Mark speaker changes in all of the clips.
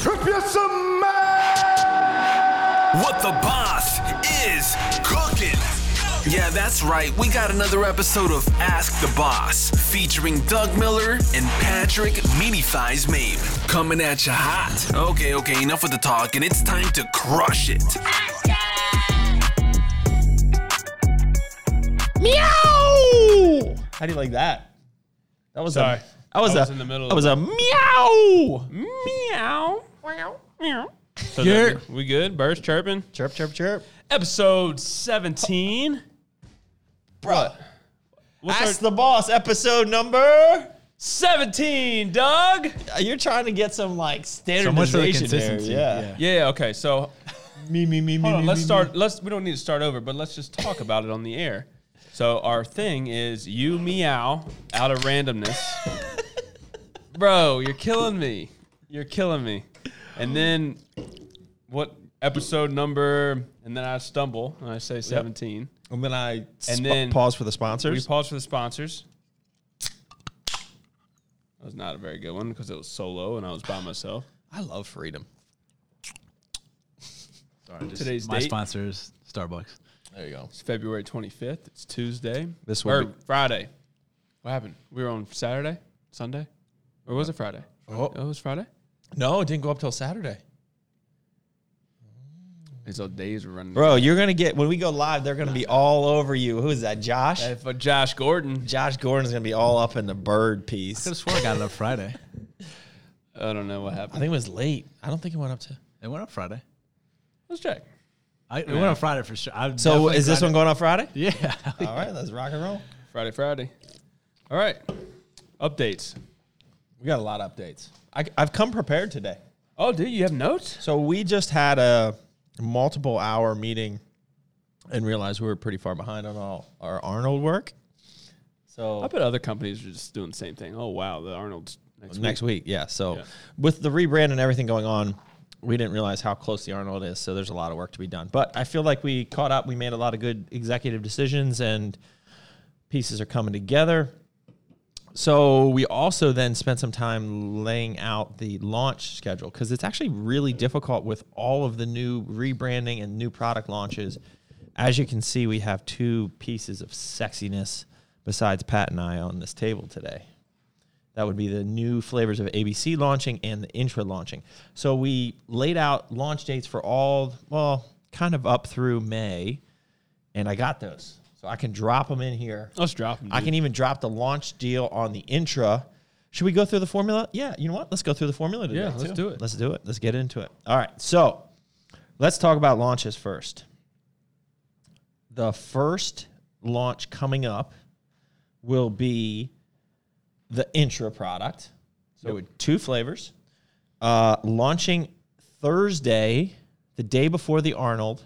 Speaker 1: Strip you some man.
Speaker 2: What the boss is cooking. Yeah, that's right. We got another episode of Ask the Boss featuring Doug Miller and Patrick Meatyfies Mabe coming at you hot. Okay, okay, enough with the talk, and it's time to crush it.
Speaker 3: Meow! How do you like that? That was
Speaker 4: Sorry.
Speaker 3: a that was,
Speaker 4: I was
Speaker 3: a
Speaker 4: in the middle
Speaker 3: That
Speaker 4: of
Speaker 3: was a meow. Meow. Meow. Meow.
Speaker 4: So
Speaker 3: Yeah.
Speaker 4: that- we good? Birds chirping.
Speaker 3: Chirp, chirp, chirp.
Speaker 4: Episode 17.
Speaker 3: Bro,
Speaker 4: What's
Speaker 3: ask
Speaker 4: our-
Speaker 3: the boss. Episode number. Uh,
Speaker 4: 17, Doug.
Speaker 3: You're trying to get some like
Speaker 5: So much for the
Speaker 3: standardization here.
Speaker 5: consistency.
Speaker 3: Yeah.
Speaker 4: Yeah, okay. So
Speaker 3: Me, me, me, me.
Speaker 4: hold on,
Speaker 3: me,
Speaker 4: let's
Speaker 3: me,
Speaker 4: start let's we don't need to start over, but let's just talk about it on the air. So our thing is you meow out of randomness. Bro, you're killing me. You're killing me. And then what episode number and then I stumble and I say 17.
Speaker 3: And then I
Speaker 4: sp- then-
Speaker 3: pause for the
Speaker 4: We
Speaker 3: sponsors.
Speaker 4: pause for the sponsors. That was not a very good one because it was solo and I was by myself.
Speaker 3: I love freedom.
Speaker 4: Today's
Speaker 5: My
Speaker 4: date
Speaker 5: sponsors, Starbucks.
Speaker 3: There you go.
Speaker 4: is February 25th. It's Tuesday.
Speaker 3: This will
Speaker 4: or
Speaker 3: be-
Speaker 4: Friday. What happened? We were on Saturday, Sunday, or was it Friday?
Speaker 3: Oh.
Speaker 4: it was Friday.
Speaker 3: No, it didn't go up till Saturday.
Speaker 4: These old days were running.
Speaker 3: Bro, you're gonna get when we go live. They're gonna be all over you. Who is that? Josh.
Speaker 4: If uh, Josh Gordon,
Speaker 3: Josh Gordon's gonna be all up in the bird piece.
Speaker 5: Could have swore I got it up Friday.
Speaker 4: I don't know what happened.
Speaker 3: I think it was late. I don't think it went up to.
Speaker 5: It went up Friday.
Speaker 4: Let's check.
Speaker 5: I, it went up Friday for sure. I
Speaker 3: So
Speaker 5: definitely
Speaker 3: is this
Speaker 5: got
Speaker 3: one going on Friday?
Speaker 5: it. Yeah.
Speaker 3: All right, let's rock and roll.
Speaker 4: Friday, Friday. All right. Updates.
Speaker 3: We got a lot of updates. I, I've come prepared today.
Speaker 4: Oh, dude, you have notes?
Speaker 3: So we just had a multiple hour meeting and realized we were pretty far behind on all our Arnold work.
Speaker 4: I
Speaker 3: So
Speaker 4: bet other companies are just doing the same thing. Oh wow, the Arnold's next,
Speaker 3: next week,
Speaker 4: week.
Speaker 3: yeah. So
Speaker 4: Yeah.
Speaker 3: with the rebrand and everything going on, we didn't realize how close the Arnold is. So there's a lot of work to be done. But I feel like we caught up. We made a lot of good executive decisions and pieces are coming together. So we also then spent some time laying out the launch schedule because it's actually really difficult with all of the new rebranding and new product launches. As you can see, we have two pieces of sexiness besides Pat and I on this table today. That would be the new flavors of ABC launching and the intra launching. So we laid out launch dates for all, well, kind of up through May, and I got those. So I can drop them in here.
Speaker 4: Let's drop them.
Speaker 3: I can even drop the launch deal on the intra. Should we go through the formula? Yeah, you know what? Let's go through the formula today.
Speaker 4: Yeah, let's
Speaker 3: too.
Speaker 4: do it.
Speaker 3: Let's do it. Let's get into it. All right. So let's talk about launches first. The first launch coming up will be the intra product. So with two flavors. Uh, launching Thursday, the day before the Arnold,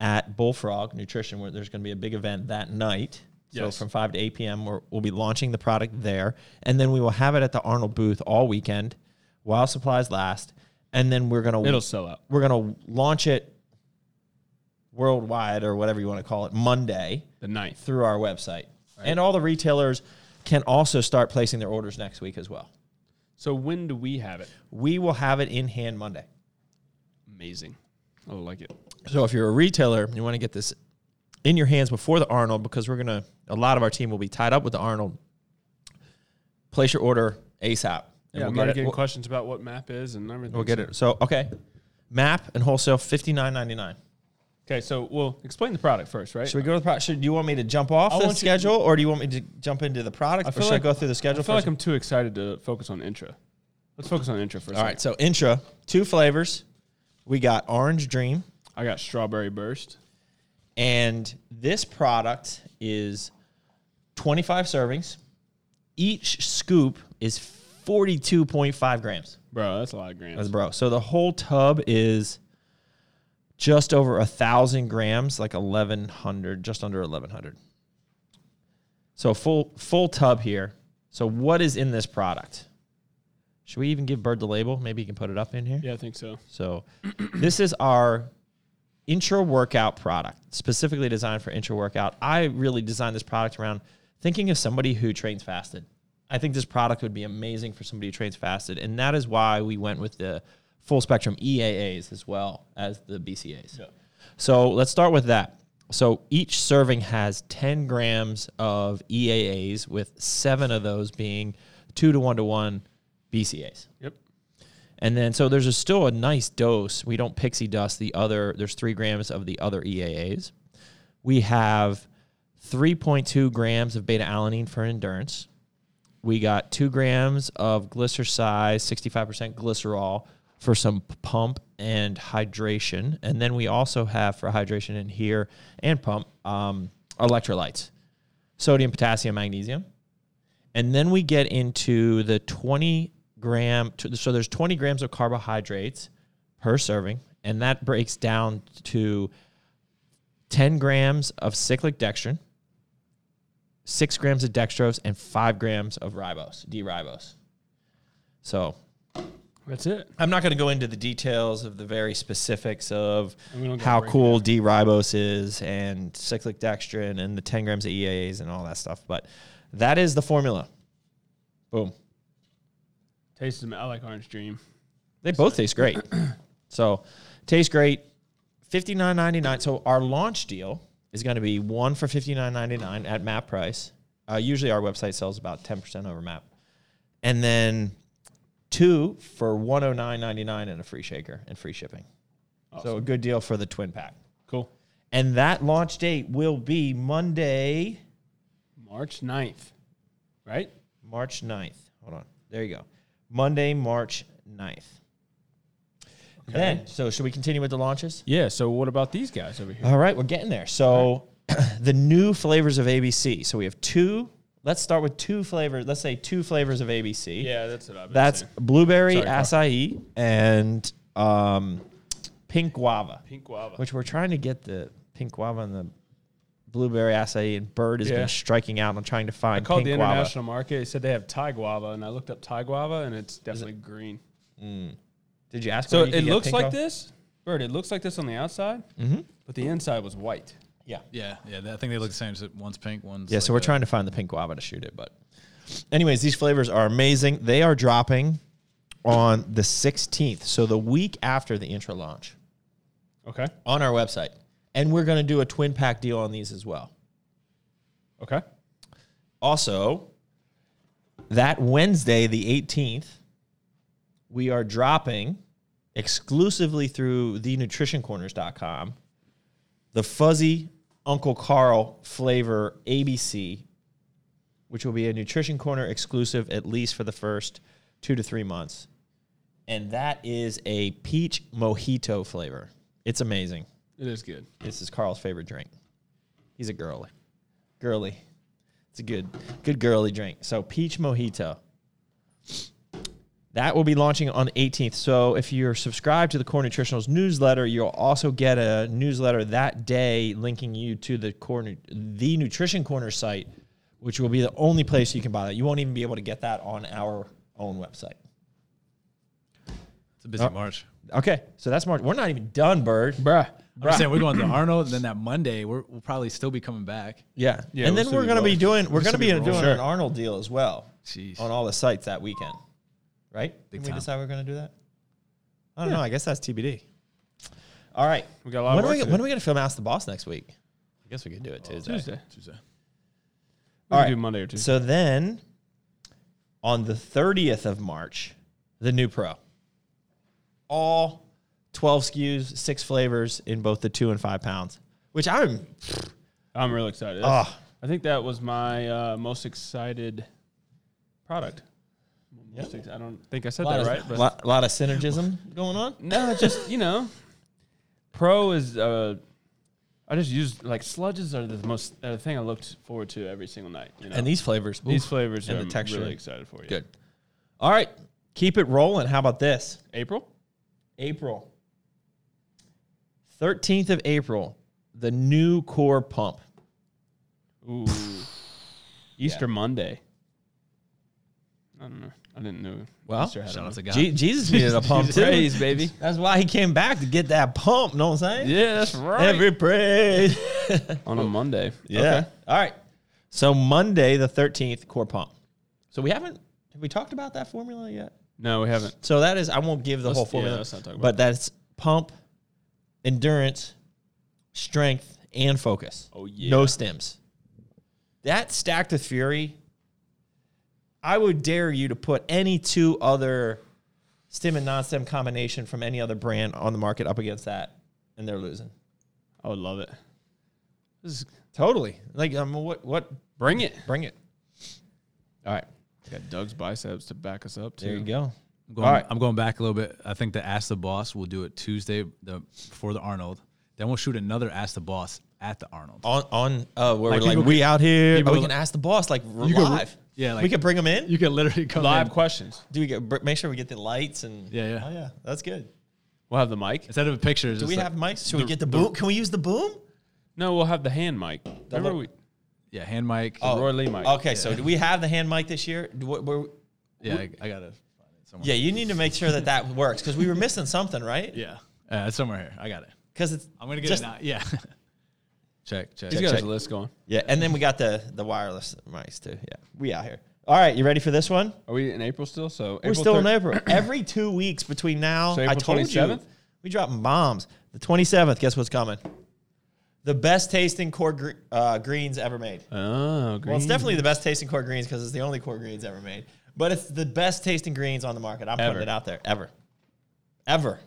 Speaker 3: at Bullfrog Nutrition, where there's going to be a big event that night.
Speaker 4: Yes.
Speaker 3: So from 5 to 8 p.m., we're, we'll be launching the product there. And then we will have it at the Arnold booth all weekend while supplies last. And then we're going
Speaker 4: It'll
Speaker 3: to
Speaker 4: sell out.
Speaker 3: we're going to launch it worldwide or whatever you want to call it Monday
Speaker 4: The ninth.
Speaker 3: through our website. And all the retailers can also start placing their orders next week as well.
Speaker 4: So when do we have it?
Speaker 3: We will have it in hand Monday.
Speaker 4: Amazing. I like it.
Speaker 3: So if you're a retailer, you want to get this in your hands before the Arnold because we're gonna a lot of our team will be tied up with the Arnold. Place your order ASAP. And we'll
Speaker 4: Yeah, I'm
Speaker 3: get
Speaker 4: already
Speaker 3: it.
Speaker 4: getting
Speaker 3: We'll,
Speaker 4: questions about what map is and everything.
Speaker 3: we'll get it. So okay. Map and wholesale fifty nine ninety nine.
Speaker 4: Okay, so we'll explain the product first, right?
Speaker 3: Should we go to the product? Should do you want me to jump off the
Speaker 4: want you-
Speaker 3: schedule or do you want me to jump into the product? Or should I go through the schedule
Speaker 4: I feel
Speaker 3: first?
Speaker 4: like I'm too excited to focus on intra. Let's focus on intra first.
Speaker 3: All right, so intra, two flavors. We got Orange Dream,
Speaker 4: I got strawberry burst.
Speaker 3: and this product is 25 servings. Each scoop is 42.5 grams.
Speaker 4: Bro, that's a lot of grams.
Speaker 3: That's bro. So the whole tub is just over a thousand grams, like 1100, just under 1100. So full full tub here. So what is in this product? Should we even give Bird the label? Maybe you can put it up in here.
Speaker 4: yeah, I think so.
Speaker 3: So this is our intra workout product, specifically designed for intra workout. I really designed this product around thinking of somebody who trains fasted. I think this product would be amazing for somebody who trains fasted, and that is why we went with the full spectrum EAAs as well as the BCAs. So let's start with that. So each serving has 10 grams of EAAs, with seven of those being two to one to one BCAs.
Speaker 4: Yep.
Speaker 3: And then so there's a, still a nice dose. We don't pixie dust the other. There's three grams of the other EAAs. We have 3.2 grams of beta alanine for endurance. We got two grams of glycercide, 65% glycerol for some p- pump and hydration. And then we also have for hydration in here and pump um, electrolytes, sodium, potassium, magnesium and then we get into the 20 gram t- so there's 20 grams of carbohydrates per serving and that breaks down to 10 grams of cyclic dextrin 6 grams of dextrose and 5 grams of ribose d-ribose so
Speaker 4: That's it.
Speaker 3: i'm not going to go into the details of the very specifics of
Speaker 4: we don't get
Speaker 3: how
Speaker 4: right
Speaker 3: cool d-ribose is and cyclic dextrin and the 10 grams of eaas and all that stuff but that is the formula boom
Speaker 4: Tastes them. I like Orange Dream.
Speaker 3: They both taste great. so, taste great. Fifty nine ninety nine. So our launch deal is going to be one for fifty nine ninety nine at map price. Uh, usually our website sells about ten percent over map, and then two for one hundred nine ninety nine and a free shaker and free shipping. So a good deal for the twin pack.
Speaker 4: Cool.
Speaker 3: And that launch date will be Monday,
Speaker 4: March 9th, right?
Speaker 3: March 9th. Hold on. There you go. Monday, March 9th. Then, so should we continue with the launches?
Speaker 4: Yeah. So what about these guys over here?
Speaker 3: All right, we're getting there. So, the new flavors of ABC. So we have two. Let's start with two flavors. Let's say two flavors of ABC.
Speaker 4: Yeah, that's what I've been
Speaker 3: That's
Speaker 4: saying.
Speaker 3: blueberry
Speaker 4: Sorry, Carl.
Speaker 3: acai and um, pink guava,
Speaker 4: pink guava.
Speaker 3: which we're trying to get the pink guava and the blueberry acai. And Bird has
Speaker 4: Yeah.
Speaker 3: been striking out on trying to find
Speaker 4: called
Speaker 3: pink
Speaker 4: the
Speaker 3: guava.
Speaker 4: international market. It said they have Thai guava, and I looked up Thai guava, and it's definitely green.
Speaker 3: Did you ask?
Speaker 4: So
Speaker 3: whether you
Speaker 4: it
Speaker 3: could get
Speaker 4: looks
Speaker 3: pink
Speaker 4: like
Speaker 3: guava? Mm-hmm.
Speaker 4: this, Bird. It looks like this on the outside, but the inside was white.
Speaker 3: Yeah.
Speaker 5: Yeah, yeah. I think they look the same. so One's pink, one's.
Speaker 3: Yeah, so we're trying to find the pink guava to shoot it, but anyways, these flavors are amazing. They are dropping on the 16th, so the week after the intro launch
Speaker 4: Okay.
Speaker 3: on our website. And we're going to do a twin pack deal on these as well.
Speaker 4: Okay.
Speaker 3: Also, that Wednesday, the 18th, we are dropping exclusively through thenutritioncorners.com the fuzzy Uncle Carl flavor ABC, which will be a Nutrition Corner exclusive at least for the first two to three months. And that is a peach mojito flavor. It's amazing.
Speaker 4: It is good.
Speaker 3: This is Carl's favorite drink. He's a girly. Girly. It's a good good girly drink. So peach mojito. That will be launching on the 18th. So if you're subscribed to the Core Nutritionals newsletter, you'll also get a newsletter that day linking you to the Core Nu- the Nutrition Corner site, which will be the only place you can buy that. You won't even be able to get that on our own website.
Speaker 5: It's a
Speaker 3: uh,
Speaker 5: busy March.
Speaker 3: Okay, so that's March. We're not even done, Bird.
Speaker 4: Bruh.
Speaker 5: I'm just saying we're going to Arnold, and then that Monday we're, we'll probably still be coming back.
Speaker 3: Yeah.
Speaker 4: Yeah,
Speaker 3: and
Speaker 4: we'll
Speaker 3: then
Speaker 4: still
Speaker 3: we're
Speaker 4: be
Speaker 3: going to be
Speaker 4: rolling.
Speaker 3: doing we're going to
Speaker 5: still
Speaker 3: be,
Speaker 5: be
Speaker 3: doing
Speaker 5: rolling.
Speaker 3: an Arnold deal as well
Speaker 5: Jeez.
Speaker 3: on all the sites that weekend. Right? Did we
Speaker 5: time.
Speaker 3: decide we're going to do that? I don't know. I guess that's TBD. All right.
Speaker 4: We got a lot of
Speaker 3: when
Speaker 4: work
Speaker 3: Are
Speaker 4: to
Speaker 3: we,
Speaker 4: do.
Speaker 3: when are we going to film Ask the Boss next week? I guess we could do it Tuesday.
Speaker 4: Tuesday.
Speaker 5: Tuesday.
Speaker 4: All
Speaker 3: right.
Speaker 4: right. Do Monday or Tuesday.
Speaker 3: So then on the 30th of March, the new pro. All 12 SKUs, six flavors in both the two and five pounds, which I'm
Speaker 4: I'm real excited.
Speaker 3: Ah.
Speaker 4: I think that was my uh, most excited product. Most ex- I don't think I said that right.
Speaker 3: a
Speaker 4: but-
Speaker 3: lot, lot of synergism going on.
Speaker 4: No, it's just you know, pro is. Uh, I just use like sludges are the most uh, thing I looked forward to every single night. You know,
Speaker 3: And these flavors,
Speaker 4: these
Speaker 3: oof.
Speaker 4: flavors
Speaker 3: and
Speaker 4: are
Speaker 3: the texture.
Speaker 4: really excited for you.
Speaker 3: Good. All right, keep it rolling. How about this?
Speaker 4: April.
Speaker 3: April. 13th of April, the new core pump.
Speaker 4: Ooh. Easter Monday. I don't know. I didn't know.
Speaker 3: Well,
Speaker 4: Easter had
Speaker 5: Shout out
Speaker 4: a
Speaker 5: to God.
Speaker 3: Je- Jesus needed a pump too.
Speaker 4: praise, baby.
Speaker 3: That's why he came back to get that pump. Know what I'm saying?
Speaker 4: Yeah, that's right.
Speaker 3: Every praise.
Speaker 4: On a Monday.
Speaker 3: yeah. All right. So Monday the 13th, core pump. So we haven't have we talked about that formula yet?
Speaker 4: No, we haven't.
Speaker 3: So that is I won't give the
Speaker 4: Let's-
Speaker 3: whole
Speaker 4: yeah,
Speaker 3: formula,
Speaker 4: let's not talk about
Speaker 3: but that's pump, endurance, strength, and focus.
Speaker 4: Oh, yeah.
Speaker 3: no stems. That stacked with fury. I would dare you to put any two other stem and non-stem combination from any other brand on the market up against that, and they're losing.
Speaker 4: I would love it. This is,
Speaker 3: Totally. Like, um, what? What?
Speaker 4: bring it.
Speaker 3: Bring it.
Speaker 4: All right. Got Doug's biceps to back us up too.
Speaker 3: There you go.
Speaker 5: I'm going,
Speaker 3: All right.
Speaker 5: I'm going back a little bit. I think the Ask the Boss will do it Tuesday the, before the Arnold. Then we'll shoot another Ask the Boss at the Arnold.
Speaker 3: On on uh, where
Speaker 5: Like,
Speaker 3: we're like
Speaker 5: people
Speaker 3: we out here.
Speaker 5: people
Speaker 3: Oh, we
Speaker 5: can-
Speaker 3: can ask the boss like we're
Speaker 5: You could-
Speaker 3: live.
Speaker 5: yeah, like-
Speaker 3: we could bring them in.
Speaker 5: You can literally come
Speaker 4: Live
Speaker 5: in-
Speaker 4: questions.
Speaker 3: Do we get br- make sure we get the lights and
Speaker 5: Yeah, yeah.
Speaker 3: Oh yeah, that's good.
Speaker 4: We'll have the mic.
Speaker 5: Instead of a picture, it's
Speaker 3: Do
Speaker 5: just
Speaker 3: we
Speaker 5: like-
Speaker 3: have mics? Should we get the boom? Can we use the boom?
Speaker 4: No, we'll have the hand mic. Remember we
Speaker 5: yeah, hand mic.
Speaker 3: Oh.
Speaker 4: the Roy Lee mic.
Speaker 3: Okay, so do we have the hand mic this year? Do, what, we're,
Speaker 5: yeah, I, I gotta find it somewhere.
Speaker 3: yeah, you need to make sure that that works because we were missing something, right?
Speaker 5: yeah, Uh, it's somewhere here. I got it.
Speaker 3: Because it's
Speaker 5: I'm gonna get
Speaker 3: just-
Speaker 5: it now. Yeah, check, check.
Speaker 4: He's got
Speaker 5: check.
Speaker 4: his list going.
Speaker 3: Yeah, and then we got the the wireless mics too. Yeah, we out here. All right, you ready for this one?
Speaker 4: Are we in April still? So
Speaker 3: We're still in April. Every two weeks between now,
Speaker 4: So
Speaker 3: I
Speaker 4: April
Speaker 3: told
Speaker 4: 27th?
Speaker 3: you we dropping bombs. The 27th, guess what's coming? The best tasting cord gre- uh, greens ever made.
Speaker 4: Oh,
Speaker 3: Well,
Speaker 4: green.
Speaker 3: it's definitely the best tasting core greens because it's the only core greens ever made. But it's the best tasting greens on the market. I'm
Speaker 4: Ever.
Speaker 3: putting it out there. Ever. Ever.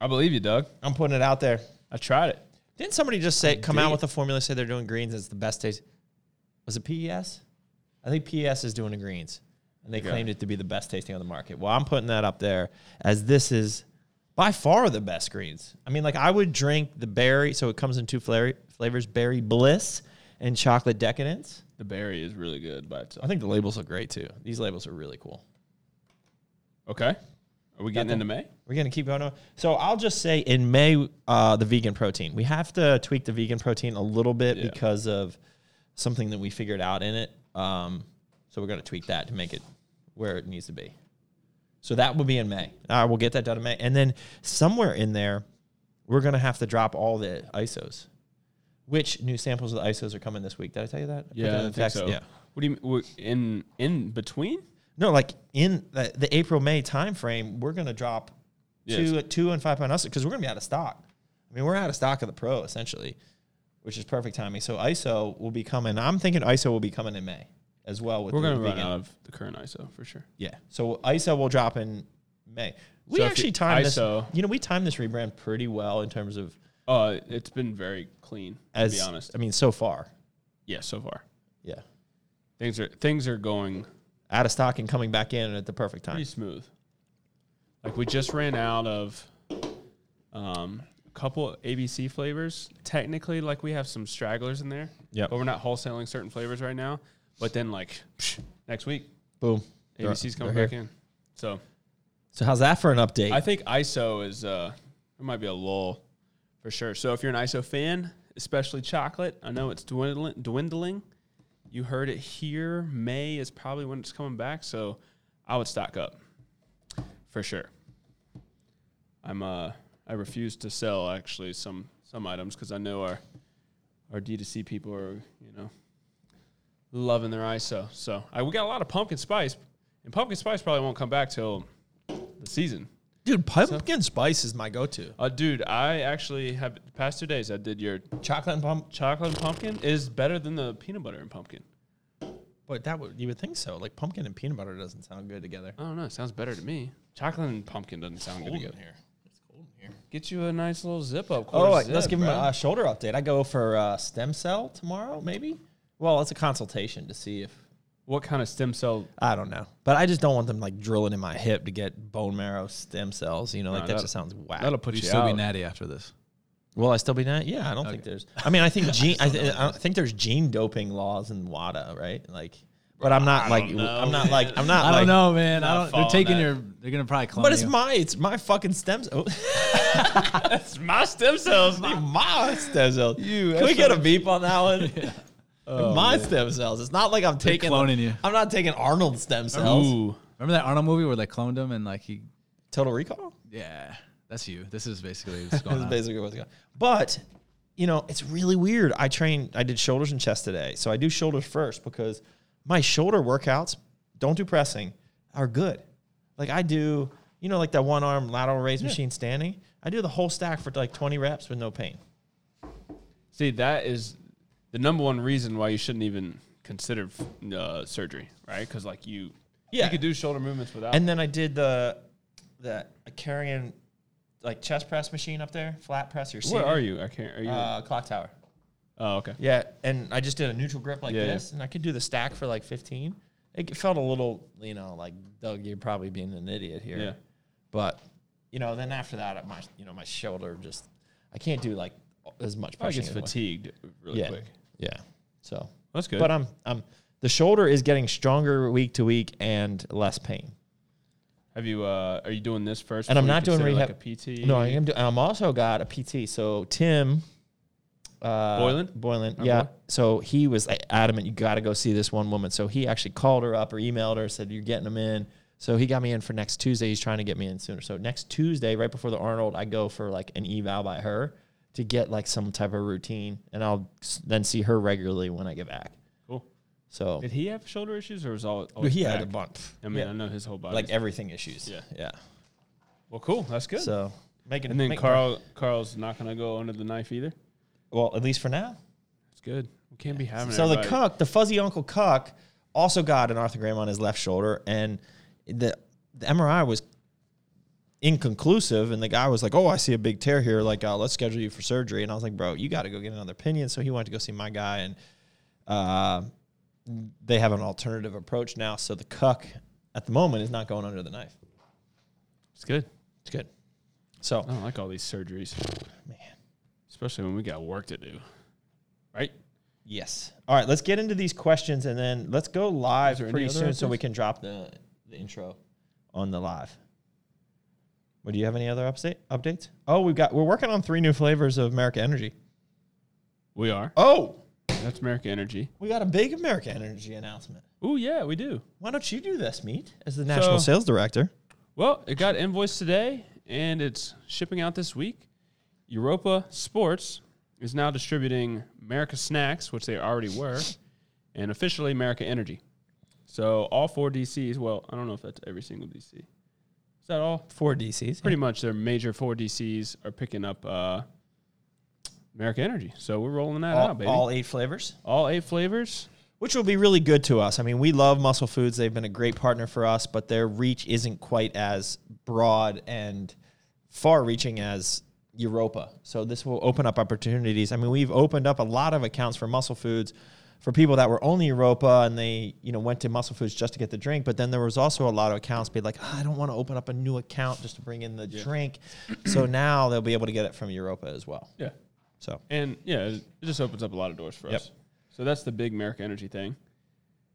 Speaker 4: I believe you, Doug.
Speaker 3: I'm putting it out there.
Speaker 4: I tried it.
Speaker 3: Didn't somebody just say come
Speaker 4: did.
Speaker 3: out with a formula say they're doing greens it's the best taste? Was it PES? I think PES is doing the greens. And they claimed it to be the best tasting on the market. Well, I'm putting that up there as this is by far the best greens. I mean, like I would drink the berry, so it comes in two flavor, flavors, berry bliss and chocolate decadence.
Speaker 4: The berry is really good by
Speaker 3: I
Speaker 4: itself.
Speaker 3: think the labels look great too. These labels are really cool.
Speaker 4: Okay. Are we getting into May?
Speaker 3: We're gonna keep going. On. So I'll just say in May, uh, the vegan protein. We have to tweak the vegan protein a little bit
Speaker 4: Yeah.
Speaker 3: because of something that we figured out in it. Um, so we're gonna tweak that to make it where it needs to be. So that will be in May. Uh, we'll get that done in May, and then somewhere in there, we're gonna have to drop all the ISOs. Which new samples of the ISOs are coming this week? Did I tell you that? I put that in
Speaker 4: I
Speaker 3: the
Speaker 4: think
Speaker 3: text.
Speaker 4: so.
Speaker 3: Yeah.
Speaker 4: What do you mean? we're In in between?
Speaker 3: No, like in the, the April May timeframe, we're gonna drop
Speaker 4: Yes.
Speaker 3: two two and five pound because we're gonna be out of stock. I mean, we're out of stock of the pro essentially, which is perfect timing. So ISO will be coming. I'm thinking ISO will be coming in May as well. With
Speaker 4: We're
Speaker 3: the
Speaker 4: gonna run
Speaker 3: vegan.
Speaker 4: out of the current ISO for sure.
Speaker 3: Yeah. So ISO will drop in May. We
Speaker 4: So if
Speaker 3: actually
Speaker 4: you-
Speaker 3: timed
Speaker 4: ISO
Speaker 3: this. You know, we timed this rebrand pretty well in terms of
Speaker 4: Uh, it's been very clean.
Speaker 3: as
Speaker 4: to be honest,
Speaker 3: I mean, so far,
Speaker 4: yeah. So far,
Speaker 3: yeah,
Speaker 4: things are things are going
Speaker 3: out of stock and coming back in at the perfect time.
Speaker 4: pretty smooth. Like we just ran out of um, a couple ABC flavors. Technically, like we have some stragglers in there.
Speaker 3: Yep.
Speaker 4: But we're not wholesaling certain flavors right now. But then like psh, next week,
Speaker 3: Boom. They're-
Speaker 4: ABC's coming
Speaker 3: they're
Speaker 4: back
Speaker 3: here.
Speaker 4: in. So
Speaker 3: So how's that for an update?
Speaker 4: I think ISO is uh it might be a lull for sure. So if you're an ISO fan, especially chocolate, I know it's dwindling dwindling. You heard it here. May is probably when it's coming back, so I would stock up. For sure. I'm uh I refuse to sell actually some some items cuz I know our our D2C people are, you know, loving their ISO. So, I, we got a lot of pumpkin spice. And pumpkin spice probably won't come back till the season.
Speaker 3: dude, pumpkin spice is my go-to.
Speaker 4: Uh, dude, I actually have the past two days. I did your
Speaker 3: Chocolate and pump,
Speaker 4: chocolate and pumpkin is better than the peanut butter and pumpkin.
Speaker 3: But that would you would think so. Like pumpkin and peanut butter doesn't sound good together.
Speaker 4: I don't know. It sounds better to me. Chocolate and pumpkin doesn't sound good together.
Speaker 3: here.
Speaker 4: Get you a nice little zip up.
Speaker 3: Oh,
Speaker 4: quarter
Speaker 3: wait, let's
Speaker 4: zip,
Speaker 3: give him a
Speaker 4: bro.
Speaker 3: uh, shoulder update. I go for uh, stem cell tomorrow, maybe. Well, it's a consultation to see if
Speaker 4: what kind of stem cell?
Speaker 3: I don't know, but I just don't want them like drilling in my hip to get bone marrow stem cells. You know, like that
Speaker 4: that'll-
Speaker 3: just sounds whack.
Speaker 4: That'll put
Speaker 5: you
Speaker 4: you,
Speaker 5: still
Speaker 4: out.
Speaker 5: be natty after this.
Speaker 3: Will I still be not? Yeah, I don't think there's. I mean, I think gene. I, th- I don't think there's gene doping laws in WADA, right? Like, but I'm not like I'm not like I'm not.
Speaker 5: I
Speaker 3: like,
Speaker 5: don't know, man. I
Speaker 4: not
Speaker 5: don't. They're
Speaker 4: following
Speaker 5: taking
Speaker 4: that.
Speaker 5: your. They're gonna probably clone
Speaker 3: But it's
Speaker 5: you.
Speaker 3: my it's my fucking stem cell.
Speaker 4: It's my stem cells.
Speaker 3: Be my stem cells.
Speaker 4: You,
Speaker 3: Can
Speaker 4: that's
Speaker 3: we get a
Speaker 4: what
Speaker 3: beep on that one?
Speaker 4: Oh,
Speaker 3: my stem cells. It's not like I'm taking
Speaker 5: cloning you.
Speaker 3: I'm not taking Arnold stem cells.
Speaker 4: Ooh,
Speaker 5: Remember that Arnold movie where they cloned him and like he.
Speaker 3: Total Recall.
Speaker 5: Yeah, that's you. This is basically what's going
Speaker 3: That's
Speaker 4: Uh-huh.
Speaker 5: on.
Speaker 3: basically what's going. on. But you know, it's really weird. I trained. I did shoulders and chest today, so I do shoulders first because my shoulder workouts don't do pressing are good. Like I do, you know, like that one arm lateral raise machine standing. I do the whole stack for like 20 reps with no pain.
Speaker 4: See, that is the number one reason why you shouldn't even consider f- uh, surgery, right? Because like you,
Speaker 3: Yeah.
Speaker 4: you could do shoulder movements without.
Speaker 3: And then I did the the carrying like chest press machine up there, flat press. You're
Speaker 4: where are you? I can't. Are you?
Speaker 3: Uh, clock tower.
Speaker 4: oh, okay.
Speaker 3: Yeah, and I just did a neutral grip like
Speaker 4: Yeah, yeah.
Speaker 3: this, and I could do the stack for like 15. It g- felt a little, you know, like Doug, you're probably being an idiot here.
Speaker 4: Yeah.
Speaker 3: But you know, then after that, my you know my shoulder just I can't do like as much
Speaker 4: Probably
Speaker 3: pressure.
Speaker 4: gets fatigued really
Speaker 3: Yeah.
Speaker 4: quick.
Speaker 3: Yeah. So
Speaker 4: That's good.
Speaker 3: But um, I'm I'm the shoulder is getting stronger week to week and less pain.
Speaker 4: Have you? Uh, are you doing this first?
Speaker 3: and I'm
Speaker 4: before you
Speaker 3: not doing
Speaker 4: consider,
Speaker 3: rehab.
Speaker 4: Like a PT.
Speaker 3: No, I am. Do, I'm also got a PT. So Tim uh,
Speaker 4: Boylan?
Speaker 3: Boylan,
Speaker 4: Our
Speaker 3: yeah.
Speaker 4: boy?
Speaker 3: So he was like, adamant. You got to go see this one woman. So he actually called her up or emailed her, said you're getting him in. So he got me in for next Tuesday. He's trying to get me in sooner. So next Tuesday, right before the Arnold, I go for like an eval by her to get like some type of routine, and I'll s- then see her regularly when I get back.
Speaker 4: Cool.
Speaker 3: So
Speaker 4: Did he have shoulder issues, or was all? all back?
Speaker 3: bunch,
Speaker 4: I mean, I know his whole body.
Speaker 3: like everything issues.
Speaker 4: Yeah.
Speaker 3: yeah.
Speaker 4: well, cool. That's good.
Speaker 3: So making
Speaker 4: and then
Speaker 3: making-
Speaker 4: Carl, Carl's not gonna go under the knife either.
Speaker 3: Well, at least for now.
Speaker 4: It's good. We can't be having.
Speaker 3: So the
Speaker 4: everybody-
Speaker 3: cuck, the fuzzy uncle cuck, also got an arthrogram on his left shoulder, and the the MRI was inconclusive. And the guy was like, "Oh, I see a big tear here. Like, uh, let's schedule you for surgery." And I was like, "Bro, you got to go get another opinion." So he went to go see my guy, and uh, they have an alternative approach now. So the cuck at the moment is not going under the knife.
Speaker 4: It's good.
Speaker 3: It's good. So
Speaker 4: I don't like all these surgeries,
Speaker 3: man,
Speaker 4: especially when we got work to do. Right?
Speaker 3: yes. All right, let's get into these questions, and then let's go live
Speaker 4: there any
Speaker 3: pretty
Speaker 4: other
Speaker 3: soon so
Speaker 4: updates?
Speaker 3: we can drop the the intro on the live. Well, do you have any other update updates? Oh, we've got we're working on three new flavors of America Energy.
Speaker 4: We are.
Speaker 3: Oh,
Speaker 4: That's America Energy.
Speaker 3: we got a big America Energy announcement.
Speaker 4: Oh yeah, we do.
Speaker 3: Why don't you do this, Meat, as the national sales director?
Speaker 4: Well, it got invoiced today and it's shipping out this week. Europa Sports is now distributing America Snacks, which they already were, and officially America Energy. So all four DCs, well, I don't know if that's every single DC. Is that all?
Speaker 3: Four DCs.
Speaker 4: Pretty much their major four DCs are picking up uh, America Energy. So we're rolling that
Speaker 3: all,
Speaker 4: out, baby.
Speaker 3: all eight flavors.
Speaker 4: all eight flavors.
Speaker 3: which will be really good to us. I mean, we love Muscle Foods. They've been a great partner for us, but their reach isn't quite as broad and far reaching as Europa. So this will open up opportunities. I mean, we've opened up a lot of accounts for Muscle Foods for people that were only Europa and they, you know, went to Muscle Foods just to get the drink, but then there was also a lot of accounts be like, "Ah, I don't want to open up a new account just to bring in the drink. so now they'll be able to get it from Europa as well.
Speaker 4: Yeah.
Speaker 3: So
Speaker 4: And yeah, it it just opens up a lot of doors for
Speaker 3: Yep.
Speaker 4: us. So that's the big America Energy thing.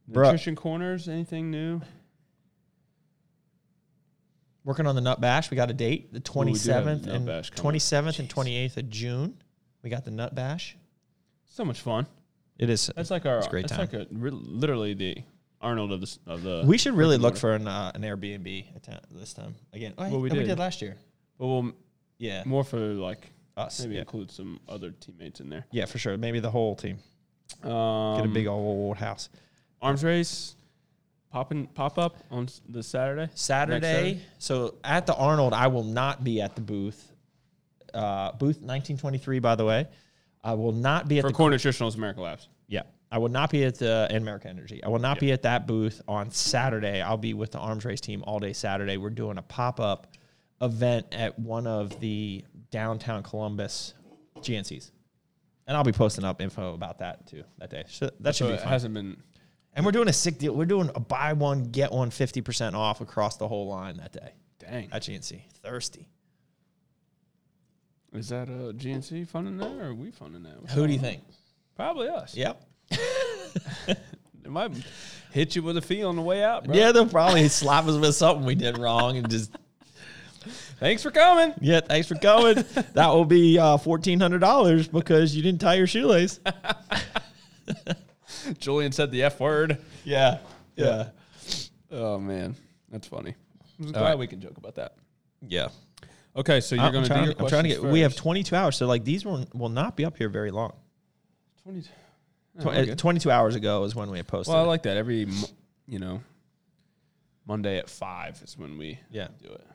Speaker 3: Bruh.
Speaker 4: Nutrition corners, anything new?
Speaker 3: working on the Nut Bash. We got a date, the
Speaker 4: do have
Speaker 3: 27th
Speaker 4: Nut
Speaker 3: and
Speaker 4: Bash coming.
Speaker 3: 27th and 28th of June. We got the Nut Bash.
Speaker 4: So much fun.
Speaker 3: It is.
Speaker 4: That's like our.
Speaker 3: It's a great
Speaker 4: that's
Speaker 3: time.
Speaker 4: like a re- literally the Arnold of the s- of the.
Speaker 3: we should really look for an uh, an Airbnb at ta- this time again. Oh,
Speaker 4: Well, we
Speaker 3: we, did. we
Speaker 4: did.
Speaker 3: did last year.
Speaker 4: But we'll m-
Speaker 3: Yeah,
Speaker 4: more for like
Speaker 3: us.
Speaker 4: maybe
Speaker 3: Yeah.
Speaker 4: include some other teammates in there.
Speaker 3: yeah, for sure. Maybe the whole team
Speaker 4: Um,
Speaker 3: get a big old house.
Speaker 4: arms race, popping pop up on s- the Saturday. Next
Speaker 3: Saturday. So at the Arnold, I will not be at the booth. Uh, booth 1923, by the way. I will not be at
Speaker 4: for
Speaker 3: the
Speaker 4: Core Nutritionals America Labs.
Speaker 3: Yeah. I will not be at the and America Energy. I will not be at that booth on Saturday. I'll be with the arms race team all day Saturday. We're doing a pop up event at one of the downtown Columbus GNCs. And I'll be posting up info about that too that day. So that should
Speaker 4: So
Speaker 3: be
Speaker 4: it
Speaker 3: fun.
Speaker 4: hasn't been.
Speaker 3: and we're doing a sick deal. We're doing a buy one, get one 50% off across the whole line that day
Speaker 4: Dang.
Speaker 3: at GNC. Thirsty.
Speaker 4: Is that uh, a GNC funding that, or are we funding that?
Speaker 3: Who do you think?
Speaker 4: Probably us.
Speaker 3: Yep.
Speaker 4: It might hit you with a fee on the way out, bro.
Speaker 3: Yeah, they'll probably slap us with something we did wrong and just
Speaker 4: Thanks for coming.
Speaker 3: Yeah, thanks for coming. that will be uh, fourteen hundred dollars because you didn't tie your shoelace.
Speaker 4: Julian said the F word.
Speaker 3: Yeah, yeah,
Speaker 4: Oh man, that's funny. I'm glad
Speaker 3: right.
Speaker 4: we can joke about that.
Speaker 3: yeah.
Speaker 4: Okay, so you're
Speaker 3: I'm,
Speaker 4: going to do
Speaker 3: trying,
Speaker 4: your
Speaker 3: I'm trying to get.
Speaker 4: questions
Speaker 3: We have
Speaker 4: first.
Speaker 3: twenty two hours, so like these will will not be up here very long.
Speaker 4: 20.
Speaker 3: Tw- uh, twenty two hours ago is when we had posted.
Speaker 4: Oh, Well, I
Speaker 3: it.
Speaker 4: like that every, mo- you know, Monday at five is when we
Speaker 3: Yeah.
Speaker 4: do it.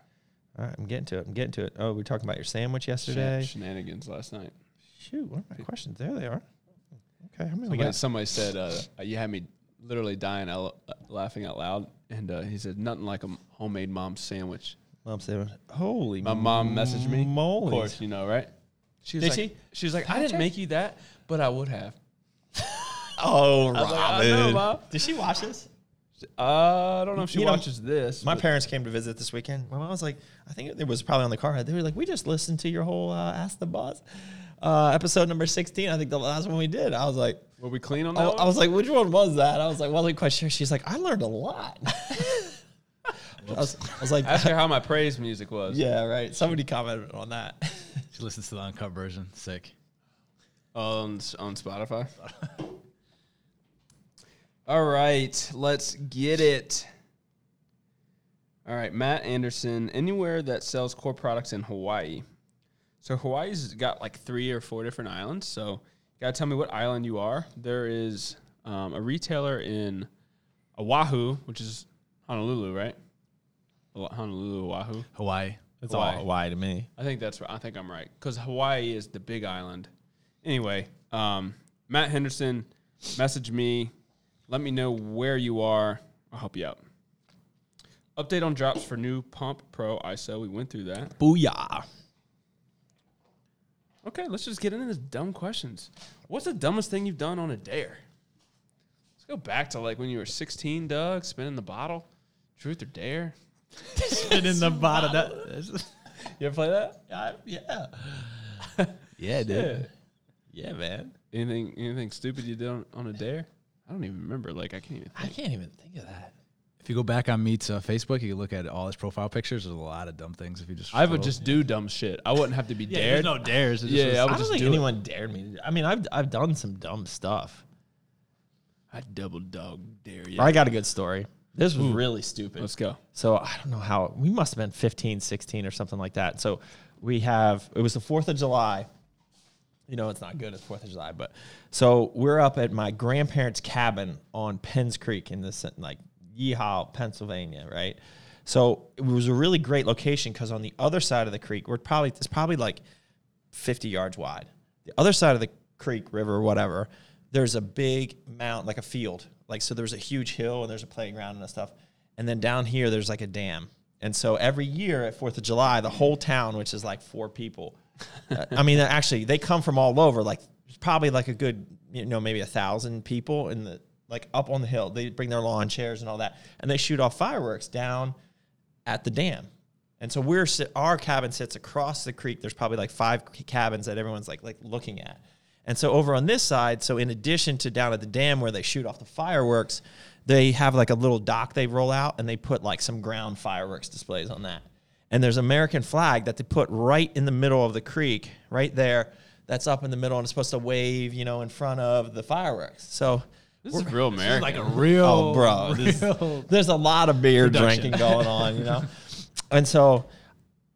Speaker 3: All right, I'm getting to it. I'm getting to it. Oh, we were talking about your sandwich
Speaker 4: Shen-
Speaker 3: yesterday.
Speaker 4: Shenanigans last night.
Speaker 3: Shoot, what are my questions? There they are. Okay, how many we
Speaker 4: Somebody,
Speaker 3: got?
Speaker 4: somebody said uh, you had me literally dying out, uh, laughing out loud, and uh, he said nothing like a m- homemade mom sandwich.
Speaker 3: Mom sandwich. Holy
Speaker 4: My mom messaged me.
Speaker 3: Moly.
Speaker 4: Of course, you know, right? She was
Speaker 3: Did
Speaker 4: like,
Speaker 3: she?
Speaker 4: She was like, I didn't make you that, but I would have.
Speaker 3: Oh,
Speaker 4: I was like, I know,
Speaker 3: Robin.
Speaker 4: Mom.
Speaker 3: Did she watch this?
Speaker 4: Uh, I don't know if she
Speaker 3: You know,
Speaker 4: watches this.
Speaker 3: My
Speaker 4: but-
Speaker 3: parents came to visit this weekend. My mom was like, I think it was probably on the car ride. They were like, we just listened to your whole uh, Ask the Boss uh, episode number 16. I think the last one we did. I was like,
Speaker 4: were we clean on that?
Speaker 3: I,
Speaker 4: one?
Speaker 3: I was like, which one was that? I was like, wasn't quite sure. She's like, I learned a lot. I, was, I was like,
Speaker 4: Ask her how my praise music was.
Speaker 3: yeah, right. Somebody commented on that.
Speaker 5: She listens to the uncut version. Sick.
Speaker 4: on on Spotify. All right, let's get it. All right, Matt Anderson, anywhere that sells core products in Hawaii. So Hawaii's got like three or four different islands. So you gotta tell me what island you are. There is um, a retailer in Oahu, which is Honolulu, right? Ho- Honolulu, Oahu.
Speaker 5: Hawaii.
Speaker 3: It's
Speaker 4: all
Speaker 3: why to me.
Speaker 4: I think that's right. I think I'm right because Hawaii is the big island. Anyway, um, Matt Henderson, message me. Let me know where you are. I'll help you out. Update on drops for new Pump Pro ISO. We went through that.
Speaker 3: Booyah.
Speaker 4: Okay, let's just get into these dumb questions. What's the dumbest thing you've done on a dare? Let's go back to like when you were 16, Doug, spinning the bottle. Truth or dare?
Speaker 3: and in the bottom. That,
Speaker 4: You ever play that?
Speaker 3: I, yeah.
Speaker 5: Yeah, dude.
Speaker 3: Yeah, man.
Speaker 4: Anything anything stupid you did on, on a dare? I don't even remember. Like I can't even.
Speaker 3: I can't even think of that.
Speaker 5: If you go back on Meet's uh, Facebook, you can look at all his profile pictures. There's a lot of dumb things. If you just
Speaker 4: I would
Speaker 5: scroll.
Speaker 4: just do dumb shit. I wouldn't have to be
Speaker 5: yeah,
Speaker 4: dared.
Speaker 5: There's no dares. It's
Speaker 4: Yeah,
Speaker 5: just-
Speaker 4: yeah, I
Speaker 3: I,
Speaker 4: would
Speaker 3: don't
Speaker 4: just
Speaker 3: think
Speaker 4: do it.
Speaker 3: anyone dared me. to- I mean, I've I've done some dumb stuff.
Speaker 4: I double dog dare you.
Speaker 3: I got a good story. This was really stupid.
Speaker 4: Let's go.
Speaker 3: So I don't know how we must have been 15, 16 or something like that. So we have it was the 4th of July. You know, it's not good it's 4th of July, but so we're up at my grandparents' cabin on Penns Creek in this like Yeehaw, Pennsylvania, right? So it was a really great location because on the other side of the creek, we're probably it's probably like 50 yards wide. The other side of the creek, river, whatever, there's a big mound, like a field. Like, so there's a huge hill and there's a playground and stuff. And then down here, there's like a dam. And so every year at 4th of July, the whole town, which is like four people, uh, I mean, actually, they come from all over. Like, there's probably like a good, you know, maybe a thousand people in the, like up on the hill. They bring their lawn chairs and all that. And they shoot off fireworks down at the dam. And so we're sit- our cabin sits across the creek. There's probably like five c- cabins that everyone's like like looking at. And so over on this side, so in addition to down at the dam where they shoot off the fireworks, they have like a little dock they roll out and they put like some ground fireworks displays on that. And there's American flag that they put right in the middle of the creek, right there. That's up in the middle and it's supposed to wave, you know, in front of the fireworks. So
Speaker 4: This is real American.
Speaker 5: like a real,
Speaker 3: Oh, bro, this-
Speaker 5: real-
Speaker 3: there's a lot of beer
Speaker 5: Production.
Speaker 3: drinking going on, you know. and so,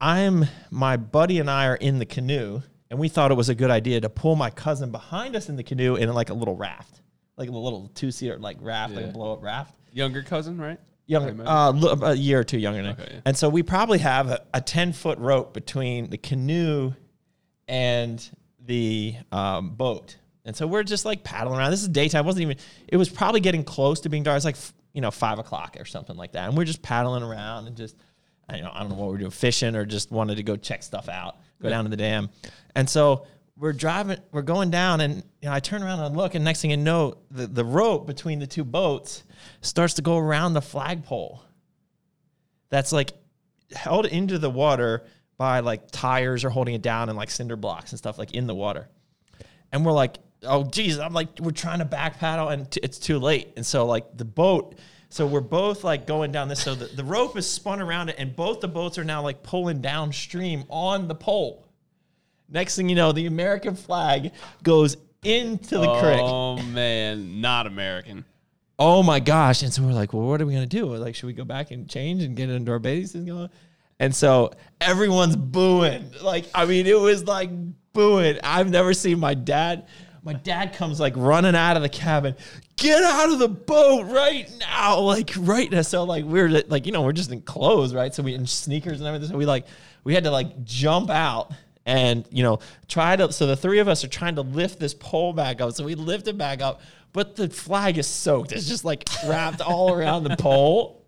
Speaker 3: I'm my buddy and I are in the canoe, and we thought it was a good idea to pull my cousin behind us in the canoe in like a little raft, like a little two seater like raft, like a
Speaker 4: Yeah.
Speaker 3: blow up raft.
Speaker 4: younger cousin, right?
Speaker 3: Younger,
Speaker 4: imagine.
Speaker 3: uh, li- about a year or two younger than.
Speaker 4: Okay, yeah.
Speaker 3: And so we probably have a, a ten foot rope between the canoe and the um, boat. And so we're just like paddling around. This is daytime. It wasn't even. It was probably getting close to being dark. It's like f- you know five o'clock or something like that. And we're just paddling around and just I don't know I don't know what we we're doing fishing or just wanted to go check stuff out, go down to the dam. And so we're driving. We're going down, and you know, I turn around and I look, and next thing you know, the, the rope between the two boats starts to go around the flagpole that's like held into the water by like tires or holding it down and like cinder blocks and stuff like in the water. And we're like, oh geez, I'm like, we're trying to back paddle and t- it's too late. And so like the boat, so we're both like going down this. So the, the rope is spun around it and both the boats are now like pulling downstream on the pole. Next thing you know, the American flag goes into the creek.
Speaker 4: Oh man, not American.
Speaker 3: oh my gosh. And so we're like, well, what are we going to do? We're like, should we go back and change and get into our bathing suits? and go? And so everyone's booing. Like, I mean, it was like booing. I've never seen my dad. My dad comes like running out of the cabin. get out of the boat right now, like right. now. So like we we're like you know we're just in clothes, right? So we in sneakers and everything. So we like we had to like jump out and you know try to. So the three of us are trying to lift this pole back up. So we lift it back up, but the flag is soaked. It's just like wrapped all around the pole.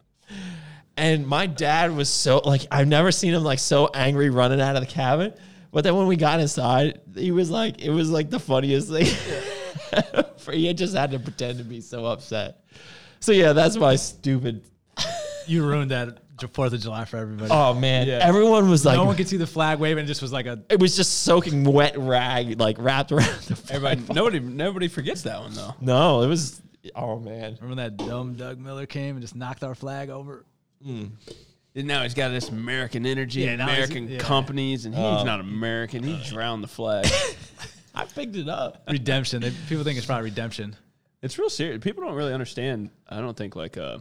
Speaker 3: And my dad was so like I've never seen him like so angry running out of the cabin. But then when we got inside, he was like it was like the funniest thing. For he had just had to pretend to be so upset. So yeah, that's my stupid.
Speaker 5: You ruined that Fourth of July for everybody.
Speaker 3: Oh man, everyone was like,
Speaker 5: no one could see the flag waving. It just was like a
Speaker 3: it was just soaking wet rag like wrapped around the.
Speaker 4: Everybody, nobody, nobody forgets that one though.
Speaker 3: No, it was. Oh man,
Speaker 5: remember that dumb Doug Miller came and just knocked our flag over.
Speaker 4: And now he's got this American energy,
Speaker 5: Yeah, now he's-
Speaker 4: American
Speaker 5: yeah.
Speaker 4: companies, and he's
Speaker 3: Oh.
Speaker 4: not American. He drowned the flag.
Speaker 3: I picked it up.
Speaker 5: Redemption. They, people think it's probably redemption.
Speaker 4: it's real serious. People don't really understand. I don't think like uh,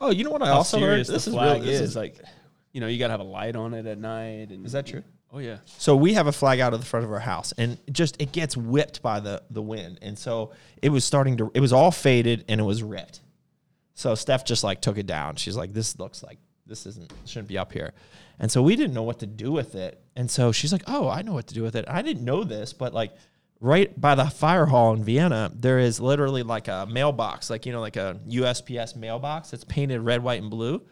Speaker 3: Oh, you know what? I
Speaker 4: how
Speaker 3: also heard
Speaker 4: serious
Speaker 3: this
Speaker 4: the
Speaker 3: is
Speaker 4: flag
Speaker 3: really
Speaker 4: is.
Speaker 3: this is
Speaker 4: Like, you know, you gotta have a light on it at night. And
Speaker 3: Is that true?
Speaker 4: Oh yeah.
Speaker 3: So we have a flag out of the front of our house, and just it gets whipped by the the wind, and so it was starting to. It was all faded and it was ripped. So Steph just like took it down. She's like, "This looks like this isn't shouldn't be up here," and so we didn't know what to do with it. And so she's like, "Oh, I know what to do with it. I didn't know this, but like." Right by the fire hall in Vienna, there is literally like a mailbox, like you know, like a USPS mailbox that's painted red, white, and blue,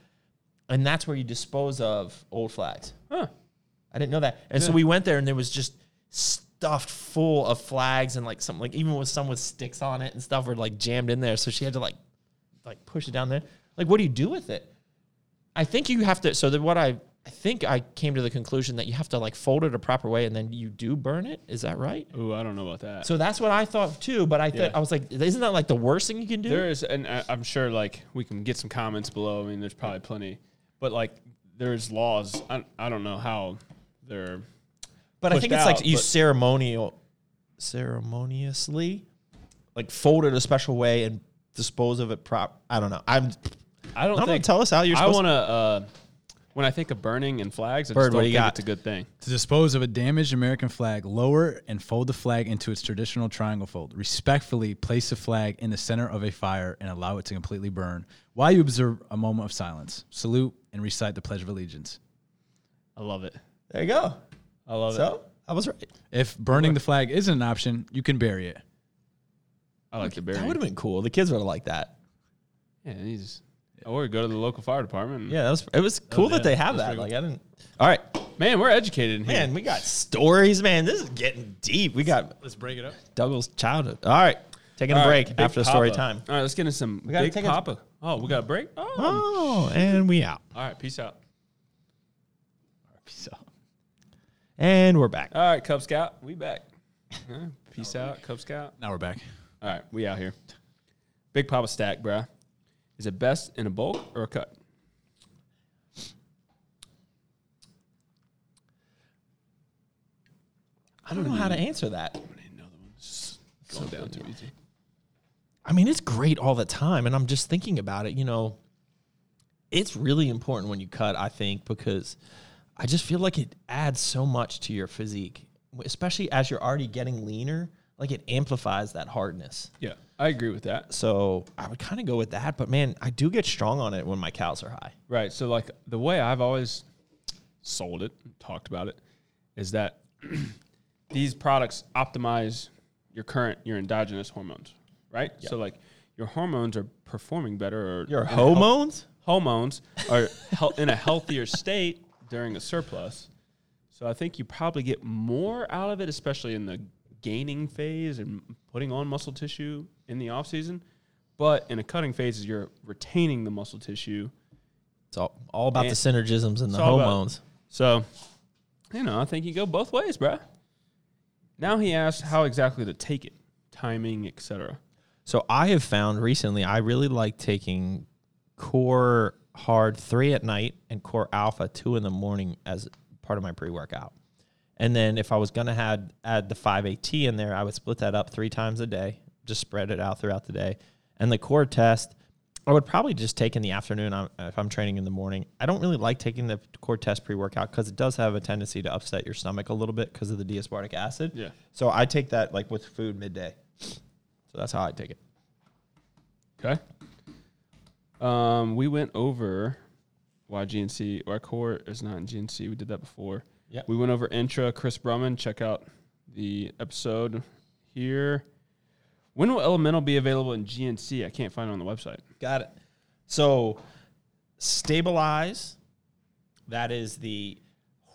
Speaker 3: and that's where you dispose of old flags.
Speaker 4: Huh.
Speaker 3: I didn't know that. And so we went there, and there was just stuffed full of flags and like something like even with some with sticks on it and stuff were like jammed in there. So she had to like like push it down there. Like, what do you do with it? I think you have to. So that what I I think I came to the conclusion that you have to like fold it a proper way, and then you do burn it. Is that right?
Speaker 4: Ooh, I don't know about that.
Speaker 3: So that's what I thought too. But I thought
Speaker 4: Yeah.
Speaker 3: I was like, isn't that like the worst thing you can do?
Speaker 4: There is, and I, I'm sure like we can get some comments below. I mean, there's probably plenty, but like there's laws. I, I don't know how they're.
Speaker 3: But I
Speaker 4: pushed
Speaker 3: think it's
Speaker 4: out,
Speaker 3: like you
Speaker 4: but-
Speaker 3: ceremonial, ceremoniously, like fold it a special way and dispose of it prop. I don't know. I'm.
Speaker 4: I don't
Speaker 3: No, no,
Speaker 4: think.
Speaker 3: tell us how you're
Speaker 4: I
Speaker 3: supposed
Speaker 4: want to. Uh, when I think of burning and flags, I
Speaker 3: Bird,
Speaker 4: just
Speaker 3: what
Speaker 4: don't
Speaker 3: do you
Speaker 4: think
Speaker 3: got?
Speaker 4: it's a good thing.
Speaker 5: To dispose of a damaged American flag, lower and fold the flag into its traditional triangle fold. Respectfully place the flag in the center of a fire and allow it to completely burn while you observe a moment of silence. Salute and recite the Pledge of Allegiance.
Speaker 4: I love it.
Speaker 3: There you go.
Speaker 4: I love it.
Speaker 3: So I was right.
Speaker 5: If burning the flag isn't an option, you can bury it.
Speaker 4: I like the
Speaker 3: That
Speaker 4: burying.
Speaker 3: would have been cool. The kids would have liked that.
Speaker 4: yeah, and you just- or go to the local fire department.
Speaker 3: Yeah, that was. It was cool
Speaker 4: Oh, yeah,
Speaker 3: that they have
Speaker 4: that's
Speaker 3: that.
Speaker 4: pretty
Speaker 3: Like I didn't. All right,
Speaker 4: man, we're educated in here.
Speaker 3: man. We got stories, man. This is getting deep. We got
Speaker 5: Let's break it up.
Speaker 3: Douglas' childhood. All right, taking
Speaker 4: All
Speaker 3: a
Speaker 4: right,
Speaker 3: break
Speaker 4: Big
Speaker 3: after the story
Speaker 4: Papa.
Speaker 3: time.
Speaker 4: All right, let's get into some we
Speaker 3: gotta
Speaker 4: Big
Speaker 3: take a-
Speaker 4: Papa. oh, we got a break. Oh.
Speaker 3: Oh, and we out.
Speaker 4: all right, peace out.
Speaker 5: Peace out.
Speaker 3: And we're back.
Speaker 4: All right, Cub Scout, we back. Huh? Peace out, Cub Scout.
Speaker 5: Now we're back.
Speaker 4: All right, we out here. Big Papa stack, bruh. Is it best in a bulk or a cut?
Speaker 3: I don't know how to answer that.
Speaker 4: Going down too easy.
Speaker 3: I mean, it's great all the time. And I'm just thinking about it, you know, it's really important when you cut, I think, because I just feel like it adds so much to your physique, especially as you're already getting leaner. Like it amplifies that hardness.
Speaker 4: Yeah, I agree with that.
Speaker 3: So I would kind of go with that. But man, I do get strong on it when my cows are high.
Speaker 4: Right. So like the way I've always sold it, talked about it, is that these products optimize your current your endogenous hormones, right? So like your hormones are performing better or
Speaker 3: Your
Speaker 4: in a health-
Speaker 3: hormones?
Speaker 4: hormones are hel- in a healthier state during a surplus. So I think you probably get more out of it, especially in the gaining phase and putting on muscle tissue in the off season. But in a cutting phase, is you're retaining the muscle tissue.
Speaker 3: It's all, all about
Speaker 4: Man.
Speaker 3: the synergisms and the
Speaker 4: all about-
Speaker 3: hormones.
Speaker 4: So, you know, I think you go both ways, bruh. Now he asks how exactly to take it, timing, etc.
Speaker 3: So I have found recently I really like taking core hard three at night and core alpha two in the morning as part of my pre workout. And then if I was gonna had add the five AT in there, I would split that up three times a day, just spread it out throughout the day. And the core test, I would probably just take in the afternoon um, if I'm training in the morning. I don't really like taking the core test pre workout because it does have a tendency to upset your stomach a little bit because of the diaspartic acid.
Speaker 4: Yeah.
Speaker 3: So I take that like with food midday. So that's how I take it.
Speaker 4: Okay. Um, we went over why GNC our core is not in GNC. We did that before.
Speaker 3: Yeah.
Speaker 4: We went over intra Chris Brumman. Check out the episode here. When will Elemental be available in GNC? I can't find it on the website.
Speaker 3: Got it. So, stabilize. That is the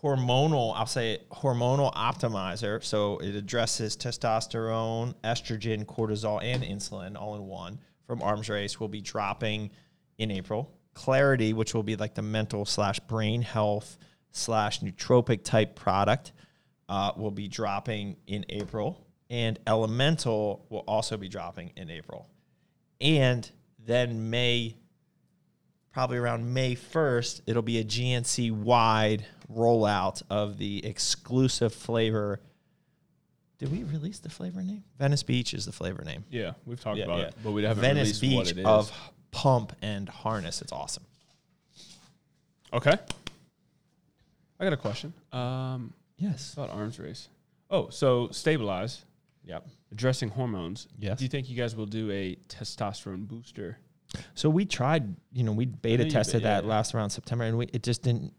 Speaker 3: hormonal. I'll say it, hormonal optimizer. So it addresses testosterone, estrogen, cortisol, and insulin all in one. From Arms Race will be dropping in April. Clarity, which will be like the mental slash brain health slash nootropic type product, uh, will be dropping in April. And Elemental will also be dropping in April and then May, probably around May 1st, it'll be a GNC wide rollout of the exclusive flavor. Did we release the flavor name? Venice Beach is the flavor name.
Speaker 4: Yeah, we've talked
Speaker 3: Yeah,
Speaker 4: about
Speaker 3: yeah.
Speaker 4: it, but we haven't
Speaker 3: Venice
Speaker 4: released
Speaker 3: Beach
Speaker 4: what it is.
Speaker 3: of Pump and Harness. It's awesome.
Speaker 4: okay. I got a question. Um,
Speaker 3: Yes.
Speaker 4: about arms race. Oh, so stabilize
Speaker 3: Yep.
Speaker 4: addressing hormones.
Speaker 3: Yes.
Speaker 4: Do you think you guys will do a testosterone booster?
Speaker 3: So we tried, you know, we
Speaker 4: know
Speaker 3: beta
Speaker 4: you
Speaker 3: tested
Speaker 4: did, yeah,
Speaker 3: that
Speaker 4: yeah.
Speaker 3: last around September, and we it just didn't.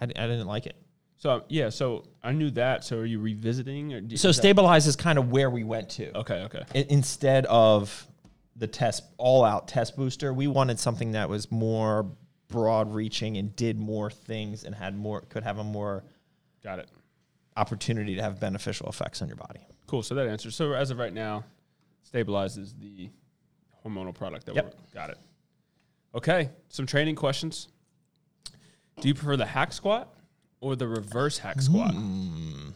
Speaker 3: I, I didn't like it.
Speaker 4: So yeah, so I knew that. So are you revisiting? Or do,
Speaker 3: So
Speaker 4: is that-
Speaker 3: stabilize is kind of where we went to.
Speaker 4: Okay, okay,
Speaker 3: i- instead of the test all out test booster, we wanted something that was more broad reaching and did more things and had more could have a more
Speaker 4: got it.
Speaker 3: opportunity to have beneficial effects on your body.
Speaker 4: Cool. So that answers. So as of right now, stabilizes the hormonal product that
Speaker 3: Yep.
Speaker 4: we're got it. Okay, some training questions. Do you prefer the hack squat or the reverse hack squat?
Speaker 3: Hmm.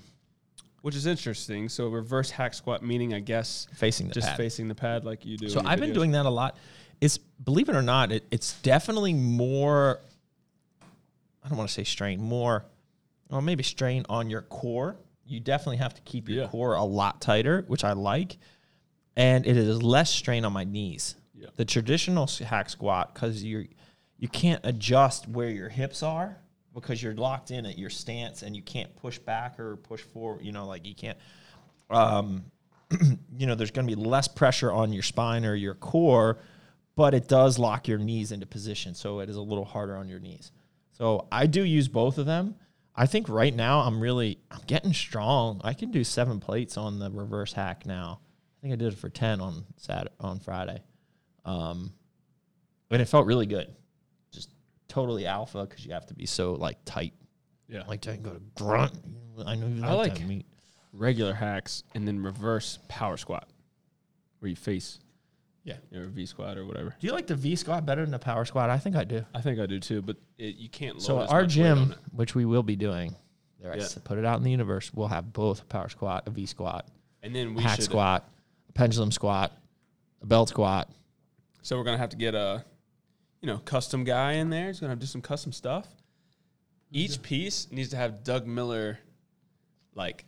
Speaker 4: Which is interesting. So reverse hack squat meaning I guess
Speaker 3: Facing the
Speaker 4: just
Speaker 3: pad.
Speaker 4: facing the pad like you do.
Speaker 3: So
Speaker 4: in your
Speaker 3: I've been
Speaker 4: videos.
Speaker 3: doing that a lot. It's believe it or not, it, it's definitely more. I don't want to say strain, more, or maybe strain on your core. You definitely have to keep your
Speaker 4: Yeah.
Speaker 3: core a lot tighter, which I like, and it is less strain on my knees.
Speaker 4: Yeah.
Speaker 3: The traditional s- hack squat because you you can't adjust where your hips are because you're locked in at your stance and you can't push back or push forward. You know, like you can't you know there's going to be less pressure on your spine or your core but it does lock your knees into position so it is a little harder on your knees so i do use both of them i think right now i'm really i'm getting strong i can do seven plates on the reverse hack now i think i did it for 10 on saturday on friday um and it felt really good just totally alpha because you have to be so like tight
Speaker 4: Yeah.
Speaker 3: like don't go to grunt i know you like,
Speaker 4: I
Speaker 3: that
Speaker 4: like-
Speaker 3: meat
Speaker 4: regular hacks and then reverse power squat where you face
Speaker 3: Yeah.
Speaker 4: or V squat or whatever.
Speaker 3: do you like the v squat better than the power squat i think i do
Speaker 4: I think I do too, but it, you can't. Load
Speaker 3: So
Speaker 4: as
Speaker 3: our
Speaker 4: much weight on
Speaker 3: gym,
Speaker 4: it.
Speaker 3: which we will be doing, there I
Speaker 4: Yeah.
Speaker 3: s- put it out in the universe. We'll have both a power squat, a V squat,
Speaker 4: and then we
Speaker 3: hack
Speaker 4: should,
Speaker 3: squat, a pendulum squat, a belt squat.
Speaker 4: So we're gonna have to get a, you know, custom guy in there. He's gonna have to do some custom stuff. Each piece needs to have Doug Miller, like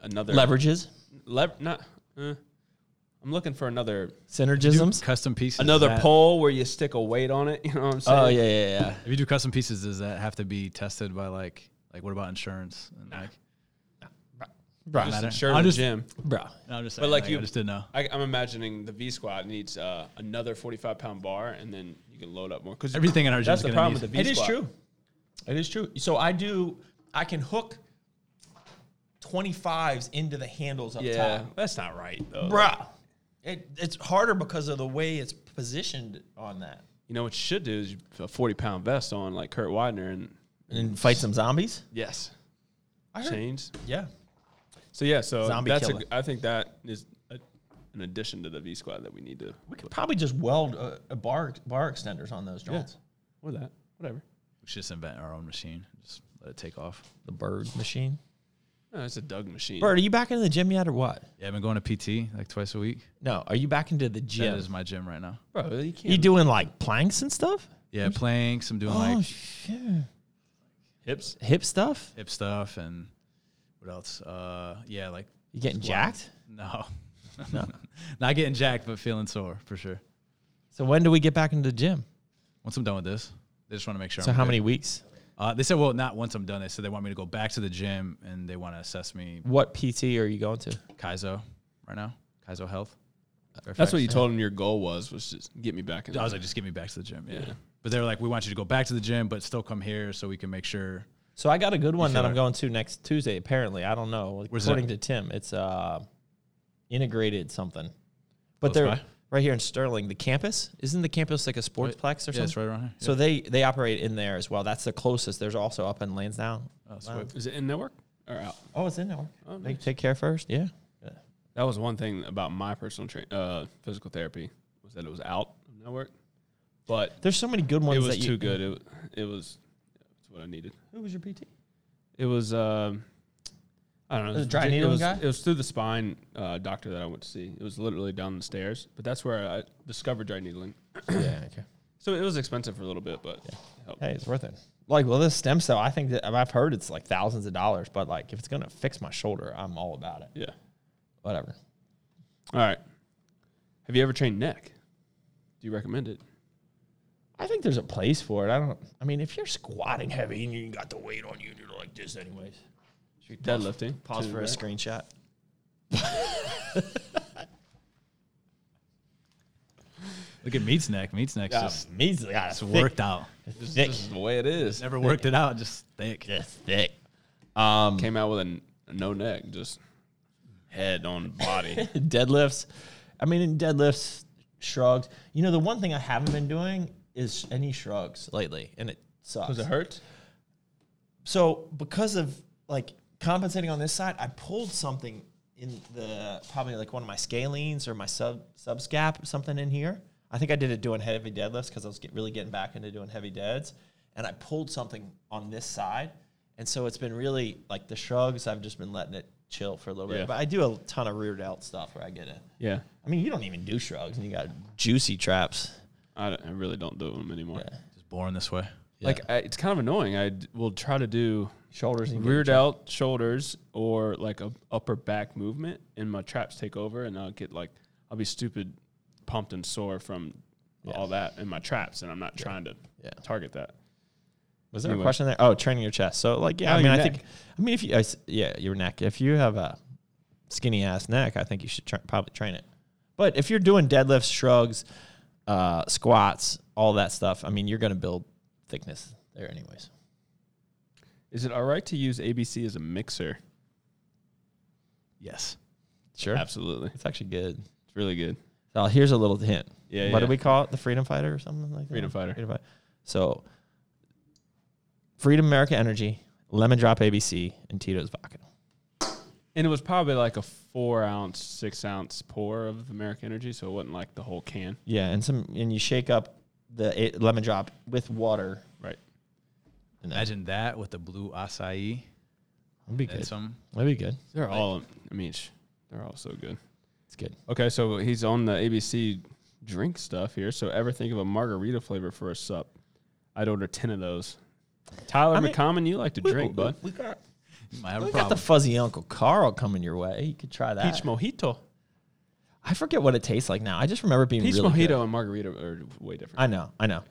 Speaker 4: another
Speaker 3: Leverages,
Speaker 4: Lev- not. Uh, I'm looking for another
Speaker 5: Do
Speaker 3: synergisms.
Speaker 5: custom pieces. does
Speaker 4: another
Speaker 5: that-
Speaker 4: pole where you stick a weight on it. You know what I'm saying?
Speaker 3: Oh yeah, yeah, yeah.
Speaker 5: If you do custom pieces, does that have to be tested by like like what about insurance? And like,
Speaker 3: Bro,
Speaker 5: Matter.
Speaker 4: Sure,
Speaker 5: I'll
Speaker 4: the
Speaker 5: just-
Speaker 4: gym.
Speaker 3: bro.
Speaker 5: no, I'm just
Speaker 4: But
Speaker 5: saying,
Speaker 4: like
Speaker 5: like,
Speaker 4: you-
Speaker 5: I just didn't know.
Speaker 4: I, I'm imagining the V squat needs uh, another 45 pound bar, and then you can load up more. Because
Speaker 5: Everything in our gym
Speaker 4: that's
Speaker 5: is
Speaker 4: the
Speaker 5: gonna
Speaker 4: problem
Speaker 5: need
Speaker 4: with the V
Speaker 3: It is
Speaker 4: squat.
Speaker 3: true. It is true. So I do. I can hook twenty fives into the handles up
Speaker 4: Yeah,
Speaker 3: top,
Speaker 4: that's not right though.
Speaker 3: bro. It, it's harder because of the way it's positioned on that.
Speaker 4: You know what you should do is you put a 40 pound vest on like Kurt Widener, and
Speaker 3: And fight some zombies.
Speaker 4: yes,
Speaker 3: I heard.
Speaker 4: chains.
Speaker 3: Yeah.
Speaker 4: So yeah, so
Speaker 3: Zombie
Speaker 4: that's a
Speaker 3: killer.
Speaker 4: g- I think that is a, an addition to the V squat that we need to.
Speaker 3: We could probably just weld uh, a bar bar extenders on those joints.
Speaker 4: Or that, whatever.
Speaker 5: We should just invent our own machine. Just let it take off.
Speaker 3: The bird machine.
Speaker 4: No, it's a Doug machine.
Speaker 3: Bird, are you back into the gym yet, or what?
Speaker 5: Yeah, I've been going to PT like twice a week.
Speaker 3: No, are you back into the
Speaker 5: Yeah.
Speaker 3: gym?
Speaker 5: That is my gym right now.
Speaker 4: bro, you can't.
Speaker 3: you doing like planks and stuff?
Speaker 5: Yeah, planks. I'm doing
Speaker 3: oh
Speaker 5: like
Speaker 3: shit!
Speaker 4: hips.
Speaker 3: Hip stuff?
Speaker 5: hip stuff and what else? Uh, yeah, like
Speaker 3: You getting jacked?
Speaker 5: no, no, not getting jacked, but feeling sore for sure.
Speaker 3: So when do we get back into the gym?
Speaker 5: Once I'm done with this, they just want to make sure.
Speaker 3: So
Speaker 5: I'm
Speaker 3: how
Speaker 5: good.
Speaker 3: many weeks?
Speaker 5: Uh, they said, well, not once I'm done. They said they want me to go back to the gym and they want to assess me.
Speaker 3: What PT are you going to?
Speaker 5: Kaizo right now, Kaizo Health.
Speaker 4: That's what you told them your goal was, was just get me back in.
Speaker 5: I
Speaker 4: the-
Speaker 5: was like, just get me back to the gym. Yeah. But they were like, we want you to go back to the gym, but still come here so we can make sure.
Speaker 3: So I got a good one that I'm going to next Tuesday. Apparently, I don't know.
Speaker 5: Where's
Speaker 3: according
Speaker 5: that?
Speaker 3: to Tim, it's uh, integrated something. But they're
Speaker 5: by?
Speaker 3: right here in Sterling. The campus isn't the campus like a sportsplex or something.
Speaker 5: Yeah, it's right around here.
Speaker 3: So they they operate in there as well. That's the closest. There's also up in Lansdowne. Oh,
Speaker 4: Is it in network or out?
Speaker 3: oh it's in there. They take care first. Yeah.
Speaker 4: That was one thing about my personal tra- uh, physical therapy was that it was out of network, but
Speaker 3: There's so many good ones.
Speaker 4: it was
Speaker 3: that
Speaker 4: too
Speaker 3: you,
Speaker 4: good. It, wa- it was it's what I needed.
Speaker 3: Who was your PT?
Speaker 4: It was um, I don't know. It
Speaker 3: Was it dry
Speaker 4: ju-
Speaker 3: needling
Speaker 4: was,
Speaker 3: guy?
Speaker 4: It was through the spine uh, doctor that I went to see. It was literally down the stairs, but that's where I discovered dry needling.
Speaker 3: yeah. Okay.
Speaker 4: So it was expensive for a little bit, but it helped.
Speaker 3: Hey, it's worth it. Like, well, this stem cell, I think that I've heard it's like thousands of dollars, but like if it's gonna fix my shoulder, I'm all about it.
Speaker 4: yeah.
Speaker 3: Whatever.
Speaker 4: All right. Have you ever trained neck? Do you recommend it?
Speaker 3: I think there's a place for it. I don't. I mean, if you're squatting heavy and you got the weight on you, and you're like this anyways.
Speaker 4: Deadlifting.
Speaker 3: Pause
Speaker 4: to
Speaker 3: for a
Speaker 4: that?
Speaker 3: screenshot.
Speaker 5: Look at Meat's neck. Meat's neck's just,
Speaker 3: Means got
Speaker 5: it's worked out.
Speaker 4: This,
Speaker 3: Thick.
Speaker 4: this is the way it is.
Speaker 5: Never worked it out, just thick.
Speaker 3: Just thick. Um,
Speaker 4: came out with a, n- no neck, just head on body.
Speaker 3: deadlifts. I mean, in deadlifts, shrugs. You know, the one thing I haven't been doing is any shrugs lately, and it sucks.
Speaker 4: Does it hurt?
Speaker 3: so because of like compensating on this side, I pulled something in the probably like one of my scalenes or my sub subscap something in here. I think I did it doing heavy deadlifts because I was get, really getting back into doing heavy deads, and I pulled something on this side, and so it's been really like the shrugs. I've just been letting it chill for a little
Speaker 4: Yeah.
Speaker 3: bit, but I do a ton of rear delt stuff where I get it.
Speaker 4: Yeah.
Speaker 3: I mean, you don't even do shrugs, and you got juicy traps.
Speaker 4: I, don't- I really don't do them anymore.
Speaker 5: Just born this way.
Speaker 4: Like, I, it's kind of annoying. I d- will try to do
Speaker 3: Shoulders and
Speaker 4: rear delt, shoulders, or like a upper back movement, and my traps take over, and I'll get like, I'll be stupid, pumped and sore from all that in my traps, and I'm not trying to
Speaker 3: Yeah.
Speaker 4: target that.
Speaker 3: Was there
Speaker 4: Anyway.
Speaker 3: a question there? Oh, training your chest. So like, yeah,
Speaker 4: No,
Speaker 3: I mean,
Speaker 4: your
Speaker 3: I
Speaker 4: neck.
Speaker 3: think, I mean, if you, I s yeah, your neck. If you have a skinny ass neck, I think you should try, probably train it. But if you're doing deadlifts, shrugs, uh, squats, all that stuff, I mean, you're gonna build thickness there anyways.
Speaker 4: Is it all right to use ABC as a mixer?
Speaker 5: Yes.
Speaker 3: Sure,
Speaker 4: Absolutely.
Speaker 3: it's actually good.
Speaker 4: It's really good.
Speaker 3: So here's a little hint.
Speaker 4: Yeah,
Speaker 3: What
Speaker 4: yeah.
Speaker 3: do we call it? The Freedom Fighter or something like that?
Speaker 4: Freedom Fighter.
Speaker 3: Freedom Fighter. So, Freedom America Energy, Lemon Drop ABC, and Tito's Vodka.
Speaker 4: And it was probably like a four ounce, six ounce pour of American Energy, so it wasn't like the whole can.
Speaker 3: Yeah, and some and you shake up the eight, lemon drop with water.
Speaker 4: Right.
Speaker 5: Imagine that with the blue acai
Speaker 3: That'd be
Speaker 5: and
Speaker 3: good.
Speaker 5: some.
Speaker 3: That'd be good.
Speaker 4: They're all, I mean, sh- they're all so good.
Speaker 3: It's good.
Speaker 4: Okay, so he's on the ABC drink stuff here. So ever think of a margarita flavor for a sup? I'd order 10 of those. Tyler
Speaker 3: I mean-
Speaker 4: McCommon, you like to drink, bud.
Speaker 3: We got
Speaker 5: You might have a
Speaker 3: we got the
Speaker 5: problem.
Speaker 3: fuzzy Uncle Carl coming your way. You could try that.
Speaker 4: Peach mojito.
Speaker 3: I forget what it tastes like now. I just remember it being
Speaker 4: Peach
Speaker 3: really
Speaker 4: mojito
Speaker 3: good.
Speaker 4: and margarita are way different.
Speaker 3: I know, I know,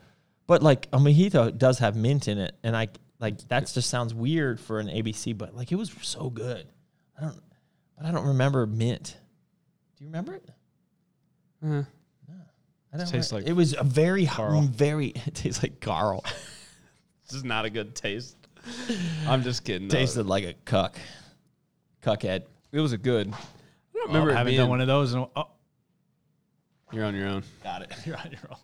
Speaker 3: but like a mojito does have mint in it, and I like that just sounds weird for an ABC, but like it was so good. I don't, but I don't remember mint. Do you remember it?
Speaker 4: Uh,
Speaker 3: I don't
Speaker 4: Tastes
Speaker 3: remember.
Speaker 4: like
Speaker 3: it was a very mm,
Speaker 4: Carl.
Speaker 3: very. It tastes like Carl.
Speaker 4: this is not a good taste. I'm just kidding. though.
Speaker 3: Tasted like a cuck, cuckhead.
Speaker 4: It was a good. I don't
Speaker 5: Oh,
Speaker 4: remember it
Speaker 5: haven't
Speaker 4: being.
Speaker 5: done one of those. In a, oh,
Speaker 4: You're on your own.
Speaker 3: Got it.
Speaker 5: you're on your own.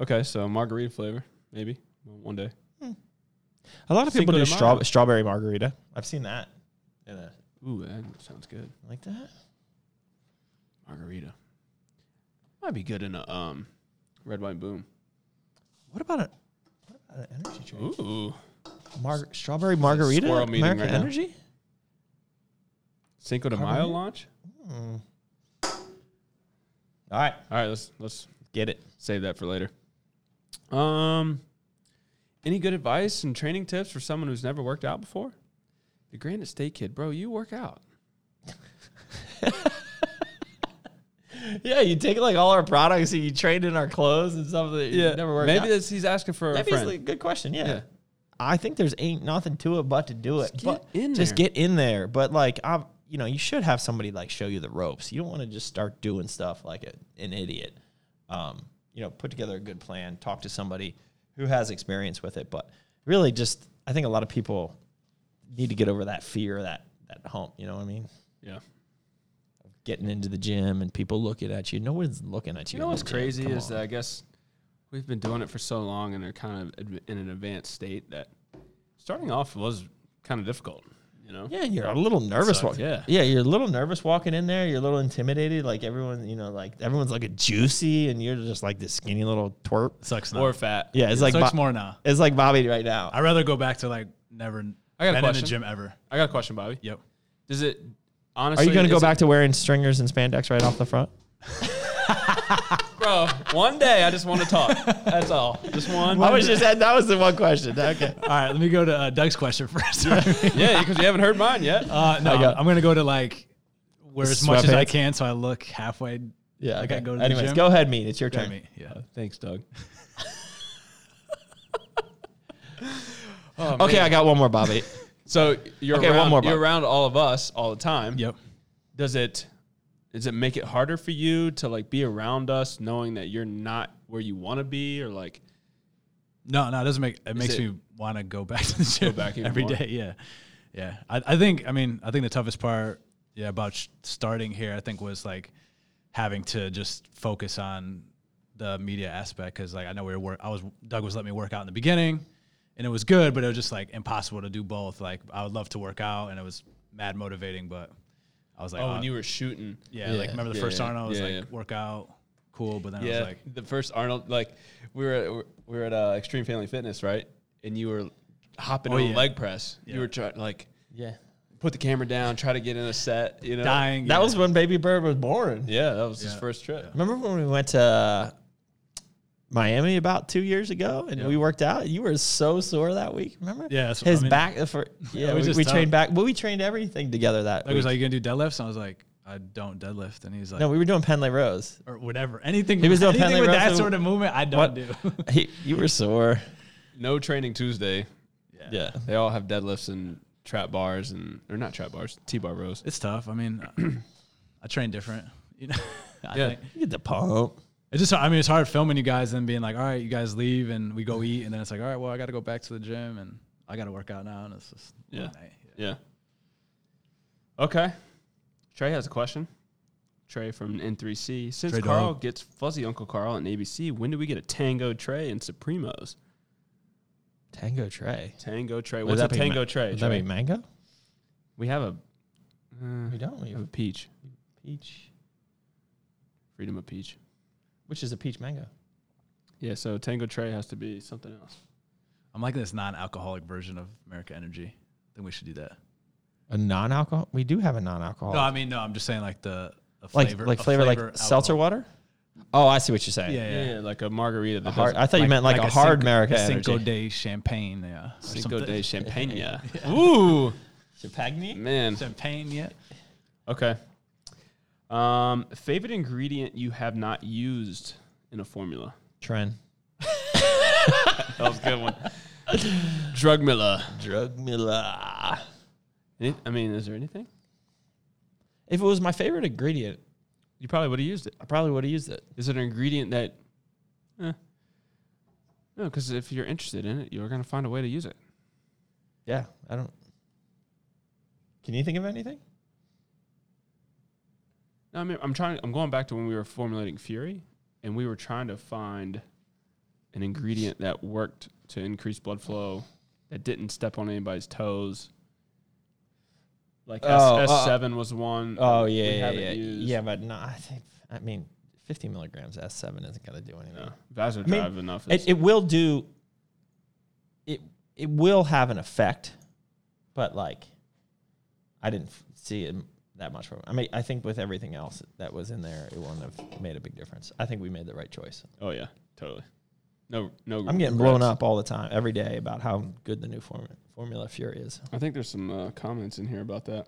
Speaker 4: Okay, so margarita flavor, maybe one day.
Speaker 3: A lot of people do
Speaker 4: Cinco de
Speaker 3: straw-
Speaker 4: Mayo.
Speaker 3: strawberry margarita. I've seen that. In a,
Speaker 4: Ooh, that sounds good.
Speaker 3: like that?
Speaker 4: Margarita might be good in a um, red wine boom.
Speaker 3: What about a what about an energy drink?
Speaker 4: Ooh,
Speaker 3: Mar- strawberry margarita?
Speaker 4: squirrel meeting
Speaker 3: American
Speaker 4: right now.
Speaker 3: Energy?
Speaker 4: Cinco de Mayo launch.
Speaker 3: All right,
Speaker 4: All right, let's let's
Speaker 3: get it.
Speaker 4: save that for later. Um, any good advice and training tips for someone who's never worked out before? The Granite State kid, bro, you work out.
Speaker 3: Yeah, you take like all our products and you trade in our clothes and stuff that you never worked
Speaker 4: maybe
Speaker 3: out.
Speaker 4: that's he's asking for a
Speaker 3: Maybe it's
Speaker 4: friend.
Speaker 3: like a good question. Yeah.
Speaker 4: Yeah.
Speaker 3: I think there's ain't nothing to it but to do it.
Speaker 4: Just
Speaker 3: but
Speaker 4: get in
Speaker 3: just
Speaker 4: there.
Speaker 3: get in there. But like, I'm, you know, you should have somebody like show you the ropes. You don't want to just start doing stuff like a, an idiot. Um, you know, put together a good plan, talk to somebody who has experience with it. But really, just I think a lot of people need to get over that fear, that that hump. You know what I mean?
Speaker 4: Yeah.
Speaker 3: Getting into the gym and people looking at you. No one's looking at you.
Speaker 4: You know
Speaker 3: in the
Speaker 4: what's
Speaker 3: gym.
Speaker 4: crazy
Speaker 3: Come
Speaker 4: is
Speaker 3: on.
Speaker 4: that I guess we've been doing it for so long and they're kind of adv- in an advanced state that starting off was kind of difficult, you know?
Speaker 3: Yeah, you're a little nervous.
Speaker 4: sucked,
Speaker 3: Walking,
Speaker 4: yeah.
Speaker 3: yeah, you're a little nervous walking in there. You're a little intimidated. Like everyone, you know, like everyone's like a juicy, and you're just like this skinny little twerp.
Speaker 5: Sucks now.
Speaker 4: More fat.
Speaker 3: Yeah, it's like
Speaker 5: Sucks
Speaker 3: Bo-
Speaker 5: more now.
Speaker 3: It's like Bobby right now.
Speaker 5: I'd rather go back to like never
Speaker 4: I got a
Speaker 5: been in the
Speaker 4: question.
Speaker 5: gym ever.
Speaker 4: I got a question, Bobby.
Speaker 5: Yep.
Speaker 4: Does it
Speaker 3: Are
Speaker 4: honestly?
Speaker 3: you going to go
Speaker 4: is it-
Speaker 3: back to wearing stringers and spandex right off the front?
Speaker 4: bro? One day, I just want to talk. That's all. Just one.
Speaker 3: I was just that was the one question. Okay.
Speaker 5: All right, let me go to uh, Doug's question first.
Speaker 4: yeah, because you haven't heard mine yet.
Speaker 5: Uh, no,
Speaker 3: I got-
Speaker 5: I'm gonna go to like wear as much as I
Speaker 3: Sweatpants?
Speaker 5: can, so I look halfway.
Speaker 3: Yeah.
Speaker 5: like I
Speaker 3: okay.
Speaker 5: go to the
Speaker 3: Anyways,
Speaker 5: gym.
Speaker 3: go ahead, mean. It's your
Speaker 5: Got
Speaker 3: turn. Uh,
Speaker 5: me, Yeah.
Speaker 4: Thanks, Doug.
Speaker 3: Okay, I got one more, Bobby.
Speaker 4: So you're
Speaker 3: Okay, one
Speaker 4: around,
Speaker 3: more,
Speaker 4: you're
Speaker 3: Bob.
Speaker 4: around all of us all the time.
Speaker 5: Yep.
Speaker 4: Does it does it make it harder for you to like be around us, knowing that you're not where you want to be, or like
Speaker 5: No, no, it doesn't make it makes
Speaker 4: it-
Speaker 5: me want to go back to the gym
Speaker 4: back even
Speaker 5: every
Speaker 4: more?
Speaker 5: day. Yeah, yeah. I, I think I mean I think the toughest part, yeah, about sh- starting here, I think was like having to just focus on the media aspect because like I know we were work. I was Doug was letting me work out in the beginning, and it was good, but it was just like impossible to do both. Like I would love to work out, and it was mad motivating, but I was like,
Speaker 4: oh,
Speaker 5: oh,
Speaker 3: Uh,
Speaker 4: when you were shooting?
Speaker 5: yeah, like remember the
Speaker 4: yeah,
Speaker 5: first
Speaker 4: yeah,
Speaker 5: Arnold was
Speaker 4: yeah,
Speaker 5: like
Speaker 4: yeah.
Speaker 5: work out, cool, but then I
Speaker 4: Yeah,
Speaker 5: was like,
Speaker 4: the first Arnold, like we were at, we were at uh, Extreme Family Fitness, right? And you were hopping
Speaker 5: Oh,
Speaker 4: on a
Speaker 5: yeah.
Speaker 4: leg press.
Speaker 5: Yeah.
Speaker 4: You were trying like
Speaker 3: yeah.
Speaker 4: put the camera down, try to get in a set. You know,
Speaker 5: dying.
Speaker 3: That
Speaker 5: yeah.
Speaker 3: was when Baby Bird was born.
Speaker 4: Yeah, that was his
Speaker 5: Yeah.
Speaker 4: first trip.
Speaker 3: Remember when we went to uh, Miami about two years ago and we worked out? You were so sore that week. Remember?
Speaker 5: Yeah, that's what-
Speaker 3: His
Speaker 5: I mean-
Speaker 3: back. uh, For, yeah,
Speaker 5: we
Speaker 3: we,
Speaker 5: just
Speaker 3: we
Speaker 5: don't-
Speaker 3: trained back. Well, we trained everything together that.
Speaker 5: Doug was
Speaker 3: week.
Speaker 5: like, "You gonna do deadlifts?" And I was like, "I don't deadlift." And he's like,
Speaker 3: no, we were doing Penlay rows.
Speaker 5: "Or whatever, anything."
Speaker 3: He was doing
Speaker 5: anything
Speaker 3: Penley
Speaker 5: with
Speaker 3: rows
Speaker 5: that
Speaker 3: and-
Speaker 5: sort of movement, I don't
Speaker 3: What?
Speaker 5: do.
Speaker 3: He, you were sore.
Speaker 4: No training Tuesday.
Speaker 3: Yeah.
Speaker 4: They all have deadlifts and trap bars and or not trap bars, T bar rows.
Speaker 5: it's tough. I mean, I train different. You know, I
Speaker 4: Yeah.
Speaker 5: think.
Speaker 3: You get the pump.
Speaker 5: it's just. I mean, it's hard filming you guys and being like, "All right, you guys leave," and we go eat, and then it's like, "All right, well, I got to go back to the gym and I got to work out now." And it's just
Speaker 4: Yeah.
Speaker 5: all right.
Speaker 4: Yeah. Okay. Trey has a question. Trey from N3C. Since
Speaker 5: Trey
Speaker 4: Carl
Speaker 5: dog.
Speaker 4: gets fuzzy Uncle Carl and ABC, when do we get a Tango Trey and Supremos?
Speaker 3: Tango Trey.
Speaker 4: Tango Trey.
Speaker 3: Would
Speaker 4: What's a
Speaker 3: that be
Speaker 4: Tango
Speaker 3: ma-
Speaker 4: Trey?
Speaker 3: Would that
Speaker 4: Trey?
Speaker 3: be mango?
Speaker 4: we have a
Speaker 5: Mm.
Speaker 3: We don't. We
Speaker 4: we have a
Speaker 3: have
Speaker 4: peach.
Speaker 3: peach,
Speaker 4: Freedom of peach.
Speaker 3: which is a peach mango.
Speaker 4: Yeah, so Tango Trey has to be something else.
Speaker 5: I'm liking this non-alcoholic version of America Energy. I think we should do that.
Speaker 3: A non-alcohol. We do have a non-alcohol.
Speaker 5: No, I mean, no, I'm just saying like the a
Speaker 3: like
Speaker 5: flavor,
Speaker 3: like
Speaker 5: a
Speaker 3: flavor, like
Speaker 5: alcohol.
Speaker 3: seltzer water. Oh, I see what you're saying.
Speaker 5: Yeah, yeah. yeah.
Speaker 4: like a margarita. That
Speaker 3: A hard-
Speaker 4: doesn't-
Speaker 3: I thought you meant like, a, hard
Speaker 5: Cinco-
Speaker 3: America
Speaker 5: a Cinco
Speaker 3: energy.
Speaker 5: de champagne, yeah. or
Speaker 4: Cinco
Speaker 5: something.
Speaker 4: de Champagne. Ooh,
Speaker 3: Champagne.
Speaker 4: man.
Speaker 5: champagne yet.
Speaker 4: Okay. Um, favorite ingredient you have not used in a formula?
Speaker 3: Trend.
Speaker 4: That was a good one. Drugmilla.
Speaker 3: Drug Miller.
Speaker 4: Any- I mean, is there anything?
Speaker 3: If it was my favorite ingredient,
Speaker 4: You probably would have used it.
Speaker 3: I probably would have used it.
Speaker 4: Is it an ingredient that? Eh. No, because if you're interested in it, you're gonna find a way to use it.
Speaker 3: Yeah, I don't. Can you think of anything?
Speaker 4: No, I mean, I'm trying. I'm going back to when we were formulating Fury, and we were trying to find an ingredient that worked to increase blood flow, that didn't step on anybody's toes. Like
Speaker 3: Oh,
Speaker 4: S
Speaker 3: uh,
Speaker 4: S seven was one.
Speaker 3: Oh
Speaker 4: we
Speaker 3: yeah, yeah,
Speaker 4: haven't
Speaker 3: yeah.
Speaker 4: used.
Speaker 3: Yeah, but no, I think I mean, 50 milligrams S7 isn't gonna do anything.
Speaker 4: No, Vasodrive
Speaker 3: mean,
Speaker 4: enough. Is,
Speaker 3: It, it will do. It it will have an effect, but like, I didn't f- see it m- that much. From I mean, I think with everything else that was in there, it wouldn't have made a big difference. I think we made the right choice.
Speaker 4: oh yeah, totally. No, no.
Speaker 3: I'm getting blown
Speaker 4: regrets.
Speaker 3: up all the time, every day, about how good the new form, formula Fury is.
Speaker 4: I think there's some uh, comments in here about that.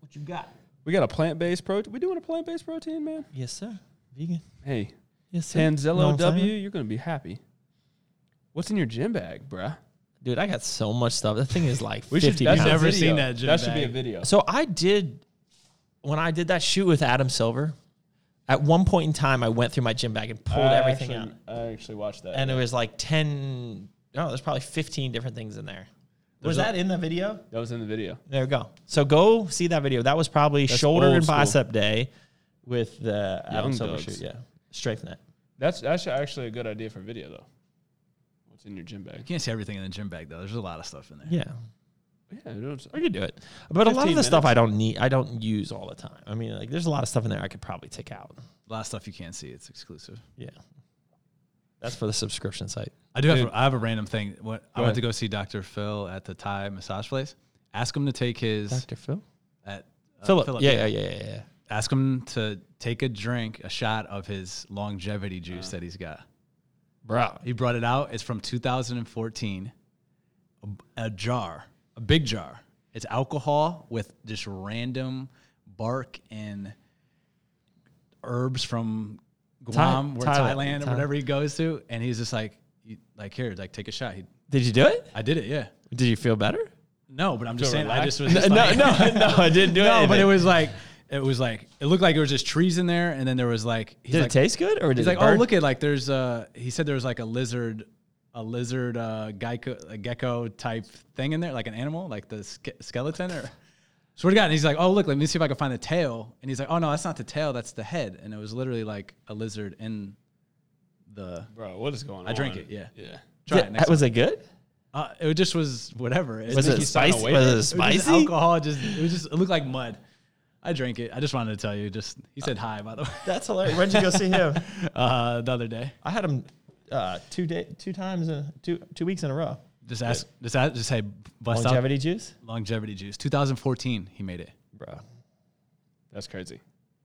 Speaker 3: What you got?
Speaker 4: We got a plant based protein. We doing a plant based protein, man.
Speaker 3: Yes, sir. Vegan.
Speaker 4: Hey,
Speaker 3: Yes, sir. Know what
Speaker 4: Tanzello
Speaker 3: I'm
Speaker 4: W,
Speaker 3: saying?
Speaker 4: you're gonna be happy. What's in your gym bag, bruh?
Speaker 3: Dude, I got so much stuff. That thing is like
Speaker 4: We should-
Speaker 3: 50
Speaker 4: that's
Speaker 5: You've
Speaker 4: a
Speaker 5: never
Speaker 4: video.
Speaker 5: seen that gym
Speaker 4: That should be a
Speaker 5: bag.
Speaker 4: video.
Speaker 3: So I did when I did that shoot with Adam Silver, at one point in time, I went through my gym bag and pulled
Speaker 4: I
Speaker 3: everything
Speaker 4: actually,
Speaker 3: out,
Speaker 4: I actually watched that.
Speaker 3: and it was like ten. No, there's probably fifteen different things in there. Was that in the video?
Speaker 4: that was in the video.
Speaker 3: There we go. So go see that video. That was probably shoulder
Speaker 4: old
Speaker 3: and
Speaker 4: school.
Speaker 3: bicep day with the Adam
Speaker 4: Young
Speaker 3: Silver
Speaker 4: Dogs.
Speaker 3: shoot. Yeah, strengthen it.
Speaker 4: That's that's actually a good idea for video though. What's in your gym bag?
Speaker 5: You can't see everything in the gym bag though. There's a lot of stuff in there.
Speaker 3: Yeah,
Speaker 4: Yeah, it was-
Speaker 3: we could do it. But a lot of the
Speaker 4: 15
Speaker 3: stuff
Speaker 4: minutes.
Speaker 3: I don't need, I don't use all the time. I mean, like there's a lot of stuff in there I could probably take out.
Speaker 5: A lot of stuff you can't see. It's exclusive.
Speaker 3: Yeah, that's for the subscription site.
Speaker 5: I do have.
Speaker 4: Dude.
Speaker 5: A, I have a random thing. What I
Speaker 3: ahead.
Speaker 5: went to go see Doctor Phil at the Thai massage place. Ask him to take his
Speaker 3: Phil.
Speaker 5: at uh,
Speaker 3: Philip. Yeah, yeah, yeah, yeah, yeah.
Speaker 5: Ask him to take a drink, a shot of his longevity
Speaker 3: Uh.
Speaker 5: juice that he's got.
Speaker 3: Bro,
Speaker 5: He brought it out. It's from 2014. A, a jar, a big jar. It's alcohol with just random bark and herbs from Guam or
Speaker 3: Thailand,
Speaker 5: Thailand,
Speaker 3: Thailand.
Speaker 5: or whatever he goes to. And he's just like, you- like here, like take a shot. He,
Speaker 3: did you do it?
Speaker 5: I did it, yeah.
Speaker 3: Did you feel better?
Speaker 5: No, but I'm just
Speaker 4: Feel
Speaker 5: saying, I
Speaker 4: relaxed?
Speaker 5: just was just
Speaker 3: no,
Speaker 5: like,
Speaker 3: no, no, I didn't do it.
Speaker 5: no, but it was like, it was like, it looked like there was just trees in there, and then there was like, he's
Speaker 3: Did
Speaker 5: like,
Speaker 3: it taste good or did
Speaker 5: He's
Speaker 3: it
Speaker 5: like,
Speaker 3: burn?
Speaker 5: oh, look at like there's a. He said there was like a lizard, a lizard, uh, gecko, a gecko type thing in there, like an animal, like the ske- skeleton or. Swear to God, and he's like, oh look, let me see if I can find the tail, and he's like, oh no, that's not the tail, that's the head, and it was literally like a lizard in the.
Speaker 4: bro, what is going on?
Speaker 5: I drank it, yeah.
Speaker 4: Yeah.
Speaker 5: Try
Speaker 3: Did-
Speaker 5: it. Next
Speaker 3: was it good?
Speaker 5: uh, it just was whatever. It
Speaker 3: Was
Speaker 5: just-
Speaker 3: it
Speaker 4: he's signing
Speaker 3: spicy?
Speaker 4: away
Speaker 3: Was
Speaker 4: there.
Speaker 3: it
Speaker 5: it was just
Speaker 3: spicy?
Speaker 5: alcohol. Just it was just it looked like mud. I drank it. I just wanted to tell you. Just he said hi by the way
Speaker 3: That's hilarious. Where'd you go see him?
Speaker 5: uh, the other day.
Speaker 3: I had him uh, two day, two times, in, two two weeks in a row.
Speaker 5: Just ask. Just ask, just say bust out
Speaker 3: Longevity juice,
Speaker 5: longevity juice. 2014, he made it.
Speaker 3: bro.
Speaker 4: That's crazy.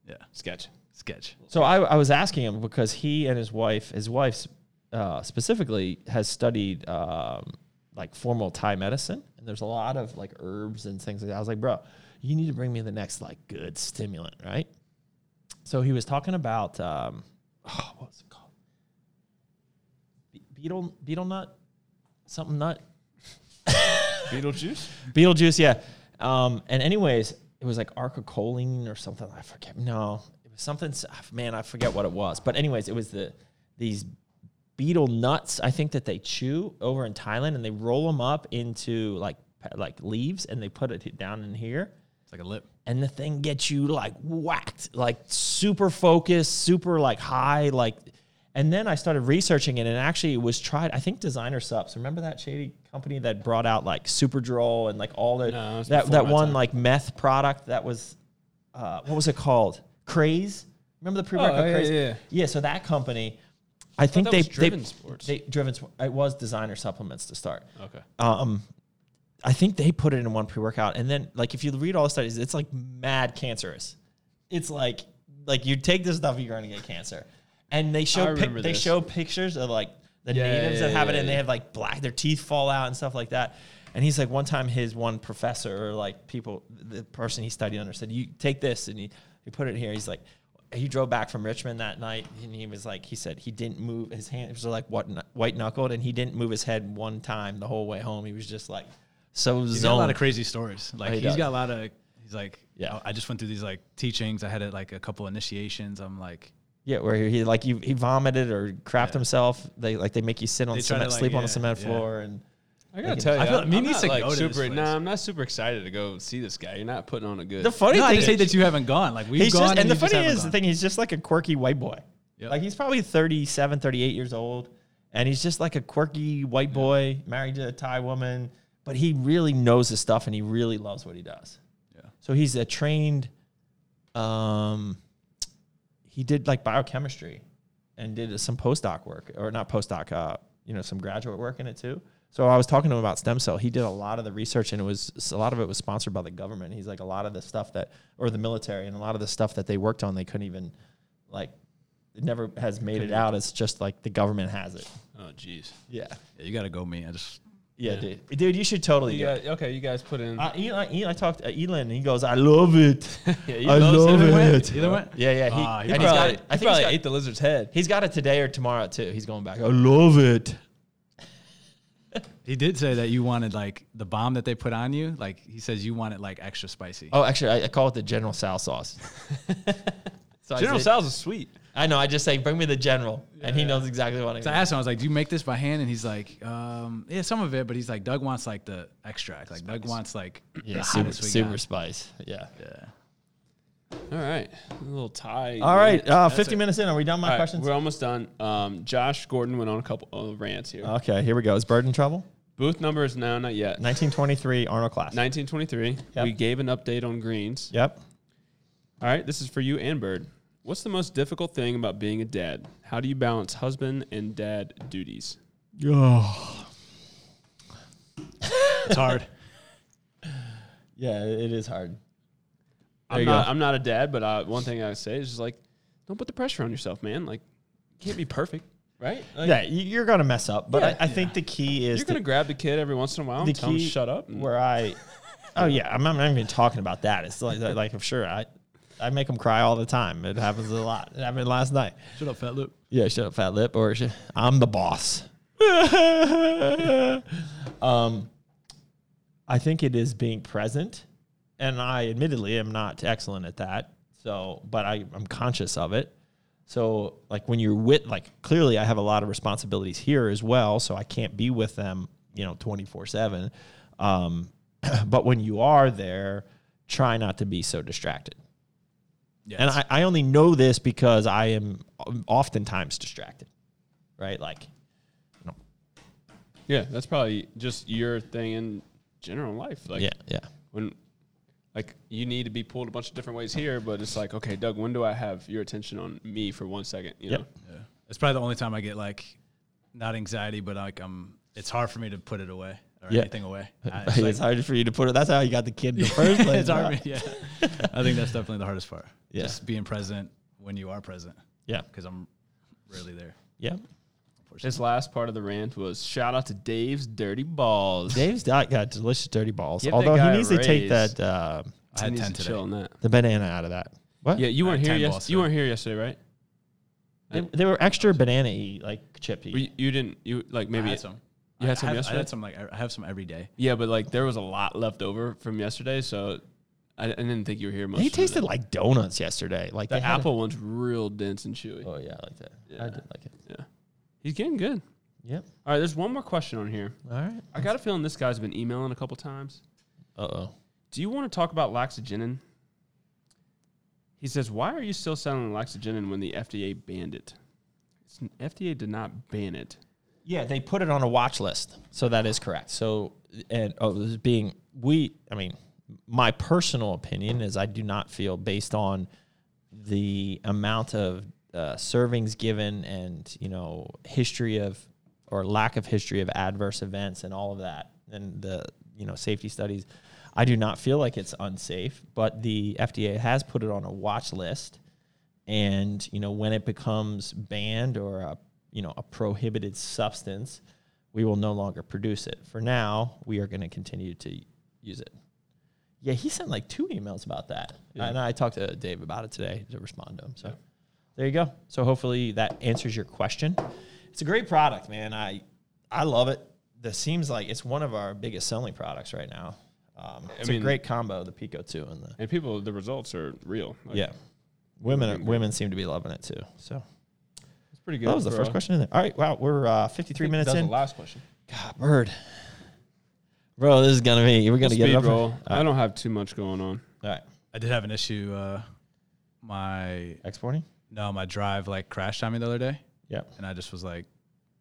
Speaker 5: Yeah,
Speaker 4: Sketch.
Speaker 5: sketch.
Speaker 3: So I, I was asking him because he and his wife, his wife uh, specifically, has studied um, like formal Thai medicine, and there's a lot of like herbs and things like that. I was like, bro, you need to bring me the next like good stimulant, right? So he was talking about um, oh, what was it called? Be- beetle beetle nut, something nut.
Speaker 4: Beetlejuice?
Speaker 3: Beetlejuice, yeah. Um, and anyways, it was like arcacholine or something. I forget. No, it was something. s- ah, Man, I forget what it was. But anyways, it was the these beetle nuts. I think that they chew over in Thailand, and they roll them up into like pa- like leaves, and they put it down in here.
Speaker 5: It's like a lip.
Speaker 3: And the thing gets you like whacked, like super focused, super like high, like. And then I started researching it, and actually it was tried. I think Designer Subs. Remember that shady company that brought out like Super Droll and like all the
Speaker 4: No, it was
Speaker 3: that
Speaker 4: before
Speaker 3: that
Speaker 4: my
Speaker 3: one
Speaker 4: time.
Speaker 3: like meth product that was uh, what was it called? Craze. Remember the pre-workout
Speaker 4: Oh, yeah,
Speaker 3: Craze?
Speaker 4: yeah.
Speaker 3: So that company, I, think
Speaker 4: that
Speaker 3: they
Speaker 4: was
Speaker 3: they-
Speaker 4: Driven Sports.
Speaker 3: They driven. Sp- It was Designer Supplements to start.
Speaker 4: Okay.
Speaker 3: Um, I think they put it in one pre-workout, and then like if you read all the studies, it's like mad cancerous. It's like like you take this stuff, you're going to get cancer. And they show pic-
Speaker 4: remember
Speaker 3: they
Speaker 4: this.
Speaker 3: show pictures of like the
Speaker 4: Yeah,
Speaker 3: natives
Speaker 4: yeah,
Speaker 3: that have it,
Speaker 4: yeah,
Speaker 3: and they
Speaker 4: yeah.
Speaker 3: have like black, their teeth fall out and stuff like that. And he's like, one time his one professor or like people, the person he studied under said, you take this and he, he put it here. He's like, he drove back from Richmond that night and he was like, he said he didn't move his hands were like what white knuckled and he didn't move his head one time the whole way home. He was just like so
Speaker 5: He's got a lot
Speaker 3: zoned.
Speaker 5: of crazy stories. Like
Speaker 3: Oh, he
Speaker 5: he's
Speaker 3: does.
Speaker 5: got a lot of. He's like,
Speaker 3: Yeah.
Speaker 5: yeah. I just went through these like teachings. I had it like a couple initiations. I'm like,
Speaker 3: yeah, where he like he, he vomited or crapped himself. They like they make you sit on
Speaker 5: They try
Speaker 3: cement,
Speaker 5: to, like,
Speaker 3: sleep on
Speaker 5: yeah,
Speaker 3: the cement
Speaker 5: yeah.
Speaker 3: floor and
Speaker 4: I gotta tell you, I
Speaker 5: feel like
Speaker 4: am
Speaker 5: me
Speaker 4: I'm not
Speaker 5: needs to
Speaker 4: like
Speaker 5: go to this
Speaker 4: super.
Speaker 5: place.
Speaker 4: Nah, I'm not super excited to go see this guy. You're not putting on a good.
Speaker 3: the funny
Speaker 5: no, I
Speaker 3: thing
Speaker 5: just
Speaker 3: is,
Speaker 5: hate that you haven't gone. Like we've
Speaker 3: he's
Speaker 5: gone,
Speaker 3: just, and the
Speaker 5: you just
Speaker 3: funny
Speaker 5: haven't
Speaker 3: is the
Speaker 5: gone.
Speaker 3: thing he's just like a quirky white boy
Speaker 5: Yep.
Speaker 3: like he's probably 37 38 years old and he's just like a quirky white boy married to a thai woman but he really knows his stuff and he really loves what he does
Speaker 5: Yeah.
Speaker 3: so he's a trained um he did like biochemistry and did some postdoc work or not postdoc uh you know some graduate work in it too so i was talking to him about stem cell he did a lot of the research and it was a lot of it was sponsored by the government he's like a lot of the stuff that or the military and a lot of the stuff that they worked on they couldn't even like it never has made it out it's just like the government has it
Speaker 4: oh, jeez.
Speaker 3: yeah
Speaker 5: Yeah, you gotta go, me. I just
Speaker 3: yeah, dude dude you should totally do
Speaker 4: You
Speaker 3: it
Speaker 4: guys- okay, you guys put in.
Speaker 3: uh, Eli, Eli talked to Elon and he goes, I love it.
Speaker 4: he
Speaker 3: I
Speaker 4: loves
Speaker 3: love
Speaker 4: it. Either way,
Speaker 3: it.
Speaker 5: either way.
Speaker 3: Yeah, yeah. He,
Speaker 5: Ah, he
Speaker 3: and he's
Speaker 4: probably,
Speaker 3: got it. I
Speaker 4: he
Speaker 3: think he's
Speaker 4: probably
Speaker 3: got,
Speaker 4: ate the lizard's head.
Speaker 3: he's got it today or tomorrow too. He's going back. I love it.
Speaker 5: He did say that you wanted like the bomb that they put on you. Like he says, you want it like extra spicy.
Speaker 6: Oh, actually, I, I call it the General Sal sauce. so
Speaker 4: General
Speaker 6: I say-
Speaker 4: Sal's is sweet.
Speaker 6: I know. I just say, bring me the General, and he knows exactly what I.
Speaker 5: So I asked him, I was like, "Do you make this by hand?" And he's like, um, "Yeah, some of it," but he's like, "Doug wants like the extract. Like Doug wants like
Speaker 6: Yeah,
Speaker 5: the
Speaker 6: super,
Speaker 5: hottest we
Speaker 6: super
Speaker 5: got."
Speaker 6: spice. Yeah.
Speaker 4: All right, a little tie.
Speaker 3: All right, uh, 50 minutes in. Are we done my
Speaker 4: All right,
Speaker 3: questions?
Speaker 4: We're almost done. Um, Josh Gordon went on a couple of rants here.
Speaker 3: Okay, here we go. Is Bird in trouble?
Speaker 4: Booth number is now not yet.
Speaker 3: 1923 Arnold Class.
Speaker 4: 1923.
Speaker 3: Yep.
Speaker 4: We gave an update on greens.
Speaker 3: Yep.
Speaker 4: All right, this is for you and Bird. What's the most difficult thing about being a dad? How do you balance husband and dad duties?
Speaker 5: It's hard.
Speaker 3: Yeah, it it is hard.
Speaker 4: I'm not, I'm not a dad, but uh, one thing I would say is just like, don't put the pressure on yourself, man. Like, you can't be perfect, right? Like,
Speaker 3: Yeah, you- you're going to mess up, but
Speaker 4: Yeah.
Speaker 3: I, I think the key is
Speaker 4: You're gonna
Speaker 3: to-
Speaker 4: grab the kid every once in a while
Speaker 3: the
Speaker 4: and tell him
Speaker 3: key
Speaker 4: shut up. and-
Speaker 3: Where I, oh yeah, I'm, I'm not even talking about that. It's like like I'm sure I, I make them cry all the time. It happens a lot. It happened last night.
Speaker 5: Shut up, fat lip.
Speaker 3: Yeah, shut up, fat lip, or sh- I'm the boss. um, I think it is being present, and I admittedly am not excellent at that. So, but I, I'm conscious of it. So, like when you're with, like clearly, I have a lot of responsibilities here as well. So I can't be with them, you know, 24 seven. Um, but when you are there, try not to be so distracted.
Speaker 5: Yeah,
Speaker 3: And
Speaker 5: it's-
Speaker 3: I, I only know this because I am oftentimes distracted, right? Like,
Speaker 4: Yeah, that's probably just your thing in general life. Like,
Speaker 3: yeah, yeah,
Speaker 4: when like you need to be pulled a bunch of different ways here, but it's like, okay, Doug, when do I have your attention on me for one second? You
Speaker 3: Yep.
Speaker 4: know,
Speaker 5: it's probably the only time I get like not anxiety, but like I'm. It's hard for me to put it away or
Speaker 3: Yeah.
Speaker 5: anything away. I-
Speaker 3: it's,
Speaker 5: it's like-
Speaker 3: hard for you to put it. That's how you got the kid in the first place.
Speaker 5: it's hard.
Speaker 3: bro.
Speaker 5: for me- Yeah, I think that's definitely the hardest part.
Speaker 3: Yeah.
Speaker 5: Just being present when you are present,
Speaker 3: Yeah,
Speaker 5: because I'm rarely there.
Speaker 3: yeah.
Speaker 4: this last part of the rant was shout out to Dave's dirty balls.
Speaker 3: Dave's dot got delicious dirty balls.
Speaker 4: Give that
Speaker 3: Although
Speaker 4: guy
Speaker 3: he
Speaker 4: a
Speaker 3: needs to take
Speaker 4: raise.
Speaker 3: that uh,
Speaker 5: I had
Speaker 4: needs
Speaker 5: ten
Speaker 4: to
Speaker 5: today.
Speaker 4: chill on that.
Speaker 3: the banana out of that. What?
Speaker 4: Yeah, you weren't
Speaker 5: had
Speaker 4: here.
Speaker 5: 10
Speaker 4: Yes,
Speaker 5: balls
Speaker 4: you
Speaker 5: today.
Speaker 4: weren't here yesterday, right?
Speaker 3: they, they were extra banana-y, like chippy.
Speaker 4: Were You, you didn't. You like maybe
Speaker 5: I had some.
Speaker 4: You had some
Speaker 5: I have,
Speaker 4: yesterday?
Speaker 5: I had some like I have some every day.
Speaker 4: Yeah, but like there was a lot left over from yesterday, so I, I didn't think you were here much.
Speaker 3: they
Speaker 4: for
Speaker 3: tasted
Speaker 4: that.
Speaker 3: like donuts yesterday. Like
Speaker 4: the
Speaker 3: they had a-
Speaker 4: apple one's real dense and chewy.
Speaker 3: oh yeah, I like that. I did like it.
Speaker 4: Yeah, he's getting good.
Speaker 3: Yep.
Speaker 4: All right, there's one more question on here.
Speaker 3: All right.
Speaker 4: I got a feeling this guy's been emailing a couple times.
Speaker 3: Uh oh.
Speaker 4: Do you want to talk about laxagenin? He says, Why are you still selling laxagenin when the FDA banned it? It's, FDA did not ban it.
Speaker 3: Yeah, they put it on a watch list. So that is correct. So, and oh, this is being we, I mean, my personal opinion is I do not feel based on the amount of uh, servings given and you know history of or lack of history of adverse events and all of that and the you know safety studies. I do not feel like it's unsafe, but the FDA has put it on a watch list and you know when it becomes banned or a you know a prohibited substance we will no longer produce it for now we are going to continue to use it yeah he sent like two emails about that and i talked to dave about it today to respond to him so there you go so hopefully that answers your question it's a great product man i i love it this seems like it's one of our biggest selling products right now um, it's
Speaker 4: mean-
Speaker 3: a great combo the pico 2 and the
Speaker 4: And people, the results are real. Like,
Speaker 3: yeah women are, women seem to be loving it too so
Speaker 4: It's pretty good.
Speaker 3: that was the
Speaker 4: for
Speaker 3: first
Speaker 4: a-
Speaker 3: question in there. All right, wow, we're uh, 53
Speaker 4: That
Speaker 3: minutes
Speaker 4: was
Speaker 3: in.
Speaker 4: the last question.
Speaker 3: God, bird. Bro, this is gonna be. We're gonna get
Speaker 4: Speed
Speaker 3: it up.
Speaker 4: roll.
Speaker 3: All
Speaker 4: I don't have too much going on.
Speaker 3: right,
Speaker 5: I did have an issue. Uh, my
Speaker 3: exporting.
Speaker 5: no, my drive like crashed on me the other day,
Speaker 3: Yeah.
Speaker 5: and I just was like,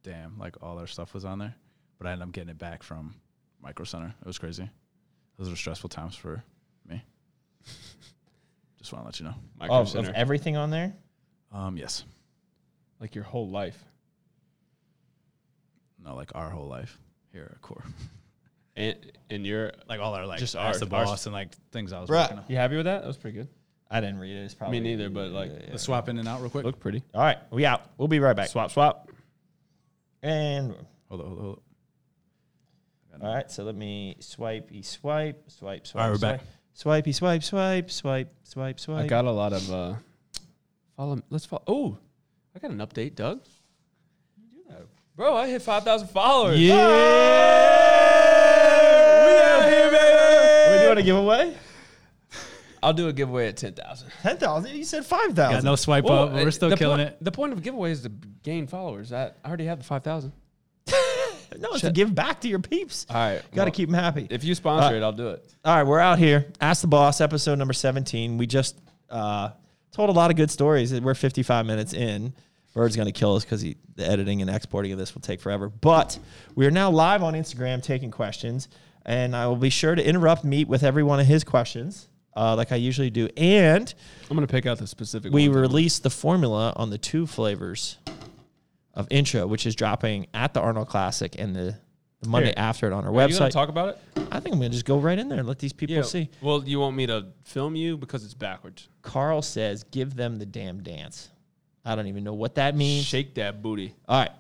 Speaker 5: damn, like all our stuff was on there, but I ended up getting it back from Micro Center. It was crazy. Those were stressful times for me. just want to let you know.
Speaker 4: Micro
Speaker 3: Of, Oh, of
Speaker 4: Center.
Speaker 3: everything on there.
Speaker 5: Um, yes,
Speaker 4: like your whole life.
Speaker 5: no, like our whole life here at Core,
Speaker 4: And, and you're,
Speaker 5: like all our like
Speaker 4: Just
Speaker 5: just
Speaker 4: ours,
Speaker 5: ours, the
Speaker 4: ours.
Speaker 5: boss and like things I was
Speaker 3: Bruh.
Speaker 5: working on.
Speaker 4: you happy with that? That was pretty good.
Speaker 3: I didn't read it. It's
Speaker 4: Me
Speaker 3: probably
Speaker 4: neither, but like,
Speaker 5: Let's swap in and out real quick.
Speaker 4: look pretty.
Speaker 3: All right, we out. We'll be right back.
Speaker 4: Swap, swap.
Speaker 3: And
Speaker 5: Hold on, hold on, hold on.
Speaker 3: all right, so let me swipey swipe, swipe, swipe.
Speaker 5: All right, we're
Speaker 3: swipe.
Speaker 5: back.
Speaker 3: Swipey swipe, swipe, swipe, swipe, swipe.
Speaker 4: I got a lot of, uh, follow, let's follow. Oh, I got an update, Doug. Bro, I hit 5,000 followers.
Speaker 3: Yeah. a giveaway?
Speaker 4: I'll do a giveaway at ten thousand.
Speaker 3: Ten thousand? You said five
Speaker 5: Got
Speaker 3: thousand.
Speaker 5: no swipe
Speaker 4: Well,
Speaker 5: up. but We're still
Speaker 4: the
Speaker 5: killing
Speaker 4: point-
Speaker 5: it.
Speaker 4: The point of giveaway is to gain followers. I, I already have the five thousand.
Speaker 3: no, it's to give back to your peeps.
Speaker 4: All right,
Speaker 3: Got to
Speaker 4: well,
Speaker 3: keep them happy.
Speaker 4: If you sponsor
Speaker 3: Uh,
Speaker 4: it, I'll do it.
Speaker 3: All right, we're out here. Ask the Boss, episode number 17. We just uh, told a lot of good stories. We're 55 minutes in. Bird's going to kill us because the editing and exporting of this will take forever. But we are now live on Instagram taking questions, and I will be sure to interrupt Meet with every one of his questions, uh, like I usually do. And
Speaker 4: I'm gonna pick out the specific.
Speaker 3: we
Speaker 4: one.
Speaker 3: released the formula on the two flavors of intro, which is dropping at the Arnold Classic and the, the Monday
Speaker 4: Here.
Speaker 3: after it on our
Speaker 4: Are you gonna
Speaker 3: website.
Speaker 4: talk about it?
Speaker 3: I think I'm going to just go right in there and let these people see.
Speaker 4: Well, you want me to film you because it's backwards.
Speaker 3: Carl says, give them the damn dance. I don't even know what that means.
Speaker 4: Shake that booty.
Speaker 3: All right.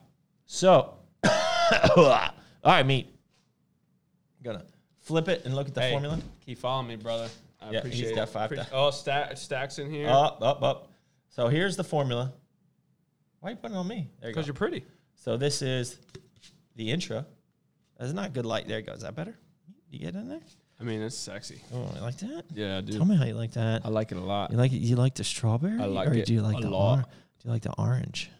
Speaker 3: So, all right, meat. Gonna flip it and look at the
Speaker 4: Hey,
Speaker 3: formula.
Speaker 4: Keep following me, brother. I
Speaker 3: Yeah,
Speaker 4: appreciate
Speaker 3: he's
Speaker 4: it.
Speaker 3: got five Uh,
Speaker 4: Appreci-
Speaker 3: thou-
Speaker 4: oh, stack, stacks in here.
Speaker 3: Up, up, up. So here's the formula. Why are you putting it on me? There you go.
Speaker 4: Because you're pretty.
Speaker 3: So this is the intro. That's not good light. There it goes. Is that better? You get in there?
Speaker 4: I mean, it's sexy.
Speaker 3: Oh, you like that?
Speaker 4: Yeah, I do.
Speaker 3: Tell me how you like that.
Speaker 4: I like it a lot.
Speaker 3: You like it? You like the strawberry?
Speaker 4: I like
Speaker 3: or
Speaker 4: it
Speaker 3: do you like
Speaker 4: a
Speaker 3: the
Speaker 4: lot.
Speaker 3: or- do you like the orange?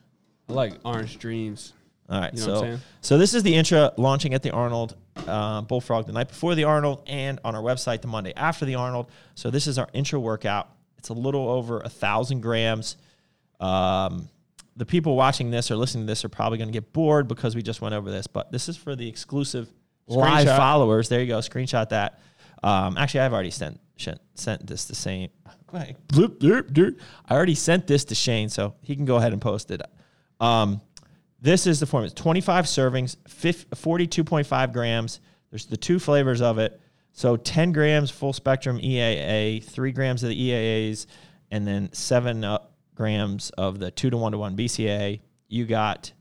Speaker 4: I like Orange Dreams.
Speaker 3: All right,
Speaker 4: You know what I'm
Speaker 3: so
Speaker 4: saying?
Speaker 3: so this is the intro launching at the Arnold uh, Bullfrog the night before the Arnold, and on our website the Monday after the Arnold. So this is our intro workout. It's a little over a thousand grams. Um, the people watching this or listening to this are probably going to get bored because we just went over this, but this is for the exclusive live
Speaker 4: Screenshot.
Speaker 3: followers. There you go, screenshot that. Um, actually, I've already sent sent, sent this to Shane. Bloop, bloop, bloop. I already sent this to Shane, so he can go ahead and post it. Um, this is the form. It's 25 servings, fif- 42.5 grams. There's the two flavors of it. So 10 grams full spectrum EAA, three grams of the EAAs, and then seven uh, grams of the two to one to one BCA. You got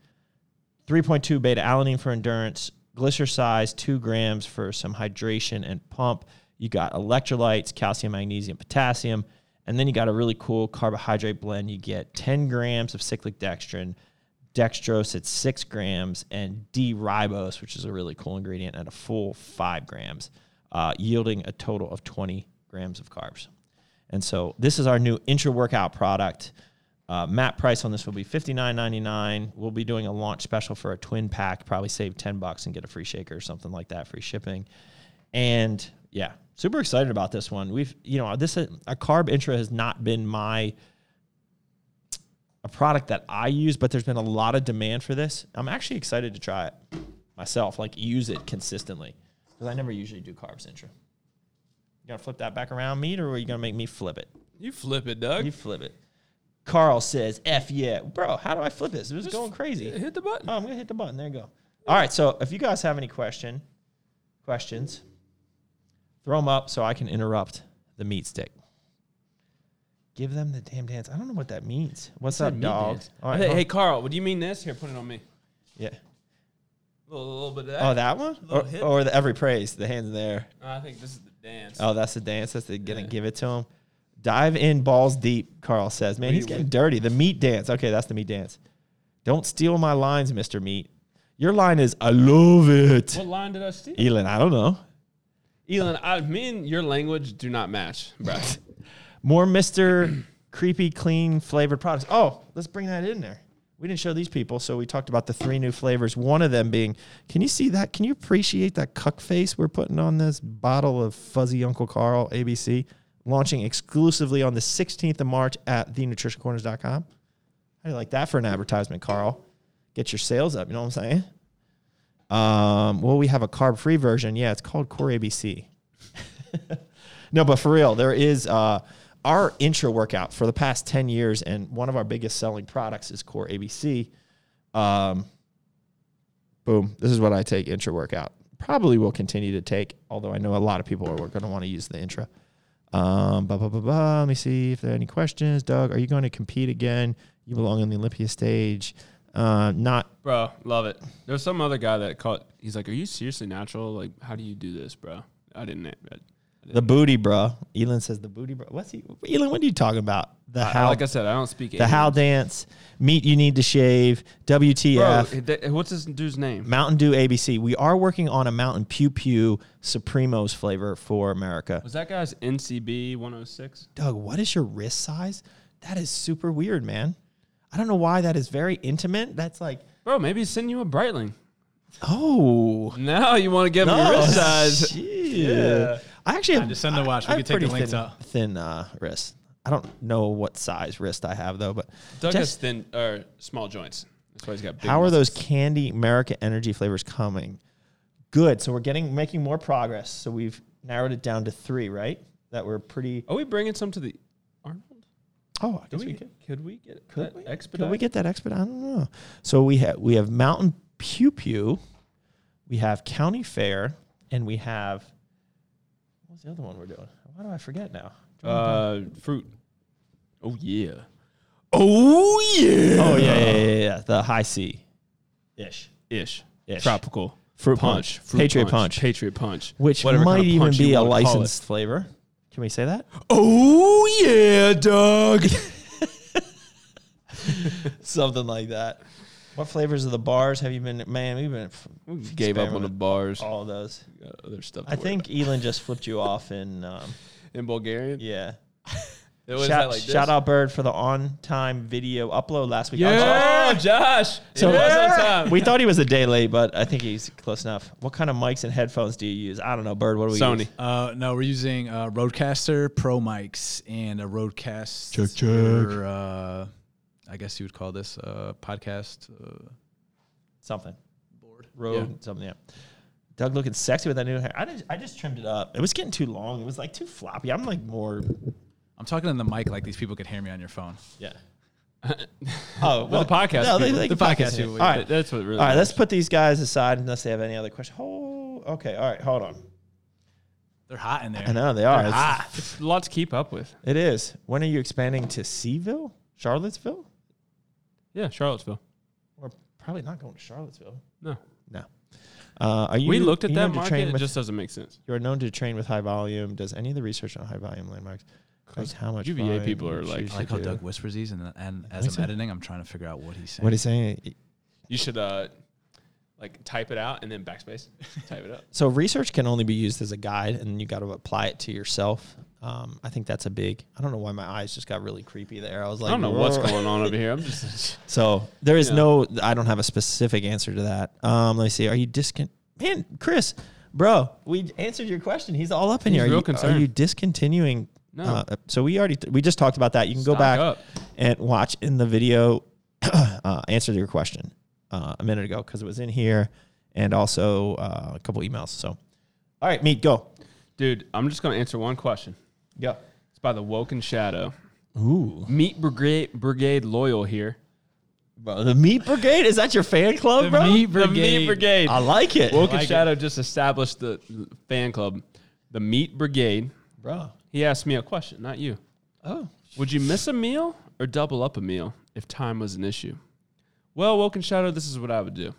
Speaker 3: 3.2 beta alanine for endurance, glycer size, two grams for some hydration and pump. You got electrolytes, calcium, magnesium, potassium, and then you got a really cool carbohydrate blend. You get 10 grams of cyclic dextrin, dextrose at six grams, and D ribose, which is a really cool ingredient, at a full five grams, uh, yielding a total of 20 grams of carbs. And so this is our new intra workout product. Uh, Matt price on this will be fifty nine ninety nine. We'll be doing a launch special for a twin pack. Probably save ten bucks and get a free shaker or something like that, free shipping. And yeah, super excited about this one. We've you know this a carb intra has not been my a product that I use, but there's been a lot of demand for this. I'm actually excited to try it myself, like use it consistently because I never usually do carbs intra. You gonna flip that back around, meat, or are you gonna make me flip it?
Speaker 4: You flip it, Doug.
Speaker 3: You flip it. Carl says, F yeah. Bro, how do I flip this? It was going crazy.
Speaker 4: Hit the button.
Speaker 3: Oh, I'm gonna hit the button. There you go. All right. So if you guys have any question, questions, throw them up so I can interrupt the meat stick. Give them the damn dance. I don't know what that means. What's up, dog? All right,
Speaker 4: hey,
Speaker 3: hold-
Speaker 4: hey, Carl, what do you mean this? Here, put it on me.
Speaker 3: yeah.
Speaker 4: A little, little bit of that.
Speaker 3: Oh, that one? Or,
Speaker 4: hip.
Speaker 3: or the every praise, the hands in the air.
Speaker 4: I think this is the dance.
Speaker 3: Oh, that's the dance. That's the gonna give it to him. Dive in balls deep, Carl says. Man, he's getting dirty. The meat dance. Okay, that's the meat dance. Don't steal my lines, Mr. Meat. Your line is I love it.
Speaker 4: What line did I steal?
Speaker 3: Elon, I don't know. E-
Speaker 4: Elon, I, me and your language do not match, bro.
Speaker 3: More Mr. Creepy Clean flavored products. Oh, let's bring that in there. We didn't show these people, so we talked about the three new flavors. One of them being, can you see that? Can you appreciate that cuck face we're putting on this bottle of Fuzzy Uncle Carl ABC, launching exclusively on the 16th of March at thenutritioncorners.com? How do you like that for an advertisement, Carl? Get your sales up. You know what I'm saying? Um, well, we have a carb-free version. Yeah, it's called Core ABC. No, but for real, there is uh, our intro workout for the past 10 years, and one of our biggest selling products is Core ABC. Um, boom, this is what I take intro workout. Probably will continue to take, although I know a lot of people are going to want to use the intro. Um, blah, blah, blah, blah. Let me see if there are any questions. Doug, are you going to compete again? You belong on the Olympia stage. Uh, not
Speaker 4: bro, love it. There was some other guy that caught. He's like, "Are you seriously natural? Like, how do you do this, bro?" I didn't. I-
Speaker 3: The booty, bruh. Elon says the booty, bruh. What's he? Elon, what are you talking about? The
Speaker 4: I-
Speaker 3: how?
Speaker 4: like I said, I don't speak.
Speaker 3: the how dance. Meat you need to shave. WTF?
Speaker 4: Bro, th- what's this dude's name?
Speaker 3: Mountain Dew ABC. We are working on a Mountain Pew Pew Supremos flavor for America.
Speaker 4: Was that guy's NCB 106?
Speaker 3: Doug, what is your wrist size? That is super weird, man. I don't know why that is very intimate. That's like,
Speaker 4: Bro, maybe he's sending you a Breitling.
Speaker 3: oh,
Speaker 4: Now you want to give him your wrist size.
Speaker 3: Yeah. I actually have.
Speaker 5: just send the watch. We
Speaker 3: I have
Speaker 5: can take the
Speaker 3: pretty
Speaker 5: links
Speaker 3: thin, Thin
Speaker 5: out.
Speaker 3: uh, wrist. I don't know what size wrist I have though, but
Speaker 4: Doug has
Speaker 3: just
Speaker 4: thin or small joints. That's why he's got big.
Speaker 3: how are
Speaker 4: muscles.
Speaker 3: those candy America energy flavors coming? Good. So we're getting making more progress. So we've narrowed it down to three, right? That were pretty.
Speaker 4: Are we bringing some to the Arnold?
Speaker 3: Oh, I
Speaker 4: Could
Speaker 3: guess
Speaker 4: we,
Speaker 3: we could.
Speaker 4: could we get
Speaker 3: Could
Speaker 4: that
Speaker 3: we,
Speaker 4: expedited?
Speaker 3: could we get that expedite? I don't know. So we have we have Mountain Pew Pew, we have County Fair, and we have what's the other one we're doing? Why do I forget now?
Speaker 4: uh, fruit? Oh yeah.
Speaker 3: Oh yeah. Oh yeah, yeah, yeah, yeah, yeah. The high C, ish,
Speaker 4: Ish.
Speaker 3: Ish.
Speaker 4: Tropical.
Speaker 3: Fruit
Speaker 4: Punch.
Speaker 3: punch,
Speaker 4: Fruit
Speaker 3: Patriot punch,
Speaker 4: Patriot punch.
Speaker 3: which
Speaker 4: Whatever
Speaker 3: might
Speaker 4: kind of
Speaker 3: even
Speaker 4: punch you
Speaker 3: be a
Speaker 4: wanna call it.
Speaker 3: licensed flavor. Can we say that?
Speaker 4: Oh yeah, Doug.
Speaker 3: Something like that. What flavors of the bars have you been? Man, we've been. f-
Speaker 4: Gave up on the
Speaker 3: experimenting
Speaker 4: bars.
Speaker 3: with all those.
Speaker 4: Got other stuff. to
Speaker 3: Uh, I
Speaker 4: worry
Speaker 3: think Elon just flipped you off, and um,
Speaker 4: about. in Bulgarian.
Speaker 3: yeah.
Speaker 4: It was
Speaker 3: Shout,
Speaker 4: Oh, that like this?
Speaker 3: shout out Bird for the on time video upload last week.
Speaker 4: Yeah, Josh.
Speaker 3: So
Speaker 4: it was on time.
Speaker 3: we thought he was a day late, but I think he's close enough. What kind of mics and headphones do you use? I don't know, Bird. What do we
Speaker 4: Sony.
Speaker 3: use?
Speaker 5: Uh, no, we're using uh, Roadcaster Pro mics and a Roadcast.
Speaker 6: Check, check.
Speaker 5: or, Uh, I guess you would call this uh, podcast. Uh,
Speaker 3: Something. Board. Road. Something. Yeah. Doug looking sexy with that new hair. I just, I just trimmed it up. It was getting too long. It was like too floppy. I'm like more.
Speaker 5: I'm talking in the mic like these people could hear me on your phone.
Speaker 3: Yeah. oh,
Speaker 4: the podcast
Speaker 3: No, they,
Speaker 4: people.
Speaker 3: they
Speaker 5: The
Speaker 3: can
Speaker 5: podcast
Speaker 3: it.
Speaker 5: people,
Speaker 3: All
Speaker 5: yeah.
Speaker 3: right.
Speaker 4: That's what it really.
Speaker 3: All right,
Speaker 4: matters.
Speaker 3: let's put these guys aside unless they have any other questions. Oh, okay. All right, hold on.
Speaker 5: They're hot in there.
Speaker 3: I know they are. It's-
Speaker 4: It's a lot to keep up with.
Speaker 3: It is. When are you expanding to Seaville, Charlottesville?
Speaker 4: Yeah, Charlottesville.
Speaker 3: We're probably not going to Charlottesville.
Speaker 4: No,
Speaker 3: No. Uh, are you,
Speaker 4: we looked at
Speaker 3: you
Speaker 4: that
Speaker 3: known to
Speaker 4: market.
Speaker 3: train
Speaker 4: It
Speaker 3: with-
Speaker 4: just doesn't make sense.
Speaker 3: you are known to train with high volume. Does any of the research on high volume landmarks? Like how much
Speaker 4: UVA
Speaker 3: volume
Speaker 4: people
Speaker 3: you
Speaker 4: are like-
Speaker 3: choose
Speaker 5: I
Speaker 3: to
Speaker 5: like how
Speaker 3: do?
Speaker 5: Doug whispers these, and, and as I'm
Speaker 3: so.
Speaker 5: editing, I'm trying to figure out what he's saying.
Speaker 3: What he's saying.
Speaker 4: You should uh, like type it out and then backspace. type it up.
Speaker 3: So research can only be used as a guide, and you got to apply it to yourself. Um, I think that's a big. I don't know why my eyes just got really creepy there. I was like,
Speaker 4: I don't know what's
Speaker 3: "Whoa."
Speaker 4: going on over here. I'm just
Speaker 3: So there is
Speaker 4: Yeah.
Speaker 3: no. I don't have a specific answer to that. Um, let me see. Are you discon? Man, Chris, bro, we answered your question. He's all up in
Speaker 4: He's
Speaker 3: here. Are
Speaker 4: real
Speaker 3: you, are
Speaker 4: concerned.
Speaker 3: you discontinuing?
Speaker 4: No.
Speaker 3: Uh, so we already we just talked about that. You can go
Speaker 4: Stock
Speaker 3: back
Speaker 4: up.
Speaker 3: and watch in the video. uh, answer to your question uh, a minute ago because it was in here, and also uh, a couple emails. So, all right, meet go.
Speaker 4: dude. I'm just gonna answer one question.
Speaker 3: Yeah.
Speaker 4: It's by the Woken Shadow.
Speaker 3: Ooh,
Speaker 4: Meat Brigade Brigade Loyal here.
Speaker 3: bro, the Meat Brigade is that your fan club, bro?
Speaker 4: The Meat Brigade.
Speaker 3: I like it,
Speaker 4: Woken Shadow just established the fan club, the Meat Brigade.
Speaker 3: bro.
Speaker 4: He asked me a question, not you.
Speaker 3: Oh,
Speaker 4: Would you miss a meal or double up a meal if time was an issue? Well, Woken Shadow, this is what I would do.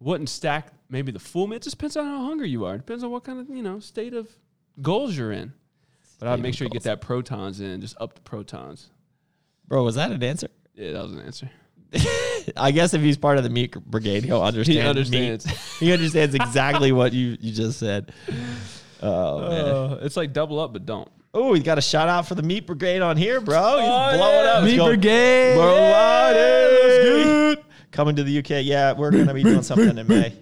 Speaker 4: Wouldn't stack maybe the full meal. It just depends on how hungry you are. It depends on what kind of, you know, state of goals you're in. But I'd make sure you get that protons in, just up the protons.
Speaker 3: bro, was that an answer?
Speaker 4: Yeah, that was an answer.
Speaker 3: I guess if he's part of the meat brigade, he'll understand.
Speaker 4: He understands.
Speaker 3: meat. He understands exactly what you, you just said. Oh man!
Speaker 4: Uh, it's like double up, but don't.
Speaker 3: Oh, he got a shout out for the meat brigade on here, bro. He's blowing
Speaker 4: yeah.
Speaker 3: up. Meat brigade, worldwide. good. Coming to the UK. Yeah, we're gonna be doing something in May.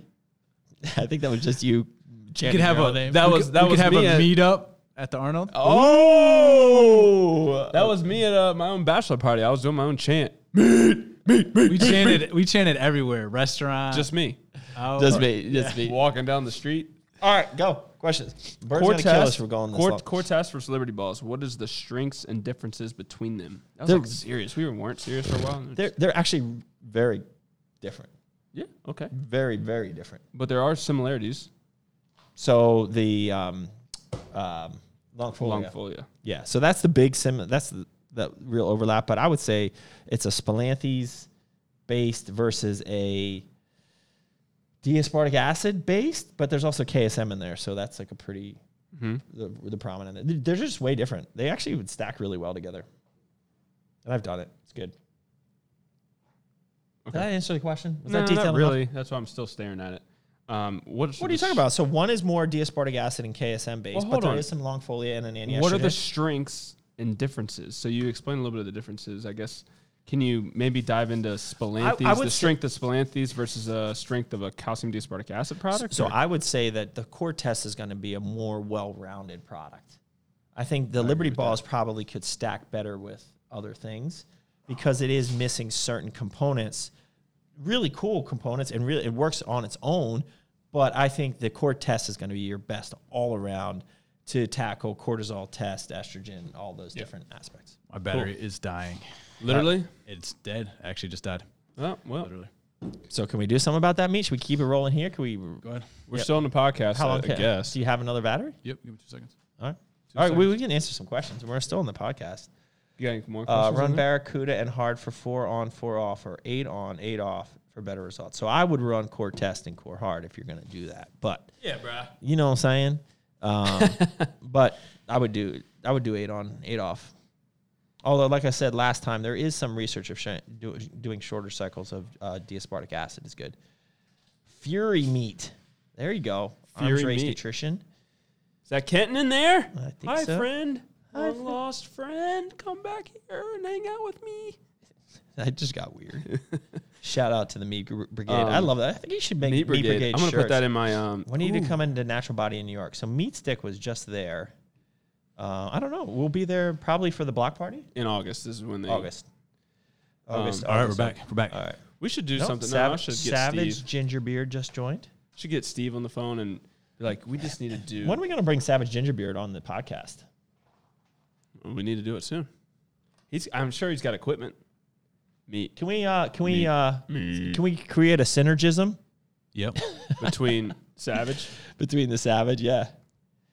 Speaker 3: I think that was just you.
Speaker 5: We could have a
Speaker 4: That
Speaker 5: we
Speaker 4: was-
Speaker 5: could-
Speaker 4: that
Speaker 5: we could
Speaker 4: was
Speaker 5: have
Speaker 4: me
Speaker 5: a
Speaker 4: at-
Speaker 5: meetup at the Arnold.
Speaker 3: Oh,
Speaker 4: That was me at uh, my own bachelor party. I was doing my own chant.
Speaker 5: we chanted we chanted everywhere, restaurant. Oh,
Speaker 4: Just me.
Speaker 5: out.
Speaker 3: just me. Just me.
Speaker 4: Walking down the street.
Speaker 3: All right, go. Questions. Bird's gonna kill us for going this
Speaker 4: Cort-
Speaker 3: long.
Speaker 4: Cortez for celebrity balls. What is the strengths and differences between them? That was
Speaker 3: They're-
Speaker 4: like serious. We weren't serious for a while. and it
Speaker 3: They're
Speaker 4: was-
Speaker 3: they're actually very different.
Speaker 4: yeah, okay.
Speaker 3: Very very different.
Speaker 4: But there are similarities.
Speaker 3: So the um, um, long folio.
Speaker 4: Longfolia.
Speaker 3: Yeah. So that's the big sim. That's the, the real overlap. But I would say it's a Spilanthes based versus a diaspartic acid based. But there's also KSM in there, so that's like a pretty
Speaker 4: Mm-hmm.
Speaker 3: the, the prominent. They're just way different. They actually would stack really well together. And I've done it. It's good. Did I answer the question? Was
Speaker 4: No,
Speaker 3: that
Speaker 4: not
Speaker 3: detailed enough?
Speaker 4: really. That's why I'm still staring at it. Um, what,
Speaker 3: What are you talking about? So one is more diaspartic acid and KSM based,
Speaker 4: Well,
Speaker 3: but
Speaker 4: hold
Speaker 3: there
Speaker 4: on.
Speaker 3: is some long folia and an antioxidant.
Speaker 4: What are the strengths and differences? So you explain a little bit of the differences, I guess. Can you maybe dive into Spilanthes,
Speaker 3: would
Speaker 4: the
Speaker 3: say-
Speaker 4: strength of Spilanthes versus the strength of a calcium diaspartic acid product?
Speaker 3: So
Speaker 4: or-
Speaker 3: I would say that the Cortez is going to be a more well-rounded product. I think the Liberty Balls probably could stack better with other things because it is missing certain components, really cool components, and really it works on its own. But I think the Cortez is going to be your best all around to tackle cortisol test, estrogen, all those different aspects.
Speaker 5: My battery is dying.
Speaker 4: literally?
Speaker 5: It's dead. Actually, just died.
Speaker 4: Oh, well,
Speaker 5: Literally.
Speaker 3: So can we do something about that, meat? Should we keep it rolling here? Can we?
Speaker 5: Go ahead.
Speaker 4: we're still on the podcast,
Speaker 3: How
Speaker 4: I,
Speaker 3: long?
Speaker 4: I
Speaker 3: Can,
Speaker 4: guess.
Speaker 3: Do you have another battery?
Speaker 5: Yep. Give me two seconds.
Speaker 3: All right. All right, we, we can answer some questions. We're still on the podcast.
Speaker 4: You got any more
Speaker 3: Uh,
Speaker 4: questions?
Speaker 3: run
Speaker 4: on that?
Speaker 3: Barracuda and Hard for four on, four off, or eight on, eight off for better results. So I would run core test and core hard if you're going to do that. But
Speaker 4: Yeah, bruh.
Speaker 3: you know what I'm saying. Um, but I would do I would do eight on, eight off. Although, like I said last time, there is some research of sh- do, doing shorter cycles of uh, diaspartic acid is good. Fury meat. There you go. Arms
Speaker 4: Fury
Speaker 3: race
Speaker 4: meat.
Speaker 3: nutrition.
Speaker 4: Is that Kenton in there?
Speaker 3: I think
Speaker 4: Hi,
Speaker 3: so.
Speaker 4: friend. Long lost friend. Come back here and hang out with me.
Speaker 3: That just got weird. Shout out to the Meat Gr- Brigade. I love that. I think you should make
Speaker 4: Um, Meat Brigade. I'm going to put
Speaker 3: shirts.
Speaker 4: that in my. um.
Speaker 3: When need
Speaker 4: ooh.
Speaker 3: to come into Natural Body in New York? So Meat Stick was just there. Uh, I don't know. We'll be there probably for the block party.
Speaker 4: in August. This is when they.
Speaker 3: August.
Speaker 4: Um,
Speaker 3: August.
Speaker 5: All right, we're
Speaker 3: August.
Speaker 5: back. We're back.
Speaker 3: All right.
Speaker 4: We should do
Speaker 3: No,
Speaker 4: something.
Speaker 3: Sav-
Speaker 4: no, I should get
Speaker 3: Savage
Speaker 4: Steve.
Speaker 3: Ginger Beard just joined.
Speaker 4: Should get Steve on the phone and be like, "We just need to do.
Speaker 3: When are we going to bring Savage Ginger Beard on the podcast?
Speaker 4: we need to do it soon." He's. I'm sure he's got equipment. Meet
Speaker 3: Can we? Uh, can we? Uh, Can we create a synergism
Speaker 5: Yep.
Speaker 4: between Savage.
Speaker 3: between the Savage? Yeah.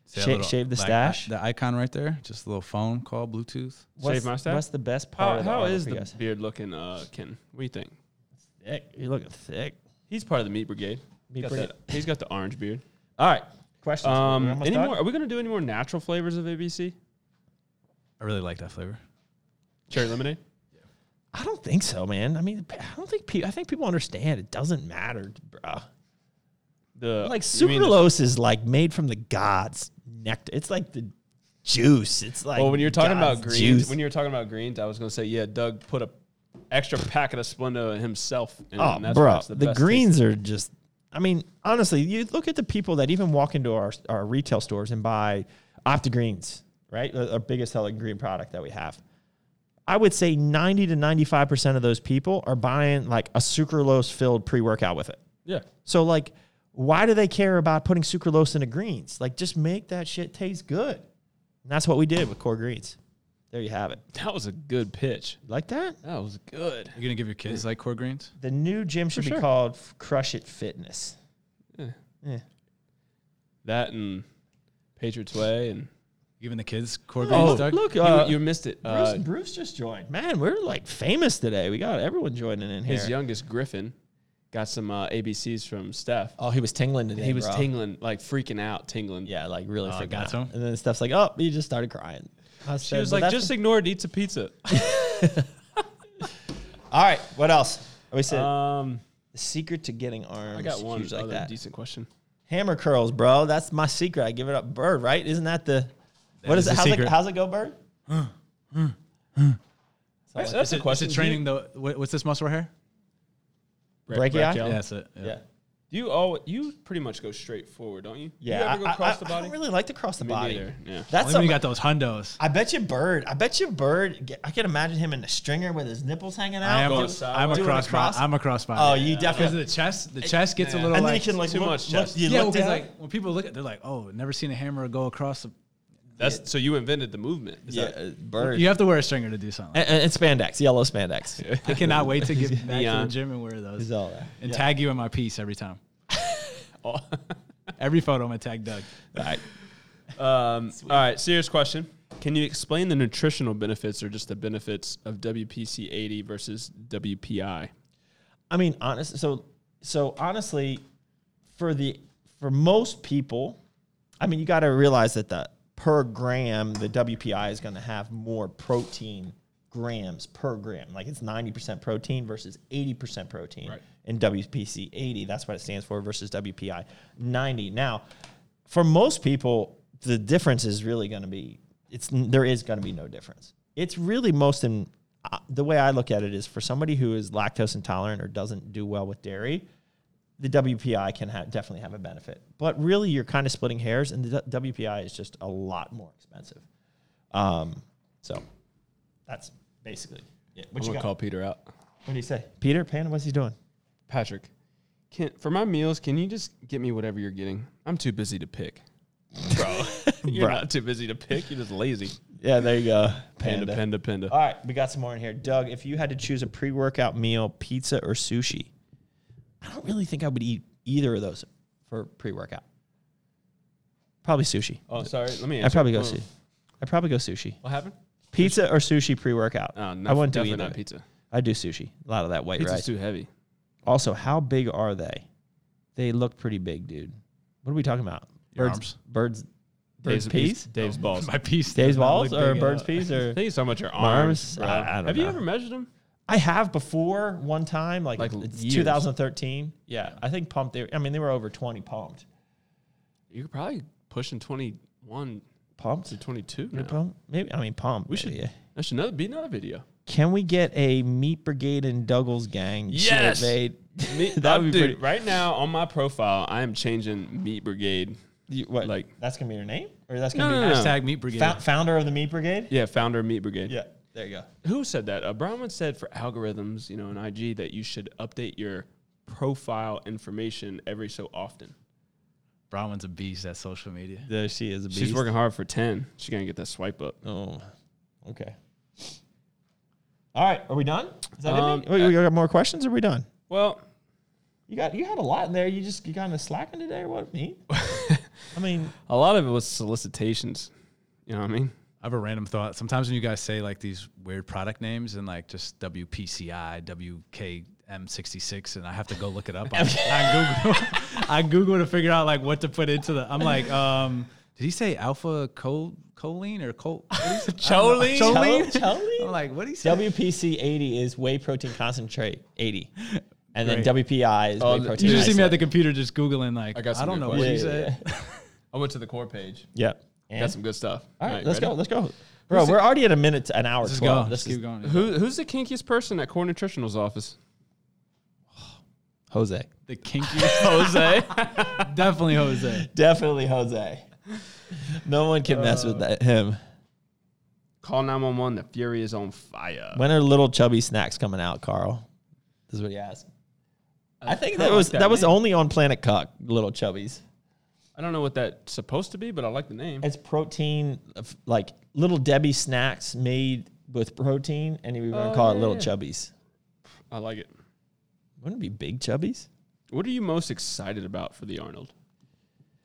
Speaker 5: See that
Speaker 3: Sha-
Speaker 5: little,
Speaker 3: shave the
Speaker 5: like,
Speaker 3: stash.
Speaker 5: I- the icon right there, just a little phone call, Bluetooth.
Speaker 3: What's-
Speaker 4: my staff?
Speaker 3: What's the best part?
Speaker 4: How,
Speaker 3: of the
Speaker 4: how
Speaker 3: artwork
Speaker 4: is
Speaker 3: for
Speaker 4: the
Speaker 3: you guys?
Speaker 4: beard looking, uh, Ken? What do you think?
Speaker 3: Thick. You're looking thick.
Speaker 4: He's part of the Meat Brigade.
Speaker 3: Meat
Speaker 4: Got
Speaker 3: Brigade.
Speaker 4: that- he's got the orange beard.
Speaker 3: All right. Questions. We're
Speaker 4: Um,
Speaker 3: almost
Speaker 4: any
Speaker 3: done?
Speaker 4: more? Are we gonna do any more natural flavors of ABC?
Speaker 5: I really like that flavor.
Speaker 4: Cherry lemonade.
Speaker 3: I don't think so, man. I mean, I don't think people. I think people understand it doesn't matter, bruh.
Speaker 4: The
Speaker 3: Like
Speaker 4: you mean the-
Speaker 3: sucralose is like made from the gods nectar. It's like the juice. It's like
Speaker 4: Well, when you're talking
Speaker 3: God's
Speaker 4: about greens,
Speaker 3: juice.
Speaker 4: when you were talking about greens, I was gonna say, yeah, Doug put a extra packet of Splenda in himself. And
Speaker 3: oh,
Speaker 4: that's
Speaker 3: bro,
Speaker 4: what's
Speaker 3: the,
Speaker 4: best
Speaker 3: greens are just. I mean, honestly, you look at the people that even walk into our our retail stores and buy Opta Greens, right? Our our biggest selling green product that we have. I would say 90 to 95% of those people are buying like a sucralose filled pre workout with it.
Speaker 4: Yeah.
Speaker 3: So like, why do they care about putting sucralose into greens? Like, just make that shit taste good. And that's what we did with core greens. There you have it.
Speaker 4: That was a good pitch.
Speaker 3: You Like that?
Speaker 4: That was good.
Speaker 5: You're gonna give your kids like core greens?
Speaker 3: The new gym should be
Speaker 4: sure.
Speaker 3: called F- Crush It Fitness.
Speaker 4: That and Patriots Way and
Speaker 5: You giving the kids core greens? Doug?
Speaker 4: you,
Speaker 3: uh,
Speaker 4: you missed it.
Speaker 3: Bruce,
Speaker 4: Uh,
Speaker 3: Bruce just joined. Man, we're like famous today. We got everyone joining in here.
Speaker 4: his youngest Griffin got some uh, ABCs from Steph.
Speaker 3: oh, he was tingling today.
Speaker 4: he was
Speaker 3: bro.
Speaker 4: tingling, like freaking out, tingling.
Speaker 3: Yeah, like really freaking
Speaker 5: got
Speaker 3: out.
Speaker 5: some?
Speaker 3: And then Steph's like, "Oh, he just started crying." I
Speaker 4: Oh, She was like, just ignore it, eats a pizza.
Speaker 3: "All right, what else?" We said
Speaker 4: um,
Speaker 3: the secret to getting arms.
Speaker 4: I got one
Speaker 3: huge like
Speaker 4: other
Speaker 3: that.
Speaker 4: decent question.
Speaker 3: Hammer curls, bro. That's my secret. I give it up, Bird. Right? Isn't that the? what is, it?
Speaker 5: is the
Speaker 3: How's, it?
Speaker 5: secret.
Speaker 3: How's it go, Bird?
Speaker 4: That's, that's a question.
Speaker 5: Is it training the what, what's this muscle right here?
Speaker 3: Brachii?
Speaker 5: Yeah,
Speaker 4: Yeah.
Speaker 5: that's it. Yeah.
Speaker 3: Yeah.
Speaker 4: Do you all you pretty much go straight forward, don't you?
Speaker 3: Yeah.
Speaker 4: You ever go
Speaker 3: I,
Speaker 4: cross
Speaker 3: I-
Speaker 4: the
Speaker 3: I
Speaker 4: body?
Speaker 3: don't really like to cross the
Speaker 4: Me
Speaker 3: body.
Speaker 4: neither, yeah.
Speaker 3: That's
Speaker 5: Only when
Speaker 3: something.
Speaker 5: you got those hundos.
Speaker 3: I bet you Bird. I bet you Bird. get- I can imagine him in a stringer with his nipples hanging out.
Speaker 5: I am.
Speaker 3: doing-
Speaker 5: A, I'm a
Speaker 3: doing
Speaker 5: cross.
Speaker 3: cross-
Speaker 5: body. I'm a cross body.
Speaker 3: Oh, you
Speaker 5: Because
Speaker 3: definitely.
Speaker 5: the chest, the chest gets a little.
Speaker 3: And then he
Speaker 5: like,
Speaker 3: can like
Speaker 4: Too
Speaker 3: look,
Speaker 4: much
Speaker 3: look-
Speaker 4: chest.
Speaker 3: you
Speaker 5: yeah,
Speaker 3: look
Speaker 5: because
Speaker 3: down.
Speaker 5: like when people look at, they're like, "Oh, never seen a hammer go across." The,
Speaker 4: That's so you invented the movement. Is
Speaker 3: yeah,
Speaker 4: that-
Speaker 3: uh, Bird.
Speaker 5: you have to wear a stringer to do something.
Speaker 3: And, and- and spandex, yellow spandex.
Speaker 5: I cannot wait to get back to
Speaker 4: Neon.
Speaker 5: the gym and wear those
Speaker 3: Is all that.
Speaker 5: and tag you in my piece every time. Oh. every photo, I'm gonna tag Doug.
Speaker 4: um, all right, serious question. Can you explain the nutritional benefits or just the benefits of WPC 80 versus WPI?
Speaker 3: I mean, honest. So, so honestly, for the for most people, I mean, you got to realize that the per gram, the WPI is going to have more protein grams per gram. Like it's 90% protein versus 80% protein
Speaker 4: Right.
Speaker 3: in WPC 80. That's what it stands for versus WPI 90. Now, for most people, the difference is really going to be it's there is going to be no difference. It's really most in uh, the way I look at it is for somebody who is lactose intolerant or doesn't do well with dairy, the WPI can ha- definitely have a benefit. But really, you're kind of splitting hairs, and the d- WPI is just a lot more expensive. Um, so that's basically it. What
Speaker 4: I'm
Speaker 3: you
Speaker 4: gonna
Speaker 3: got?
Speaker 4: call Peter out.
Speaker 3: What do you say, Peter Pan? What's he doing?
Speaker 4: Patrick, can for my meals, can you just get me whatever you're getting? I'm too busy to pick. Bro, you're
Speaker 3: Bruh.
Speaker 4: not too busy to pick. You're just lazy.
Speaker 3: Yeah, there you go,
Speaker 4: Panda, panda, panda.
Speaker 3: All right, we got some more in here. Doug, if you had to choose a pre-workout meal, pizza or sushi, I don't really think I would eat either of those for pre-workout. Probably sushi.
Speaker 4: oh, sorry. Let me.
Speaker 3: I'd probably go
Speaker 4: answer.
Speaker 3: sushi. I'd probably go sushi.
Speaker 4: What happened?
Speaker 3: Pizza or sushi pre-workout?
Speaker 4: Oh, no,
Speaker 3: I wouldn't do
Speaker 4: definitely
Speaker 3: either.
Speaker 4: not pizza.
Speaker 3: I do sushi. A lot of that white
Speaker 4: Pizza's
Speaker 3: rice.
Speaker 4: too heavy.
Speaker 3: Also, how big are they? They look pretty big, dude. What are we talking about?
Speaker 5: Your
Speaker 3: birds,
Speaker 5: arms.
Speaker 3: birds, birds'
Speaker 4: Dave's-
Speaker 3: peas,
Speaker 4: Dave's balls.
Speaker 5: My piece.
Speaker 3: Dave's
Speaker 5: does not
Speaker 3: balls,
Speaker 5: look
Speaker 3: or
Speaker 5: big
Speaker 3: birds'
Speaker 4: uh,
Speaker 5: enough.
Speaker 3: peas, or
Speaker 4: Thank you so much. Your
Speaker 3: arms?
Speaker 4: arms. bro.
Speaker 3: I- I don't
Speaker 4: Have you
Speaker 3: know.
Speaker 4: ever measured them?
Speaker 3: I have before one time, like,
Speaker 4: Like
Speaker 3: it's
Speaker 4: years.
Speaker 3: 2013. Yeah, I think pumped. They, I mean, they were over 20 pumped.
Speaker 4: You're probably pushing 21
Speaker 3: Pumped.
Speaker 4: to 22
Speaker 3: You're
Speaker 4: now.
Speaker 3: pumped? Maybe I mean pumped. We
Speaker 4: should-
Speaker 3: Yeah.
Speaker 4: That should another, be another video.
Speaker 3: Can we get a Meat Brigade and Douglas gang?
Speaker 4: Yes!
Speaker 3: surveyed?
Speaker 4: Me,
Speaker 3: that would be
Speaker 4: dude,
Speaker 3: pretty.
Speaker 4: right now on my profile, I am changing Meat Brigade.
Speaker 3: you- what,
Speaker 4: like-
Speaker 3: that's gonna be your name, or that's
Speaker 4: No,
Speaker 3: gonna
Speaker 4: no,
Speaker 3: be
Speaker 4: no.
Speaker 5: Hashtag meat brigade.
Speaker 3: Fou- founder of the Meat Brigade.
Speaker 4: Yeah, founder of Meat Brigade.
Speaker 3: Yeah, there you go.
Speaker 4: Who said that? Uh, Brian once said for algorithms, you know, in IG, that you should update your profile information every so often.
Speaker 5: Bronwyn's a beast at social media.
Speaker 3: There she is. A
Speaker 4: She's working hard for 10. She's going to get that swipe up.
Speaker 3: Oh, okay. All right, are we done? Is that
Speaker 4: Um,
Speaker 3: it? Wait, we got more questions? Or are we done?
Speaker 4: Well,
Speaker 3: You got you had a lot in there. You just you kind of slacking today, or what? Me? I mean,
Speaker 4: a lot of it was solicitations. You know what I mean?
Speaker 5: I have a random thought. Sometimes when you guys say like these weird product names and like just WPCI, WKM66, and I have to go look it up on, on Google. I Google to figure out like what to put into the. I'm like, um, did he say alpha col- choline or col? what did he say?
Speaker 4: Choline?
Speaker 5: Choline?
Speaker 3: Choline?
Speaker 5: Oh, I'm like, what did he say?
Speaker 3: WPC eighty is whey protein concentrate eighty, and then WPI is whey
Speaker 4: the-
Speaker 3: protein.
Speaker 5: Oh, you just see me at the
Speaker 3: isolate.
Speaker 5: computer just Googling like, I,
Speaker 4: got some
Speaker 5: don't
Speaker 4: good
Speaker 5: know what he
Speaker 4: questions.
Speaker 5: said.
Speaker 4: I went to the core page.
Speaker 3: Yep. And-
Speaker 4: Got some good stuff.
Speaker 3: all right, let's
Speaker 4: ready?
Speaker 3: go. Let's go, bro. We're already at a minute, to an hour
Speaker 5: Let's
Speaker 3: twelve.
Speaker 5: go. Let's
Speaker 3: is
Speaker 5: keep going.
Speaker 4: Who, who's the kinkiest person at Core Nutritional's office?
Speaker 3: Jose.
Speaker 5: The kinkiest
Speaker 4: Jose.
Speaker 5: Definitely Jose.
Speaker 3: Definitely Jose. No one can mess with that, him.
Speaker 4: Call 911. The fury is on fire.
Speaker 3: When are little chubby snacks coming out, Carl? This is what he asked.
Speaker 5: Uh,
Speaker 3: I think that
Speaker 4: like
Speaker 3: was
Speaker 4: that
Speaker 3: that, was
Speaker 4: name.
Speaker 3: only on Planet Cuck, little chubbies.
Speaker 4: I don't know what that's supposed to be, but I like the name.
Speaker 3: It's protein, of- like little Debbie snacks made with protein, and we were gonna
Speaker 4: Oh,
Speaker 3: call it
Speaker 4: yeah,
Speaker 3: little
Speaker 4: yeah.
Speaker 3: chubbies.
Speaker 4: I like it.
Speaker 3: Wouldn't it be big chubbies?
Speaker 4: What are you most excited about for the Arnold?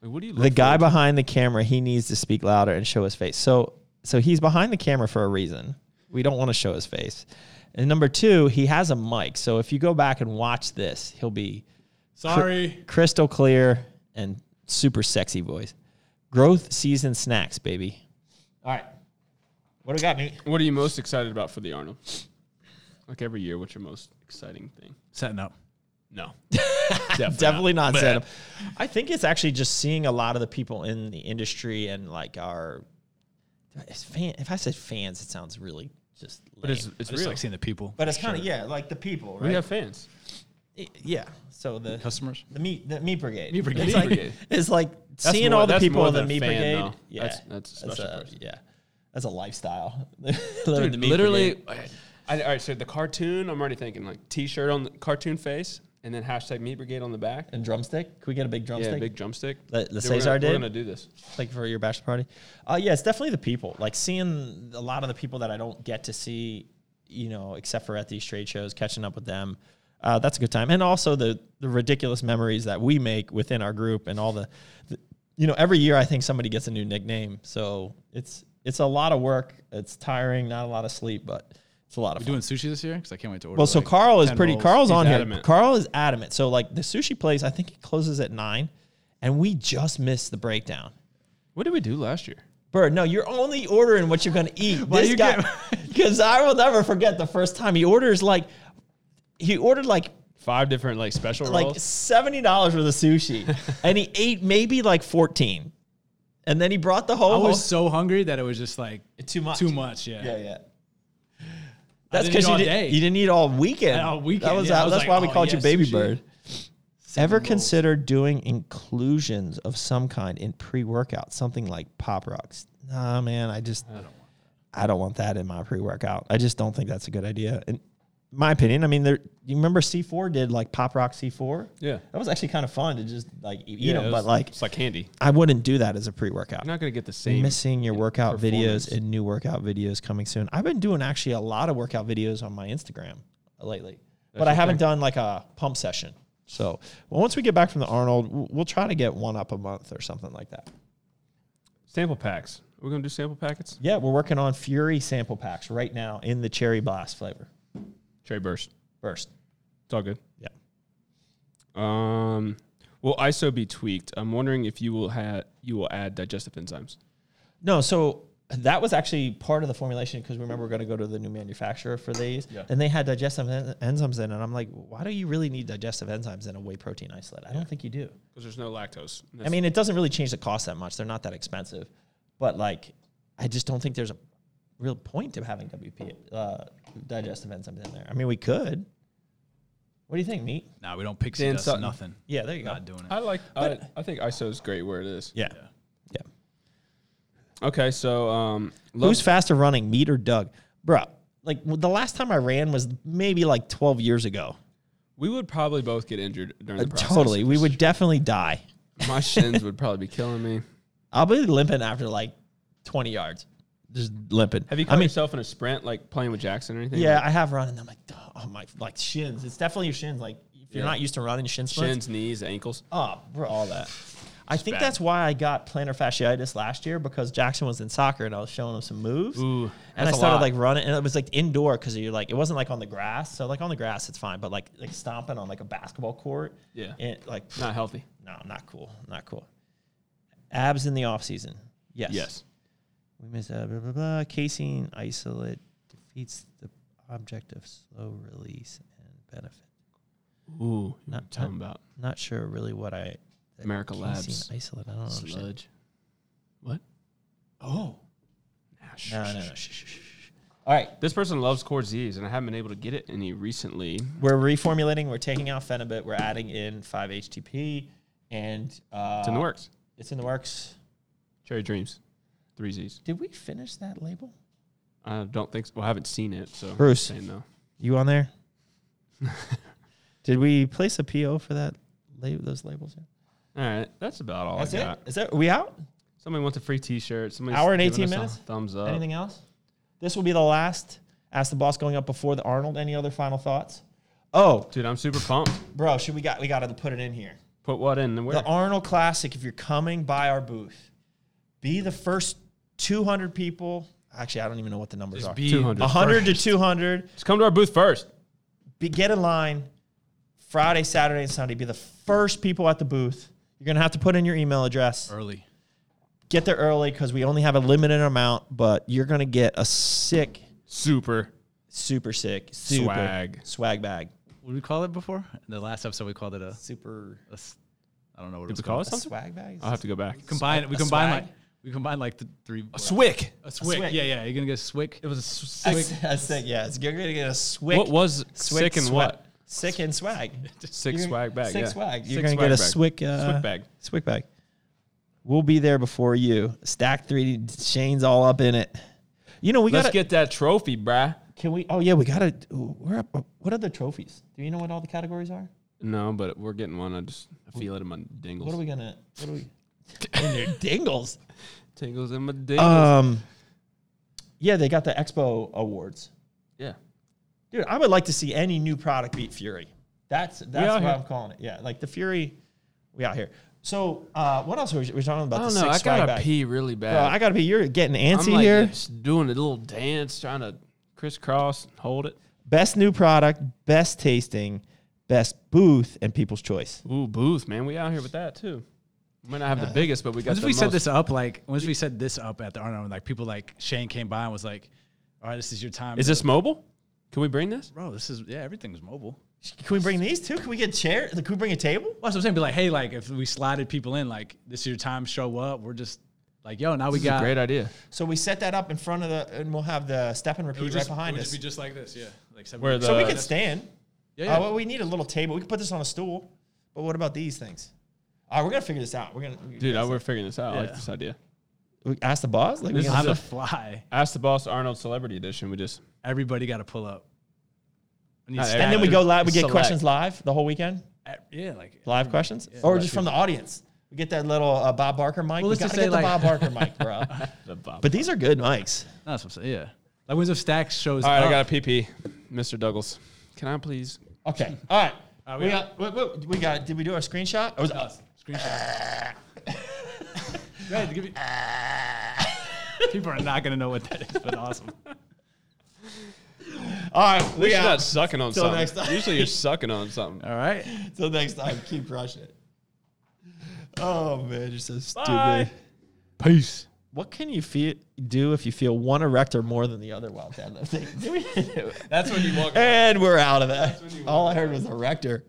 Speaker 4: Like, what do you?
Speaker 3: the
Speaker 4: look
Speaker 3: guy
Speaker 4: forward
Speaker 3: behind the camera, he needs to speak louder and show his face. So, so he's behind the camera for a reason. We don't want to show his face. And number two, he has a mic. So if you go back and watch this, he'll be
Speaker 5: Sorry.
Speaker 3: crystal clear and super sexy voice. Growth season snacks, baby. All right. What do we got, me?
Speaker 4: to? What are you most excited about for the Arnold? Like every year, what's your most exciting thing?
Speaker 5: Setting up.
Speaker 4: No,
Speaker 3: Definitely not Zeta. I think it's actually just seeing a lot of the people in the industry and like our it's fan. If I said fans, it sounds really just. Lame.
Speaker 4: but it's it's
Speaker 5: I just
Speaker 4: real.
Speaker 5: like seeing the people.
Speaker 3: But it's kind of yeah, like the people,
Speaker 4: we
Speaker 3: right?
Speaker 4: have fans.
Speaker 3: I- yeah. So the
Speaker 5: Customers.
Speaker 3: the meat the meat brigade.
Speaker 5: Meat Brigade.
Speaker 3: It's like,
Speaker 4: Brigade.
Speaker 3: it's like
Speaker 4: That's
Speaker 3: seeing
Speaker 4: more-
Speaker 3: all the
Speaker 4: that's
Speaker 3: people
Speaker 4: more
Speaker 3: in the
Speaker 4: than a
Speaker 3: meat
Speaker 4: fan,
Speaker 3: brigade.
Speaker 4: though.
Speaker 3: Yeah,
Speaker 4: That's- that's a special person.
Speaker 3: yeah, that's a lifestyle. Living the
Speaker 4: Dude,
Speaker 3: meat
Speaker 4: literally.
Speaker 3: brigade.
Speaker 4: I, all right, so the cartoon. I'm already thinking like T-shirt on the cartoon face, and then hashtag Meat Brigade on the back.
Speaker 3: and drumstick. Can we get a big
Speaker 4: yeah,
Speaker 3: drumstick?
Speaker 4: big drumstick.
Speaker 3: That- that
Speaker 4: Dude, we're
Speaker 3: Cesar
Speaker 4: gonna-
Speaker 3: did?
Speaker 4: We're gonna do this.
Speaker 3: like for your bachelor party. Uh, yeah, it's definitely the people. Like seeing a lot of the people that I don't get to see, you know, except for at these trade shows, catching up with them. Uh, that's a good time, and also the the ridiculous memories that we make within our group, and all the, the, you know, every year I think somebody gets a new nickname, so it's it's a lot of work. It's tiring, not a lot of sleep, but it's a lot of
Speaker 5: We're
Speaker 3: fun.
Speaker 5: doing sushi this year because I can't wait to order.
Speaker 3: Well, so
Speaker 5: like,
Speaker 3: Carl is
Speaker 5: 10
Speaker 3: pretty.
Speaker 5: rolls.
Speaker 3: Carl's
Speaker 4: He's
Speaker 3: on here.
Speaker 4: adamant.
Speaker 3: Carl is adamant. So like the sushi place, I think it closes at nine, and we just missed the breakdown.
Speaker 4: What did we do last year?
Speaker 3: Bird, no, you're only ordering what you're gonna eat. this guy, because I will never forget the first time he orders like he ordered like
Speaker 4: Five different like special
Speaker 3: like
Speaker 4: rolls.
Speaker 3: seventy dollars worth of sushi, and he ate maybe like fourteen, and then he brought the whole.
Speaker 5: I was so hungry that it was just like
Speaker 3: Too much.
Speaker 5: Too much. Yeah.
Speaker 3: yeah, yeah. That's
Speaker 5: didn't eat
Speaker 3: because you,
Speaker 5: all
Speaker 3: did,
Speaker 5: day.
Speaker 3: you didn't eat all weekend.
Speaker 5: All weekend,
Speaker 3: That was, uh,
Speaker 5: yeah. I was
Speaker 3: that's
Speaker 5: like,
Speaker 3: why we
Speaker 5: oh,
Speaker 3: called
Speaker 5: yeah,
Speaker 3: you Baby
Speaker 5: sushi.
Speaker 3: Bird. Ever consider doing inclusions of some kind in pre-workout, something like Pop Rocks? Nah, man, I just I don't want that, in my pre-workout. I just don't think that's a good idea. In my opinion, I mean, there. You remember C4 did like Pop Rock C4?
Speaker 4: Yeah.
Speaker 3: that was actually kind of fun to just like eat
Speaker 4: Yeah, it
Speaker 3: them, but
Speaker 4: was-
Speaker 3: like
Speaker 4: it's like candy.
Speaker 3: I wouldn't do that as a pre-workout.
Speaker 4: I'm not gonna get the same.
Speaker 3: Missing your workout
Speaker 4: performance.
Speaker 3: videos and new workout videos coming soon. I've been doing actually a lot of workout videos on my Instagram lately, but I haven't done like a pump session. So well, once we get back from the Arnold, w- we'll try to get one up a month or something like that.
Speaker 4: sample packs. We're gonna do sample packets.
Speaker 3: Yeah, we're working on Fury sample packs right now in the cherry blast flavor.
Speaker 4: Cherry burst.
Speaker 3: First,
Speaker 4: It's all good.
Speaker 3: yeah,
Speaker 4: Um, will ISO be tweaked? I'm wondering if you will have you will add digestive enzymes.
Speaker 3: no. So that was actually part of the formulation because remember we're going to go to the new manufacturer for these, and they had digestive en- enzymes in, it. and I'm like, why do you really need digestive enzymes in a whey protein isolate? I don't think you do.
Speaker 4: Because there's no lactose.
Speaker 3: I mean, it doesn't really change the cost that much. They're not that expensive, but like, I just don't think there's a real point to having WP uh, digestive enzymes in there. I mean, we could. What do you think, meat?
Speaker 5: Nah, we don't pixie
Speaker 4: Dan
Speaker 5: dust
Speaker 4: Sutton.
Speaker 5: nothing.
Speaker 3: Yeah, there you go.
Speaker 5: Not doing it.
Speaker 4: I like. I, I think ISO is great where it is.
Speaker 3: Yeah, yeah.
Speaker 4: Okay, so um,
Speaker 3: Who's faster running, meat or Doug, Bruh, Like well, the last time I ran was maybe like 12 years ago.
Speaker 4: we would probably both get injured during the process.
Speaker 3: Uh, Totally, we would definitely die.
Speaker 4: My shins would probably be killing me.
Speaker 3: I'll be limping after like 20 yards, just limping.
Speaker 4: Have you caught
Speaker 3: I mean,
Speaker 4: yourself in a sprint, like playing with Jackson or anything?
Speaker 3: Yeah,
Speaker 4: Like
Speaker 3: I have run, and I'm like, oh my, like shins. It's definitely your shins. Like if you're
Speaker 4: Yeah.
Speaker 3: not used to running shin splints,
Speaker 4: shins, knees, ankles.
Speaker 3: oh, bro, all that. I think
Speaker 4: bad.
Speaker 3: that's why I got plantar fasciitis last year because Jackson was in soccer and I was showing him some moves.
Speaker 4: Ooh,
Speaker 3: and
Speaker 4: that's
Speaker 3: I
Speaker 4: a
Speaker 3: started
Speaker 4: lot.
Speaker 3: like running, and it was like indoor because you're like it wasn't like on the grass. So like on the grass, it's fine, but like like stomping on like a basketball court,
Speaker 4: Yeah.
Speaker 3: it, like
Speaker 4: Not healthy.
Speaker 3: no, not cool, not cool. Abs in the off season, yes,
Speaker 4: Yes.
Speaker 3: we miss that. Blah, blah, blah. Casein isolate defeats the object of slow release and benefit.
Speaker 4: Ooh,
Speaker 3: Not-
Speaker 4: talking about
Speaker 3: Not sure really what I. that
Speaker 4: America
Speaker 3: casein
Speaker 4: Labs.
Speaker 3: isolate. I don't understand.
Speaker 4: sludge. What?
Speaker 3: Oh.
Speaker 4: Nah, sh-
Speaker 3: No, no, no. Shh, shh, shh, shh. All right.
Speaker 4: This person loves Core Z's, and I haven't been able to get it any recently.
Speaker 3: We're reformulating. We're taking out Phenibut. We're adding in 5-HTP. And uh,
Speaker 4: It's in the works.
Speaker 3: It's in the works.
Speaker 4: Cherry Dreams, three Z's.
Speaker 3: Did we finish that label?
Speaker 4: I don't think. So. Well, I haven't seen it, so I'm
Speaker 3: Bruce.
Speaker 4: saying no.
Speaker 3: You on there? Did we place a PO for that? la- Those labels. yet?
Speaker 4: All right, that's about all
Speaker 3: That's
Speaker 4: I got.
Speaker 3: it. Is that we out?
Speaker 4: Somebody wants a free T-shirt. Somebody's
Speaker 3: Hour and 18
Speaker 4: giving us a
Speaker 3: minutes?
Speaker 4: Thumbs up.
Speaker 3: Anything else? This will be the last Ask the Boss going up before the Arnold. Any other final thoughts? Oh,
Speaker 4: Dude, I'm super pumped.
Speaker 3: bro, should we got we got to put it in here.
Speaker 4: Put what in and where?
Speaker 3: The Arnold Classic. If you're coming by our booth, be the first 200 people. Actually, I don't even know what the numbers are.
Speaker 4: 200.
Speaker 3: 100 to 200.
Speaker 4: Just come to our booth first.
Speaker 3: Be get in line. Friday, Saturday, and Sunday. Be the first people at the booth. You're gonna have to put in your email address.
Speaker 5: Early.
Speaker 3: Get there early because we only have a limited amount, but you're gonna get a sick,
Speaker 4: Super.
Speaker 3: super sick, super
Speaker 4: Swag.
Speaker 3: swag bag.
Speaker 5: What did we call it before? The last episode we called it a.
Speaker 3: super
Speaker 5: a s- I don't know what it
Speaker 4: Did
Speaker 5: was
Speaker 4: we call
Speaker 5: called.
Speaker 4: it something?
Speaker 3: swag bag.
Speaker 4: I'll have to go back.
Speaker 5: Combine. We
Speaker 3: a
Speaker 5: combine
Speaker 3: swag?
Speaker 5: like we combine like the three. A
Speaker 4: Swick.
Speaker 5: A swick.
Speaker 3: swick.
Speaker 5: Yeah, yeah. You're gonna get a swick. It was a swick.
Speaker 3: I said yes. You're gonna get a swick.
Speaker 4: What was
Speaker 3: swick
Speaker 4: sick and
Speaker 3: swag-
Speaker 4: what?
Speaker 3: Sick and swag.
Speaker 4: Sick swag bag.
Speaker 3: Sick
Speaker 4: yeah.
Speaker 3: swag.
Speaker 4: Sick
Speaker 3: You're gonna
Speaker 4: swag
Speaker 3: get a
Speaker 4: bag.
Speaker 3: swick. Uh,
Speaker 4: Swick bag.
Speaker 3: Swick bag. We'll be there before you. Stack three chains all up in it. You know we
Speaker 4: Let's
Speaker 3: gotta.
Speaker 4: get that trophy, bruh.
Speaker 3: can we? Oh yeah, we gotta. ooh, We're up. oh, What are the trophies? Do you know what all the categories are?
Speaker 4: No, but we're getting one. I just I feel it in my dingles.
Speaker 3: What are we gonna? What are we? in your dingles.
Speaker 4: Tingles in my dingles.
Speaker 3: Um. Yeah, they got the Expo awards.
Speaker 4: yeah.
Speaker 3: Dude, I would like to see any new product beat Fury. That's that's what
Speaker 4: out here.
Speaker 3: I'm calling it. Yeah, like the Fury, we out here. So uh, what else were we, we were talking about?
Speaker 4: I don't
Speaker 3: the
Speaker 4: know. I
Speaker 3: six swag
Speaker 4: gotta
Speaker 3: bag.
Speaker 4: pee really bad.
Speaker 3: Bro, I gotta be. You're getting
Speaker 4: I'm
Speaker 3: antsy
Speaker 4: like
Speaker 3: here.
Speaker 4: just doing a little dance, trying to crisscross, hold it.
Speaker 3: Best new product, best tasting, best booth, and people's choice.
Speaker 4: Ooh, booth, man. We out here with that too. We might not have
Speaker 3: Uh,
Speaker 4: the biggest, but we got.
Speaker 5: Once
Speaker 4: the
Speaker 5: we set
Speaker 4: most.
Speaker 5: this up, like once we set this up at the Arnold, like people like Shane came by and was like, "All right, this is your time."
Speaker 4: Is this mobile? Can we bring this?
Speaker 5: bro? This is yeah, everything's mobile.
Speaker 3: Can we bring these too? Can we get chair? Can we bring a table?
Speaker 5: Well, that's what I'm saying. Be like, hey, like if we slotted people in, like this is your time, show up. We're just like, yo, now we
Speaker 4: This is a
Speaker 5: got
Speaker 4: great idea.
Speaker 3: So we set that up in front of the, and we'll have the step and repeat right behind us.
Speaker 5: just like this, yeah. Like
Speaker 4: Where the
Speaker 3: so we can stand.
Speaker 5: yeah,
Speaker 3: Uh, well, we need a little table. We can put this on a stool. But what about these things? All right, we're gonna figure this out. We're gonna
Speaker 4: dude, I, we're figuring this out. I like this idea.
Speaker 3: we ask the boss. Like, we
Speaker 4: This
Speaker 3: can-
Speaker 5: on
Speaker 4: is
Speaker 5: the
Speaker 4: a-
Speaker 5: fly.
Speaker 4: Ask the boss Arnold Celebrity Edition. We just
Speaker 5: Everybody got to pull up. We need
Speaker 4: Not
Speaker 5: staff.
Speaker 3: and then we go live. We get
Speaker 4: Select.
Speaker 3: questions live the whole weekend.
Speaker 5: yeah, like
Speaker 3: Live questions, or just from the audience. We get that little uh, Bob Barker mic.
Speaker 5: Well,
Speaker 3: we
Speaker 5: let's
Speaker 3: gotta
Speaker 5: just
Speaker 3: get
Speaker 5: say,
Speaker 3: the
Speaker 5: like-
Speaker 3: Bob Barker mic, bro.
Speaker 4: the Bob.
Speaker 3: But these are good mics.
Speaker 5: no, that's what I'm saying. Yeah, like Winds of Stacks shows
Speaker 4: All right,
Speaker 5: up.
Speaker 4: I got a PP, Mr. Douglas. Can I please?
Speaker 3: Okay. All right.
Speaker 5: we
Speaker 3: we, got, wait, wait, we got. Did we do our screenshot? Or was it us?
Speaker 5: Screenshot. Go ahead, give me- People are not gonna know what that is, but awesome.
Speaker 3: All right.
Speaker 4: We
Speaker 3: We
Speaker 4: should
Speaker 3: out.
Speaker 4: not sucking on
Speaker 3: Till
Speaker 4: something.
Speaker 3: next time.
Speaker 4: Usually you're sucking on something.
Speaker 5: All right.
Speaker 3: Till next time. Keep crushing it. Oh man, you're so stupid.
Speaker 5: Peace.
Speaker 3: What can you feel, do if you feel one erector more than the other while deadlifting?
Speaker 4: That's when you walk.
Speaker 3: and we're out of that.
Speaker 4: you
Speaker 3: All I heard was erector.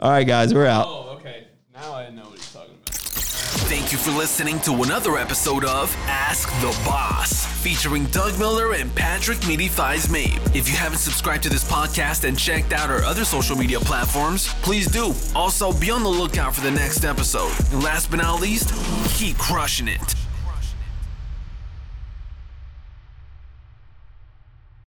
Speaker 3: All right, guys, we're out.
Speaker 4: Oh, okay. Now I know what he's talking about.
Speaker 2: Thank you for listening to another episode of Ask the Boss, featuring Doug Miller and Patrick Meaty Thighs Mabe. If you haven't subscribed to this podcast and checked out our other social media platforms, please do. Also, be on the lookout for the next episode. And last but not least, keep crushing it.